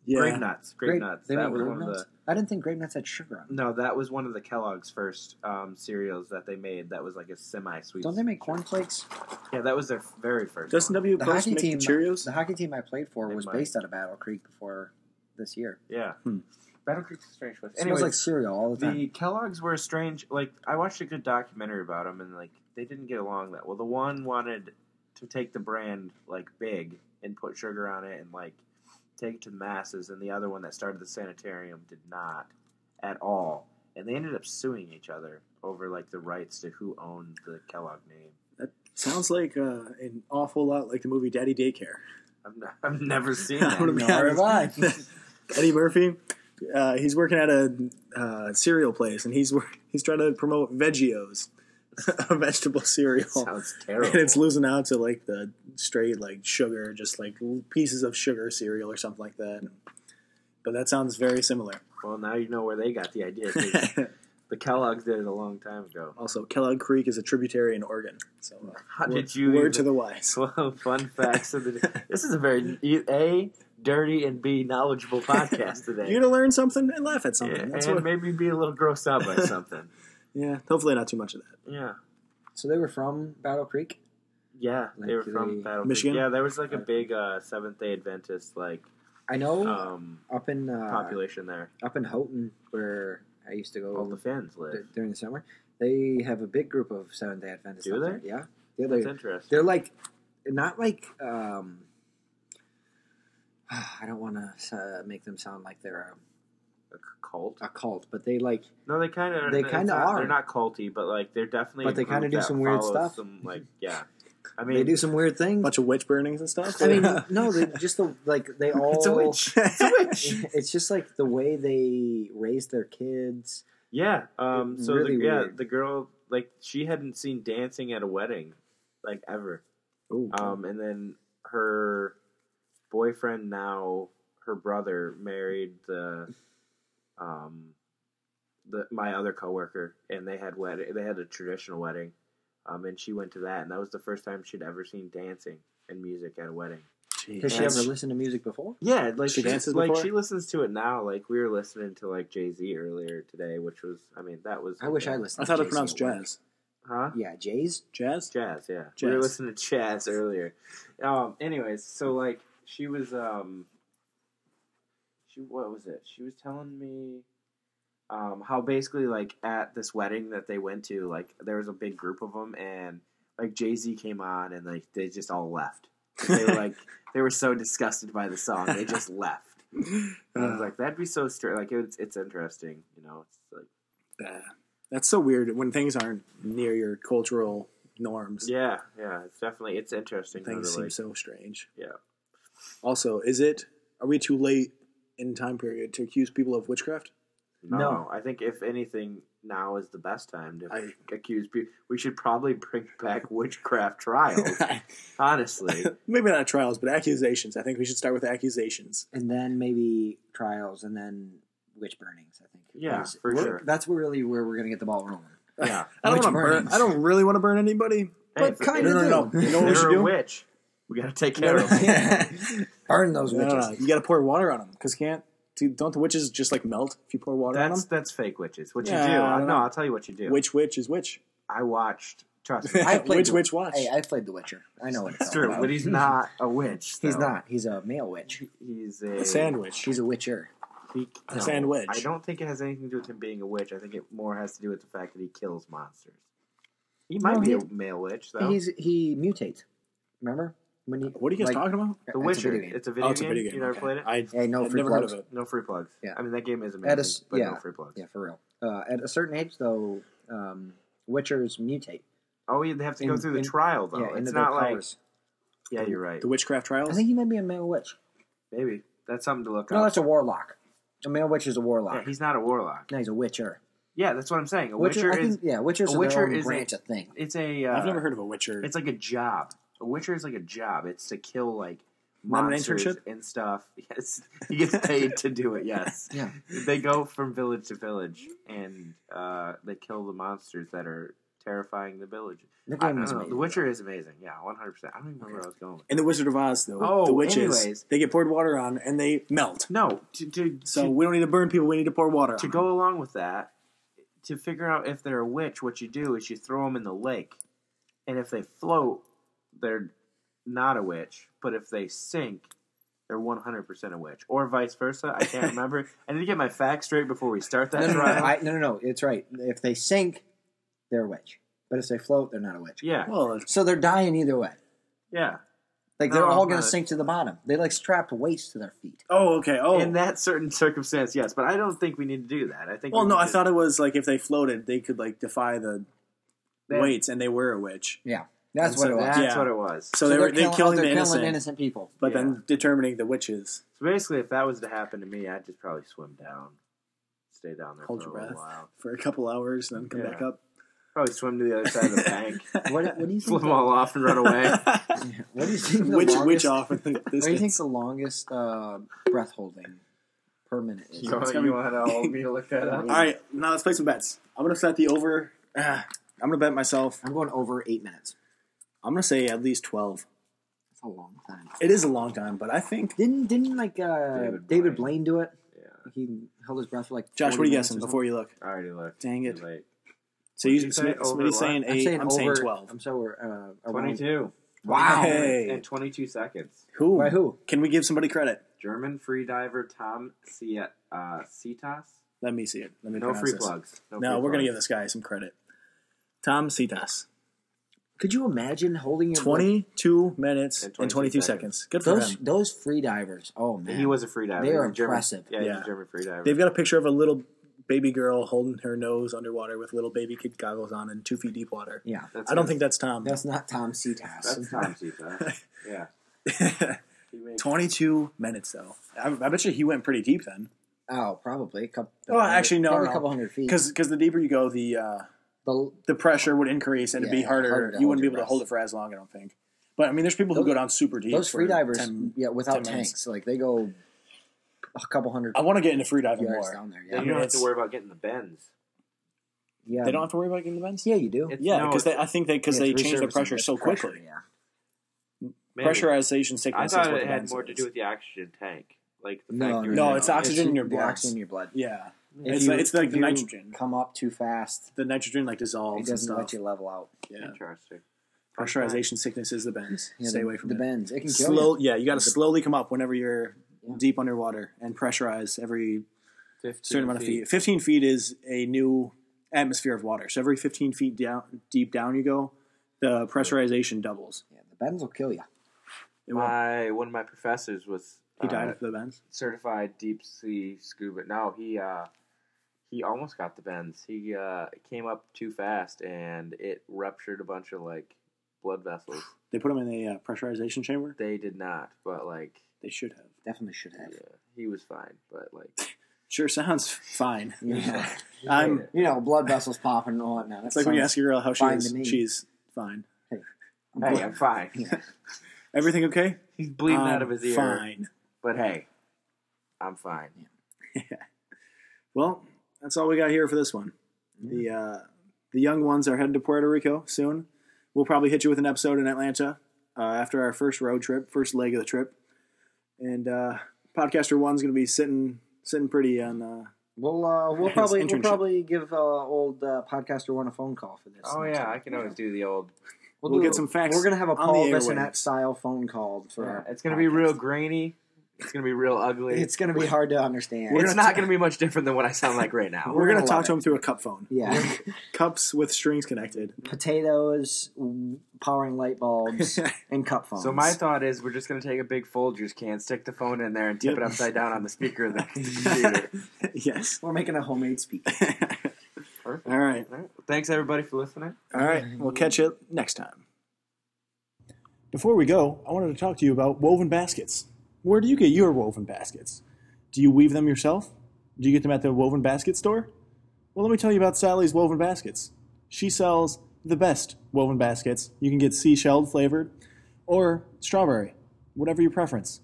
[SPEAKER 1] Yeah.
[SPEAKER 3] Grape nuts. Grape,
[SPEAKER 2] Grape-
[SPEAKER 3] nuts.
[SPEAKER 2] They
[SPEAKER 3] That
[SPEAKER 2] make
[SPEAKER 3] was
[SPEAKER 2] grape
[SPEAKER 3] one of the.
[SPEAKER 2] nuts? I didn't think grape nuts had sugar on them.
[SPEAKER 3] No, that was one of the Kellogg's first um, cereals that they made. That was like a semi-sweet.
[SPEAKER 2] Don't they make cornflakes?
[SPEAKER 3] Yeah, that was their very first.
[SPEAKER 1] Doesn't
[SPEAKER 3] one.
[SPEAKER 1] W
[SPEAKER 2] The
[SPEAKER 1] Post
[SPEAKER 2] hockey
[SPEAKER 1] make the
[SPEAKER 2] team. uh,
[SPEAKER 1] Cheerios?
[SPEAKER 2] The hockey team I played for
[SPEAKER 3] They
[SPEAKER 2] was
[SPEAKER 3] might.
[SPEAKER 2] based out of Battle Creek before this year.
[SPEAKER 3] Yeah.
[SPEAKER 1] Hmm.
[SPEAKER 3] Battle Creek's a strange place.
[SPEAKER 2] It
[SPEAKER 3] Anyways,
[SPEAKER 2] smells like cereal all the time.
[SPEAKER 3] the Kellogg's were a strange. Like I watched a good documentary about them, and like they didn't get along that well. The one wanted to take the brand like big and put sugar on it and like take it to the masses, and the other one that started the sanitarium did not at all, and they ended up suing each other over like the rights to who owned the Kellogg name.
[SPEAKER 1] Sounds like uh, an awful lot like the movie Daddy Daycare.
[SPEAKER 3] I've, n- I've never seen
[SPEAKER 1] I'm gonna
[SPEAKER 3] that.
[SPEAKER 1] be
[SPEAKER 2] Nor have
[SPEAKER 1] honest.
[SPEAKER 2] I.
[SPEAKER 1] Eddie Murphy, uh, he's working at a uh, cereal place, and he's wor- he's trying to promote Veggios, a vegetable cereal,
[SPEAKER 3] Sounds
[SPEAKER 1] and
[SPEAKER 3] terrible.
[SPEAKER 1] it's losing out to like the straight like sugar, just like l- pieces of sugar cereal or something like that. But that sounds very similar.
[SPEAKER 3] well, now you know where they got the idea. 'cause the Kellogg's did it a long time ago.
[SPEAKER 1] also, Kellogg Creek is a tributary in Oregon. So, uh,
[SPEAKER 3] How
[SPEAKER 1] wor-
[SPEAKER 3] did you?
[SPEAKER 1] word to
[SPEAKER 3] even-
[SPEAKER 1] the wise?
[SPEAKER 3] Well, fun facts of the day. This is a very e, a dirty and b knowledgeable podcast today.
[SPEAKER 1] You're gonna learn something and laugh at
[SPEAKER 3] Yeah,
[SPEAKER 1] something. That's
[SPEAKER 3] and
[SPEAKER 1] what,
[SPEAKER 3] maybe be a little grossed out by something.
[SPEAKER 1] yeah, hopefully not too much of that.
[SPEAKER 3] Yeah.
[SPEAKER 2] so they were from Battle Creek.
[SPEAKER 3] Yeah, they were
[SPEAKER 2] Like
[SPEAKER 3] from
[SPEAKER 2] the-
[SPEAKER 3] Battle Creek.
[SPEAKER 1] Michigan?
[SPEAKER 3] Yeah, there was like a big uh, Seventh Day Adventist like
[SPEAKER 2] I
[SPEAKER 1] Oh.
[SPEAKER 2] know
[SPEAKER 3] um,
[SPEAKER 2] up in uh,
[SPEAKER 3] population there.
[SPEAKER 2] up in Houghton where I used to
[SPEAKER 3] All
[SPEAKER 2] go
[SPEAKER 1] Oh.
[SPEAKER 3] the fans live.
[SPEAKER 2] d- during the summer. They have a big group of Seventh Day Adventists.
[SPEAKER 3] Do
[SPEAKER 2] up
[SPEAKER 3] they?
[SPEAKER 2] There. Yeah, yeah. They,
[SPEAKER 3] That's interesting.
[SPEAKER 2] they're like not like um i don't want to uh, make them sound like they're
[SPEAKER 3] A cult.
[SPEAKER 2] a, a cult but they like
[SPEAKER 3] No, they kind of
[SPEAKER 2] They
[SPEAKER 3] they
[SPEAKER 2] kinda
[SPEAKER 3] kind of
[SPEAKER 2] are.
[SPEAKER 3] They're not culty, but like they're definitely.
[SPEAKER 2] But
[SPEAKER 3] a
[SPEAKER 2] they
[SPEAKER 3] group
[SPEAKER 2] kinda do
[SPEAKER 3] that
[SPEAKER 2] some weird
[SPEAKER 3] follows
[SPEAKER 2] stuff.
[SPEAKER 3] Some like yeah, I
[SPEAKER 2] They
[SPEAKER 3] mean,
[SPEAKER 2] do some weird things.
[SPEAKER 1] bunch of witch burnings and stuff.
[SPEAKER 2] I mean,
[SPEAKER 1] Yeah.
[SPEAKER 2] no, they just the like they all.
[SPEAKER 1] it's a witch. it's a witch.
[SPEAKER 2] it's just like the way they raise their kids.
[SPEAKER 3] yeah. Um, so
[SPEAKER 2] Really
[SPEAKER 3] the, yeah,
[SPEAKER 2] weird.
[SPEAKER 3] the girl like she hadn't seen dancing at a wedding like ever.
[SPEAKER 2] Ooh.
[SPEAKER 3] Um, and then her boyfriend now, her brother, married the, um, the my other coworker, and they had wed they had a traditional wedding, um, and she went to that, and that was the first time she'd ever seen dancing and music at a wedding.
[SPEAKER 2] Has she
[SPEAKER 3] That's-
[SPEAKER 2] ever listened to music before?
[SPEAKER 3] Yeah, like
[SPEAKER 1] She
[SPEAKER 3] she,
[SPEAKER 1] dances
[SPEAKER 3] like
[SPEAKER 1] before?
[SPEAKER 3] she listens to it now. Like we were listening to like Jay Z earlier today, which was I mean that was
[SPEAKER 2] I wish I
[SPEAKER 1] I
[SPEAKER 2] listened.
[SPEAKER 1] thought
[SPEAKER 2] to
[SPEAKER 1] it
[SPEAKER 2] Jay-Z
[SPEAKER 1] pronounced
[SPEAKER 2] at work.
[SPEAKER 1] jazz.
[SPEAKER 3] huh
[SPEAKER 2] Yeah, Jay's.
[SPEAKER 1] Jazz.
[SPEAKER 3] jazz yeah we were
[SPEAKER 1] Jazz.
[SPEAKER 3] listening to jazz earlier. Um, anyways, so like she was um she what was it? She was telling me um how basically like at this wedding that they went to like there was a big group of them and like Jay Z came on and like they just all left. They were like they were so disgusted by the song they just left. And I was like, that'd be so strange. Like, it's it's interesting, you know. It's like,
[SPEAKER 1] Yeah. That's so weird when things aren't near your cultural norms.
[SPEAKER 3] yeah, yeah. It's definitely it's interesting. though,
[SPEAKER 1] Things
[SPEAKER 3] to,
[SPEAKER 1] seem
[SPEAKER 3] like-
[SPEAKER 1] so strange.
[SPEAKER 3] Yeah.
[SPEAKER 1] Also, is it are we too late in time period to accuse people of witchcraft?
[SPEAKER 3] no,
[SPEAKER 5] No.
[SPEAKER 3] I think if anything, now is the best time to
[SPEAKER 1] I-
[SPEAKER 3] accuse people. We should probably bring back witchcraft trials. honestly,
[SPEAKER 1] Maybe not trials, but accusations. I think we should start with accusations.
[SPEAKER 2] and then maybe trials, and then witch burnings. I think.
[SPEAKER 3] Yeah,
[SPEAKER 2] Is-
[SPEAKER 3] for
[SPEAKER 2] we're-
[SPEAKER 3] sure.
[SPEAKER 2] That's really where we're gonna get the ball rolling.
[SPEAKER 3] yeah.
[SPEAKER 1] I don't want
[SPEAKER 2] Witch
[SPEAKER 1] to burn.
[SPEAKER 2] burnings.
[SPEAKER 1] I don't really want to burn anybody.
[SPEAKER 2] But
[SPEAKER 3] if-
[SPEAKER 2] kinda
[SPEAKER 3] if
[SPEAKER 1] No, no, no.
[SPEAKER 2] do.
[SPEAKER 1] You know what we
[SPEAKER 3] they're
[SPEAKER 1] should
[SPEAKER 3] a
[SPEAKER 1] do?
[SPEAKER 3] witch. We gotta take care of them.
[SPEAKER 2] Burn those
[SPEAKER 1] No,
[SPEAKER 2] witches.
[SPEAKER 1] no, no. You got to pour water on them because can't. Dude, don't the witches just like melt if you pour water
[SPEAKER 3] That's
[SPEAKER 1] on
[SPEAKER 3] that's fake witches. What
[SPEAKER 1] Yeah,
[SPEAKER 3] you do?
[SPEAKER 1] I
[SPEAKER 3] I,
[SPEAKER 1] don't
[SPEAKER 3] no,
[SPEAKER 1] know.
[SPEAKER 3] I'll tell you what you do.
[SPEAKER 1] them? Which witch is which?
[SPEAKER 3] I watched. Trust me,
[SPEAKER 2] I played
[SPEAKER 1] which
[SPEAKER 2] the-
[SPEAKER 1] witch watch?
[SPEAKER 2] Hey, I played The Witcher. I know what it's
[SPEAKER 3] it's true.
[SPEAKER 2] All
[SPEAKER 3] But
[SPEAKER 2] about.
[SPEAKER 3] he's not a witch.
[SPEAKER 2] He's
[SPEAKER 3] so
[SPEAKER 2] not. He's a male witch.
[SPEAKER 3] He's a,
[SPEAKER 1] a sandwich.
[SPEAKER 2] He's a witcher.
[SPEAKER 3] He,
[SPEAKER 1] A sandwich.
[SPEAKER 3] I don't think it has anything to do with him being a witch. I think it more has to do with the fact that he kills monsters. He might
[SPEAKER 2] No,
[SPEAKER 3] be
[SPEAKER 2] he-
[SPEAKER 3] a male witch, though.
[SPEAKER 2] He's he mutates. Remember when he?
[SPEAKER 1] What are you guys
[SPEAKER 2] like,
[SPEAKER 1] talking about?
[SPEAKER 3] the
[SPEAKER 2] it's a
[SPEAKER 3] Witcher.
[SPEAKER 2] video game.
[SPEAKER 3] It's a video,
[SPEAKER 1] oh, it's a video game.
[SPEAKER 3] You never
[SPEAKER 1] okay.
[SPEAKER 3] played it?
[SPEAKER 1] I
[SPEAKER 2] Hey, no
[SPEAKER 1] I've
[SPEAKER 2] free
[SPEAKER 1] never heard of
[SPEAKER 2] plugs.
[SPEAKER 1] it.
[SPEAKER 3] no free plugs.
[SPEAKER 2] Yeah.
[SPEAKER 3] I mean, that game is
[SPEAKER 2] At a
[SPEAKER 3] amazing,
[SPEAKER 2] s-
[SPEAKER 3] but no
[SPEAKER 2] yeah.
[SPEAKER 3] free plugs.
[SPEAKER 2] Yeah, for real. Uh, at a certain age, though, um, witchers mutate.
[SPEAKER 3] Oh, yeah, they have to go
[SPEAKER 2] In-
[SPEAKER 3] through the
[SPEAKER 2] in-
[SPEAKER 3] trial, though.
[SPEAKER 2] yeah, into
[SPEAKER 3] Oh, it's
[SPEAKER 2] their
[SPEAKER 3] not like...
[SPEAKER 2] powers.
[SPEAKER 3] Yeah, you're right.
[SPEAKER 1] The witchcraft trials.
[SPEAKER 2] I think he may be a male witch.
[SPEAKER 3] Maybe. That's something to look
[SPEAKER 2] No,
[SPEAKER 3] up.
[SPEAKER 2] that's a warlock. A male witch is a
[SPEAKER 3] Yeah,
[SPEAKER 2] warlock.
[SPEAKER 3] he's not a warlock.
[SPEAKER 2] no, he's a witcher.
[SPEAKER 3] Yeah, that's what I'm saying. A
[SPEAKER 2] Witcher,
[SPEAKER 3] witcher,
[SPEAKER 2] I
[SPEAKER 3] is...
[SPEAKER 2] think, yeah, witchers
[SPEAKER 3] a
[SPEAKER 2] are
[SPEAKER 3] witcher
[SPEAKER 2] their own
[SPEAKER 3] is a-
[SPEAKER 2] branch of thing.
[SPEAKER 3] It's a... Uh,
[SPEAKER 1] I've never heard of a witcher.
[SPEAKER 3] It's like a job. A witcher is like a job. It's to kill, like...
[SPEAKER 1] Not an
[SPEAKER 3] Monsters
[SPEAKER 1] internship?
[SPEAKER 3] and stuff. Yes, he gets paid to do it. Yes,
[SPEAKER 2] Yeah,
[SPEAKER 3] they go from village to village and uh, they kill the monsters that are terrifying the village.
[SPEAKER 2] the
[SPEAKER 3] I, I
[SPEAKER 2] game is
[SPEAKER 3] don't know.
[SPEAKER 2] amazing.
[SPEAKER 3] The Witcher is amazing. Yeah, 100%. I don't even remember where I was going. with
[SPEAKER 1] In the Wizard of Oz, though,
[SPEAKER 3] Oh,
[SPEAKER 1] the witches
[SPEAKER 3] anyways.
[SPEAKER 1] they get poured water on and they melt.
[SPEAKER 3] No, to, to,
[SPEAKER 1] So
[SPEAKER 3] to,
[SPEAKER 1] we don't need to burn people. We need to pour water.
[SPEAKER 3] to
[SPEAKER 1] on
[SPEAKER 3] go along with that, to figure out if they're a witch, what you do is you throw them in the lake. And if they float, they're not a witch. But if they sink, they're 100% a witch. Or vice versa. I can't remember. I need to get my facts straight before we start
[SPEAKER 2] No,
[SPEAKER 3] that
[SPEAKER 2] no, no,
[SPEAKER 3] trial.
[SPEAKER 2] I, no, no, no. It's right. If they sink, they're a witch. But if they float, they're not a witch.
[SPEAKER 3] yeah,
[SPEAKER 1] them. Well, it's-
[SPEAKER 2] So they're dying either way.
[SPEAKER 3] yeah.
[SPEAKER 2] Like they're
[SPEAKER 3] No,
[SPEAKER 2] all
[SPEAKER 3] I'm
[SPEAKER 2] going to
[SPEAKER 3] not.
[SPEAKER 2] sink to the bottom. They like strapped weights to their feet.
[SPEAKER 1] oh, okay. Oh,
[SPEAKER 3] in that certain circumstance, yes. But I don't think we need to do that. I think.
[SPEAKER 1] well,
[SPEAKER 3] we
[SPEAKER 1] no,
[SPEAKER 3] need
[SPEAKER 1] I
[SPEAKER 3] to-
[SPEAKER 1] thought it was like if they floated, they could like defy the
[SPEAKER 3] That-
[SPEAKER 1] weights, and they were a witch.
[SPEAKER 2] Yeah, that's
[SPEAKER 1] And
[SPEAKER 2] what
[SPEAKER 1] so
[SPEAKER 2] it was.
[SPEAKER 3] that's
[SPEAKER 1] Yeah.
[SPEAKER 3] what it was.
[SPEAKER 1] So, they
[SPEAKER 2] they're
[SPEAKER 1] were they
[SPEAKER 2] killing-
[SPEAKER 1] killing the
[SPEAKER 2] oh, they're killing
[SPEAKER 1] innocent,
[SPEAKER 2] innocent people.
[SPEAKER 1] but
[SPEAKER 3] Yeah.
[SPEAKER 1] then determining the witches.
[SPEAKER 3] So basically, if that was to happen to me, I'd just probably swim down, stay down there
[SPEAKER 1] Hold
[SPEAKER 3] for
[SPEAKER 1] your
[SPEAKER 3] a little
[SPEAKER 1] breath
[SPEAKER 3] while,
[SPEAKER 1] for a couple hours, and then come
[SPEAKER 3] Oh, Yeah.
[SPEAKER 1] back up.
[SPEAKER 3] probably swim to the other side of the bank,
[SPEAKER 2] What, what do you think?
[SPEAKER 3] flip
[SPEAKER 2] The,
[SPEAKER 3] them all off, and run away.
[SPEAKER 2] what do you think? The
[SPEAKER 1] Which
[SPEAKER 2] longest,
[SPEAKER 1] which off in the
[SPEAKER 2] What do you think
[SPEAKER 1] distance?
[SPEAKER 2] the longest uh, breath holding per minute is?
[SPEAKER 3] you want, you want all of me to look that up?
[SPEAKER 1] All right, now let's play some bets. I'm gonna set the over. ah, I'm gonna bet myself.
[SPEAKER 2] I'm going over eight minutes.
[SPEAKER 1] I'm gonna say at least twelve.
[SPEAKER 2] That's a long time.
[SPEAKER 1] It is a long time, but I think
[SPEAKER 2] Didn't didn't like uh, David,
[SPEAKER 3] David
[SPEAKER 2] Blaine.
[SPEAKER 3] Blaine.
[SPEAKER 2] do it?
[SPEAKER 3] Yeah,
[SPEAKER 2] He held his breath for like.
[SPEAKER 1] Josh,
[SPEAKER 2] 40
[SPEAKER 1] what are you
[SPEAKER 2] minutes
[SPEAKER 1] guessing
[SPEAKER 2] or
[SPEAKER 1] before you look?
[SPEAKER 3] I already looked.
[SPEAKER 1] Dang it.
[SPEAKER 3] Too late.
[SPEAKER 1] So you,
[SPEAKER 3] What'd you
[SPEAKER 1] Smitty-
[SPEAKER 3] say? Over
[SPEAKER 1] Smitty's
[SPEAKER 3] what?
[SPEAKER 1] saying
[SPEAKER 2] something.
[SPEAKER 1] eight.
[SPEAKER 2] I'm
[SPEAKER 1] I'm
[SPEAKER 2] saying over,
[SPEAKER 1] twelve.
[SPEAKER 2] I'm so uh, around-
[SPEAKER 3] Twenty-two.
[SPEAKER 2] Wow.
[SPEAKER 1] Hey.
[SPEAKER 3] And twenty-two seconds.
[SPEAKER 1] Who?
[SPEAKER 2] By who?
[SPEAKER 1] Can we give somebody credit?
[SPEAKER 3] German free diver Tom Ciet, uh, Citas.
[SPEAKER 1] Let me see it. Let me
[SPEAKER 3] No
[SPEAKER 1] pronounce
[SPEAKER 3] free
[SPEAKER 1] this.
[SPEAKER 3] plugs. No,
[SPEAKER 1] No, we're
[SPEAKER 3] free
[SPEAKER 1] gonna
[SPEAKER 3] plugs.
[SPEAKER 1] give this guy some credit. Tom Citas,
[SPEAKER 2] Could you imagine holding your
[SPEAKER 1] twenty-two minutes
[SPEAKER 3] And
[SPEAKER 1] and
[SPEAKER 3] 22
[SPEAKER 1] twenty-two seconds.
[SPEAKER 3] seconds.
[SPEAKER 1] Good for
[SPEAKER 2] Those
[SPEAKER 1] him.
[SPEAKER 2] those free divers. Oh man,
[SPEAKER 3] He was a free diver.
[SPEAKER 2] They
[SPEAKER 3] He
[SPEAKER 2] are
[SPEAKER 3] was a German-
[SPEAKER 2] impressive.
[SPEAKER 3] Yeah, he's
[SPEAKER 1] Yeah.
[SPEAKER 3] a German free diver.
[SPEAKER 1] They've got a picture of a little baby girl holding her nose underwater with little baby kid goggles on and two feet deep water.
[SPEAKER 2] Yeah,
[SPEAKER 1] I don't think that's Tom.
[SPEAKER 2] that's not Tom Seatas.
[SPEAKER 3] that's Tom Seabass. Yeah. He makes-
[SPEAKER 1] 22 minutes though. I, I bet you he went pretty deep then.
[SPEAKER 2] Oh, probably a couple.
[SPEAKER 1] Well, actually, no,
[SPEAKER 2] probably
[SPEAKER 1] no.
[SPEAKER 2] a couple hundred feet.
[SPEAKER 1] Because the deeper you go, the uh,
[SPEAKER 2] the,
[SPEAKER 1] the pressure would increase and it'd be
[SPEAKER 2] Yeah,
[SPEAKER 1] harder.
[SPEAKER 2] harder to
[SPEAKER 1] you
[SPEAKER 2] hold
[SPEAKER 1] wouldn't be
[SPEAKER 2] your
[SPEAKER 1] able to
[SPEAKER 2] breath.
[SPEAKER 1] hold it for as long, I don't think. But I mean, there's people who
[SPEAKER 2] Those-
[SPEAKER 1] go down super deep.
[SPEAKER 2] those
[SPEAKER 1] for
[SPEAKER 2] freedivers,
[SPEAKER 1] 10
[SPEAKER 2] yeah, without
[SPEAKER 1] 10 minutes.
[SPEAKER 2] tanks, like they go a couple hundred
[SPEAKER 1] I want to get into freediving
[SPEAKER 2] yards
[SPEAKER 1] more.
[SPEAKER 2] down there.
[SPEAKER 3] Then
[SPEAKER 2] Yeah,
[SPEAKER 3] you don't have to
[SPEAKER 1] It's-
[SPEAKER 3] worry about getting the bends.
[SPEAKER 2] yeah.
[SPEAKER 1] They don't have to worry about getting the bends.
[SPEAKER 2] yeah, you do.
[SPEAKER 3] It's-
[SPEAKER 1] Yeah,
[SPEAKER 3] no,
[SPEAKER 1] because I think they because
[SPEAKER 2] Yeah,
[SPEAKER 1] they
[SPEAKER 2] it's
[SPEAKER 1] change the
[SPEAKER 2] resurfacing,
[SPEAKER 1] pressure
[SPEAKER 2] it's
[SPEAKER 1] so
[SPEAKER 2] pressure,
[SPEAKER 1] quickly.
[SPEAKER 2] Yeah.
[SPEAKER 3] maybe.
[SPEAKER 1] Pressurization
[SPEAKER 3] I
[SPEAKER 1] sickness. is
[SPEAKER 3] thought
[SPEAKER 1] what
[SPEAKER 3] it
[SPEAKER 1] the
[SPEAKER 3] had
[SPEAKER 1] bends
[SPEAKER 3] more to
[SPEAKER 1] is.
[SPEAKER 3] do with the oxygen tank, like the
[SPEAKER 2] No,
[SPEAKER 3] fact you
[SPEAKER 2] no,
[SPEAKER 3] were
[SPEAKER 1] No,
[SPEAKER 3] saying,
[SPEAKER 1] it's
[SPEAKER 3] oh,
[SPEAKER 1] oxygen in your
[SPEAKER 2] the
[SPEAKER 1] blood.
[SPEAKER 2] oxygen in your blood.
[SPEAKER 1] Yeah,
[SPEAKER 2] If
[SPEAKER 1] It's like- it's like
[SPEAKER 2] if
[SPEAKER 1] the
[SPEAKER 2] you
[SPEAKER 1] nitrogen.
[SPEAKER 2] Come up too fast.
[SPEAKER 1] the nitrogen like dissolves
[SPEAKER 2] It
[SPEAKER 1] and
[SPEAKER 2] doesn't
[SPEAKER 1] stuff.
[SPEAKER 2] let you level out.
[SPEAKER 1] Yeah,
[SPEAKER 3] Interesting.
[SPEAKER 1] pressurization sickness is the bends.
[SPEAKER 2] Yeah,
[SPEAKER 1] Stay
[SPEAKER 2] the,
[SPEAKER 1] away from
[SPEAKER 2] the
[SPEAKER 1] it.
[SPEAKER 2] bends. It can kill
[SPEAKER 1] Slow,
[SPEAKER 2] you.
[SPEAKER 1] yeah, you got to
[SPEAKER 2] The-
[SPEAKER 1] slowly come up whenever you're
[SPEAKER 2] Yeah.
[SPEAKER 1] deep underwater and pressurize every
[SPEAKER 3] 15
[SPEAKER 1] certain amount of feet. 15 feet is a new atmosphere of water. So every 15 feet down, deep down you go, the pressurization doubles.
[SPEAKER 2] Yeah, the bends will kill you.
[SPEAKER 1] It won't-
[SPEAKER 3] My one of my professors was
[SPEAKER 1] he
[SPEAKER 3] uh,
[SPEAKER 1] died of the bends.
[SPEAKER 3] certified deep sea scuba. No, he uh, he almost got the bends. He uh, came up too fast and it ruptured a bunch of like blood vessels.
[SPEAKER 1] They put him in a uh, pressurization chamber.
[SPEAKER 3] They did not, but like
[SPEAKER 1] They should have.
[SPEAKER 2] Definitely should have.
[SPEAKER 3] yeah, he was fine. But like
[SPEAKER 1] Sure sounds fine.
[SPEAKER 2] Yeah.
[SPEAKER 1] I'm.
[SPEAKER 2] you know, blood vessels popping and whatnot.
[SPEAKER 1] It's like when you ask your girl how she
[SPEAKER 2] fine
[SPEAKER 1] is.
[SPEAKER 2] to me.
[SPEAKER 1] She's fine.
[SPEAKER 3] hey, I'm fine.
[SPEAKER 1] Everything okay?
[SPEAKER 3] He's bleeding
[SPEAKER 1] I'm
[SPEAKER 3] out of his ear.
[SPEAKER 1] Fine.
[SPEAKER 3] But hey, I'm fine.
[SPEAKER 1] Well, that's all we got here for this one. The uh, the young ones are headed to Puerto Rico soon. We'll probably hit you with an episode in Atlanta uh, after our first road trip, first leg of the trip. And uh, podcaster one's going to be sitting sitting pretty on. Uh,
[SPEAKER 2] We'll uh, we'll
[SPEAKER 1] His
[SPEAKER 2] probably we'll
[SPEAKER 1] internship.
[SPEAKER 2] probably give uh, old uh, podcaster one a phone call for this.
[SPEAKER 3] Oh
[SPEAKER 2] next
[SPEAKER 3] yeah,
[SPEAKER 2] time.
[SPEAKER 3] I can always do the old.
[SPEAKER 1] We'll get some facts
[SPEAKER 2] We're gonna have a
[SPEAKER 1] on the
[SPEAKER 2] Paul
[SPEAKER 1] airwaves.
[SPEAKER 2] Bissonette style phone call for. our
[SPEAKER 3] It's gonna be
[SPEAKER 2] podcast.
[SPEAKER 3] real grainy. It's gonna be real ugly.
[SPEAKER 2] It's gonna be hard to understand.
[SPEAKER 1] We're
[SPEAKER 3] it's
[SPEAKER 1] gonna
[SPEAKER 3] not going to be much different than what I sound like right now.
[SPEAKER 1] we're going
[SPEAKER 2] Oh, gonna
[SPEAKER 1] to talk
[SPEAKER 2] love
[SPEAKER 1] to
[SPEAKER 2] it.
[SPEAKER 1] him through a cup phone,
[SPEAKER 2] yeah,
[SPEAKER 1] cups with strings connected.
[SPEAKER 2] potatoes, mm, powering light bulbs, and cup phones.
[SPEAKER 3] So my thought is we're just going to take a big Folgers can, stick the phone in there, and tip
[SPEAKER 1] Yep.
[SPEAKER 3] it upside down on the speaker of the computer.
[SPEAKER 1] yes.
[SPEAKER 2] we're making a homemade speaker.
[SPEAKER 3] Perfect.
[SPEAKER 1] all right.
[SPEAKER 3] All right. Thanks everybody for listening.
[SPEAKER 1] All right, we'll catch you next time. Before we go, I wanted to talk to you about woven baskets. Where do you get your woven baskets? Do you weave them yourself? Do you get them at the woven basket store? Well, let me tell you about Sally's Woven Baskets. She sells the best woven baskets. You can get seashell flavored or strawberry, whatever your preference.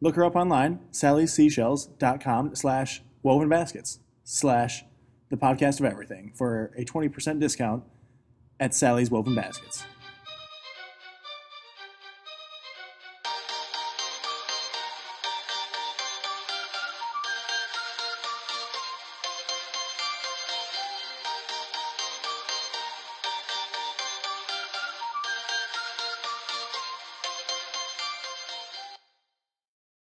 [SPEAKER 1] Look her up online, sallyseashells.com slash woven baskets slash the podcast of everything for a 20% discount at Sally's Woven Baskets.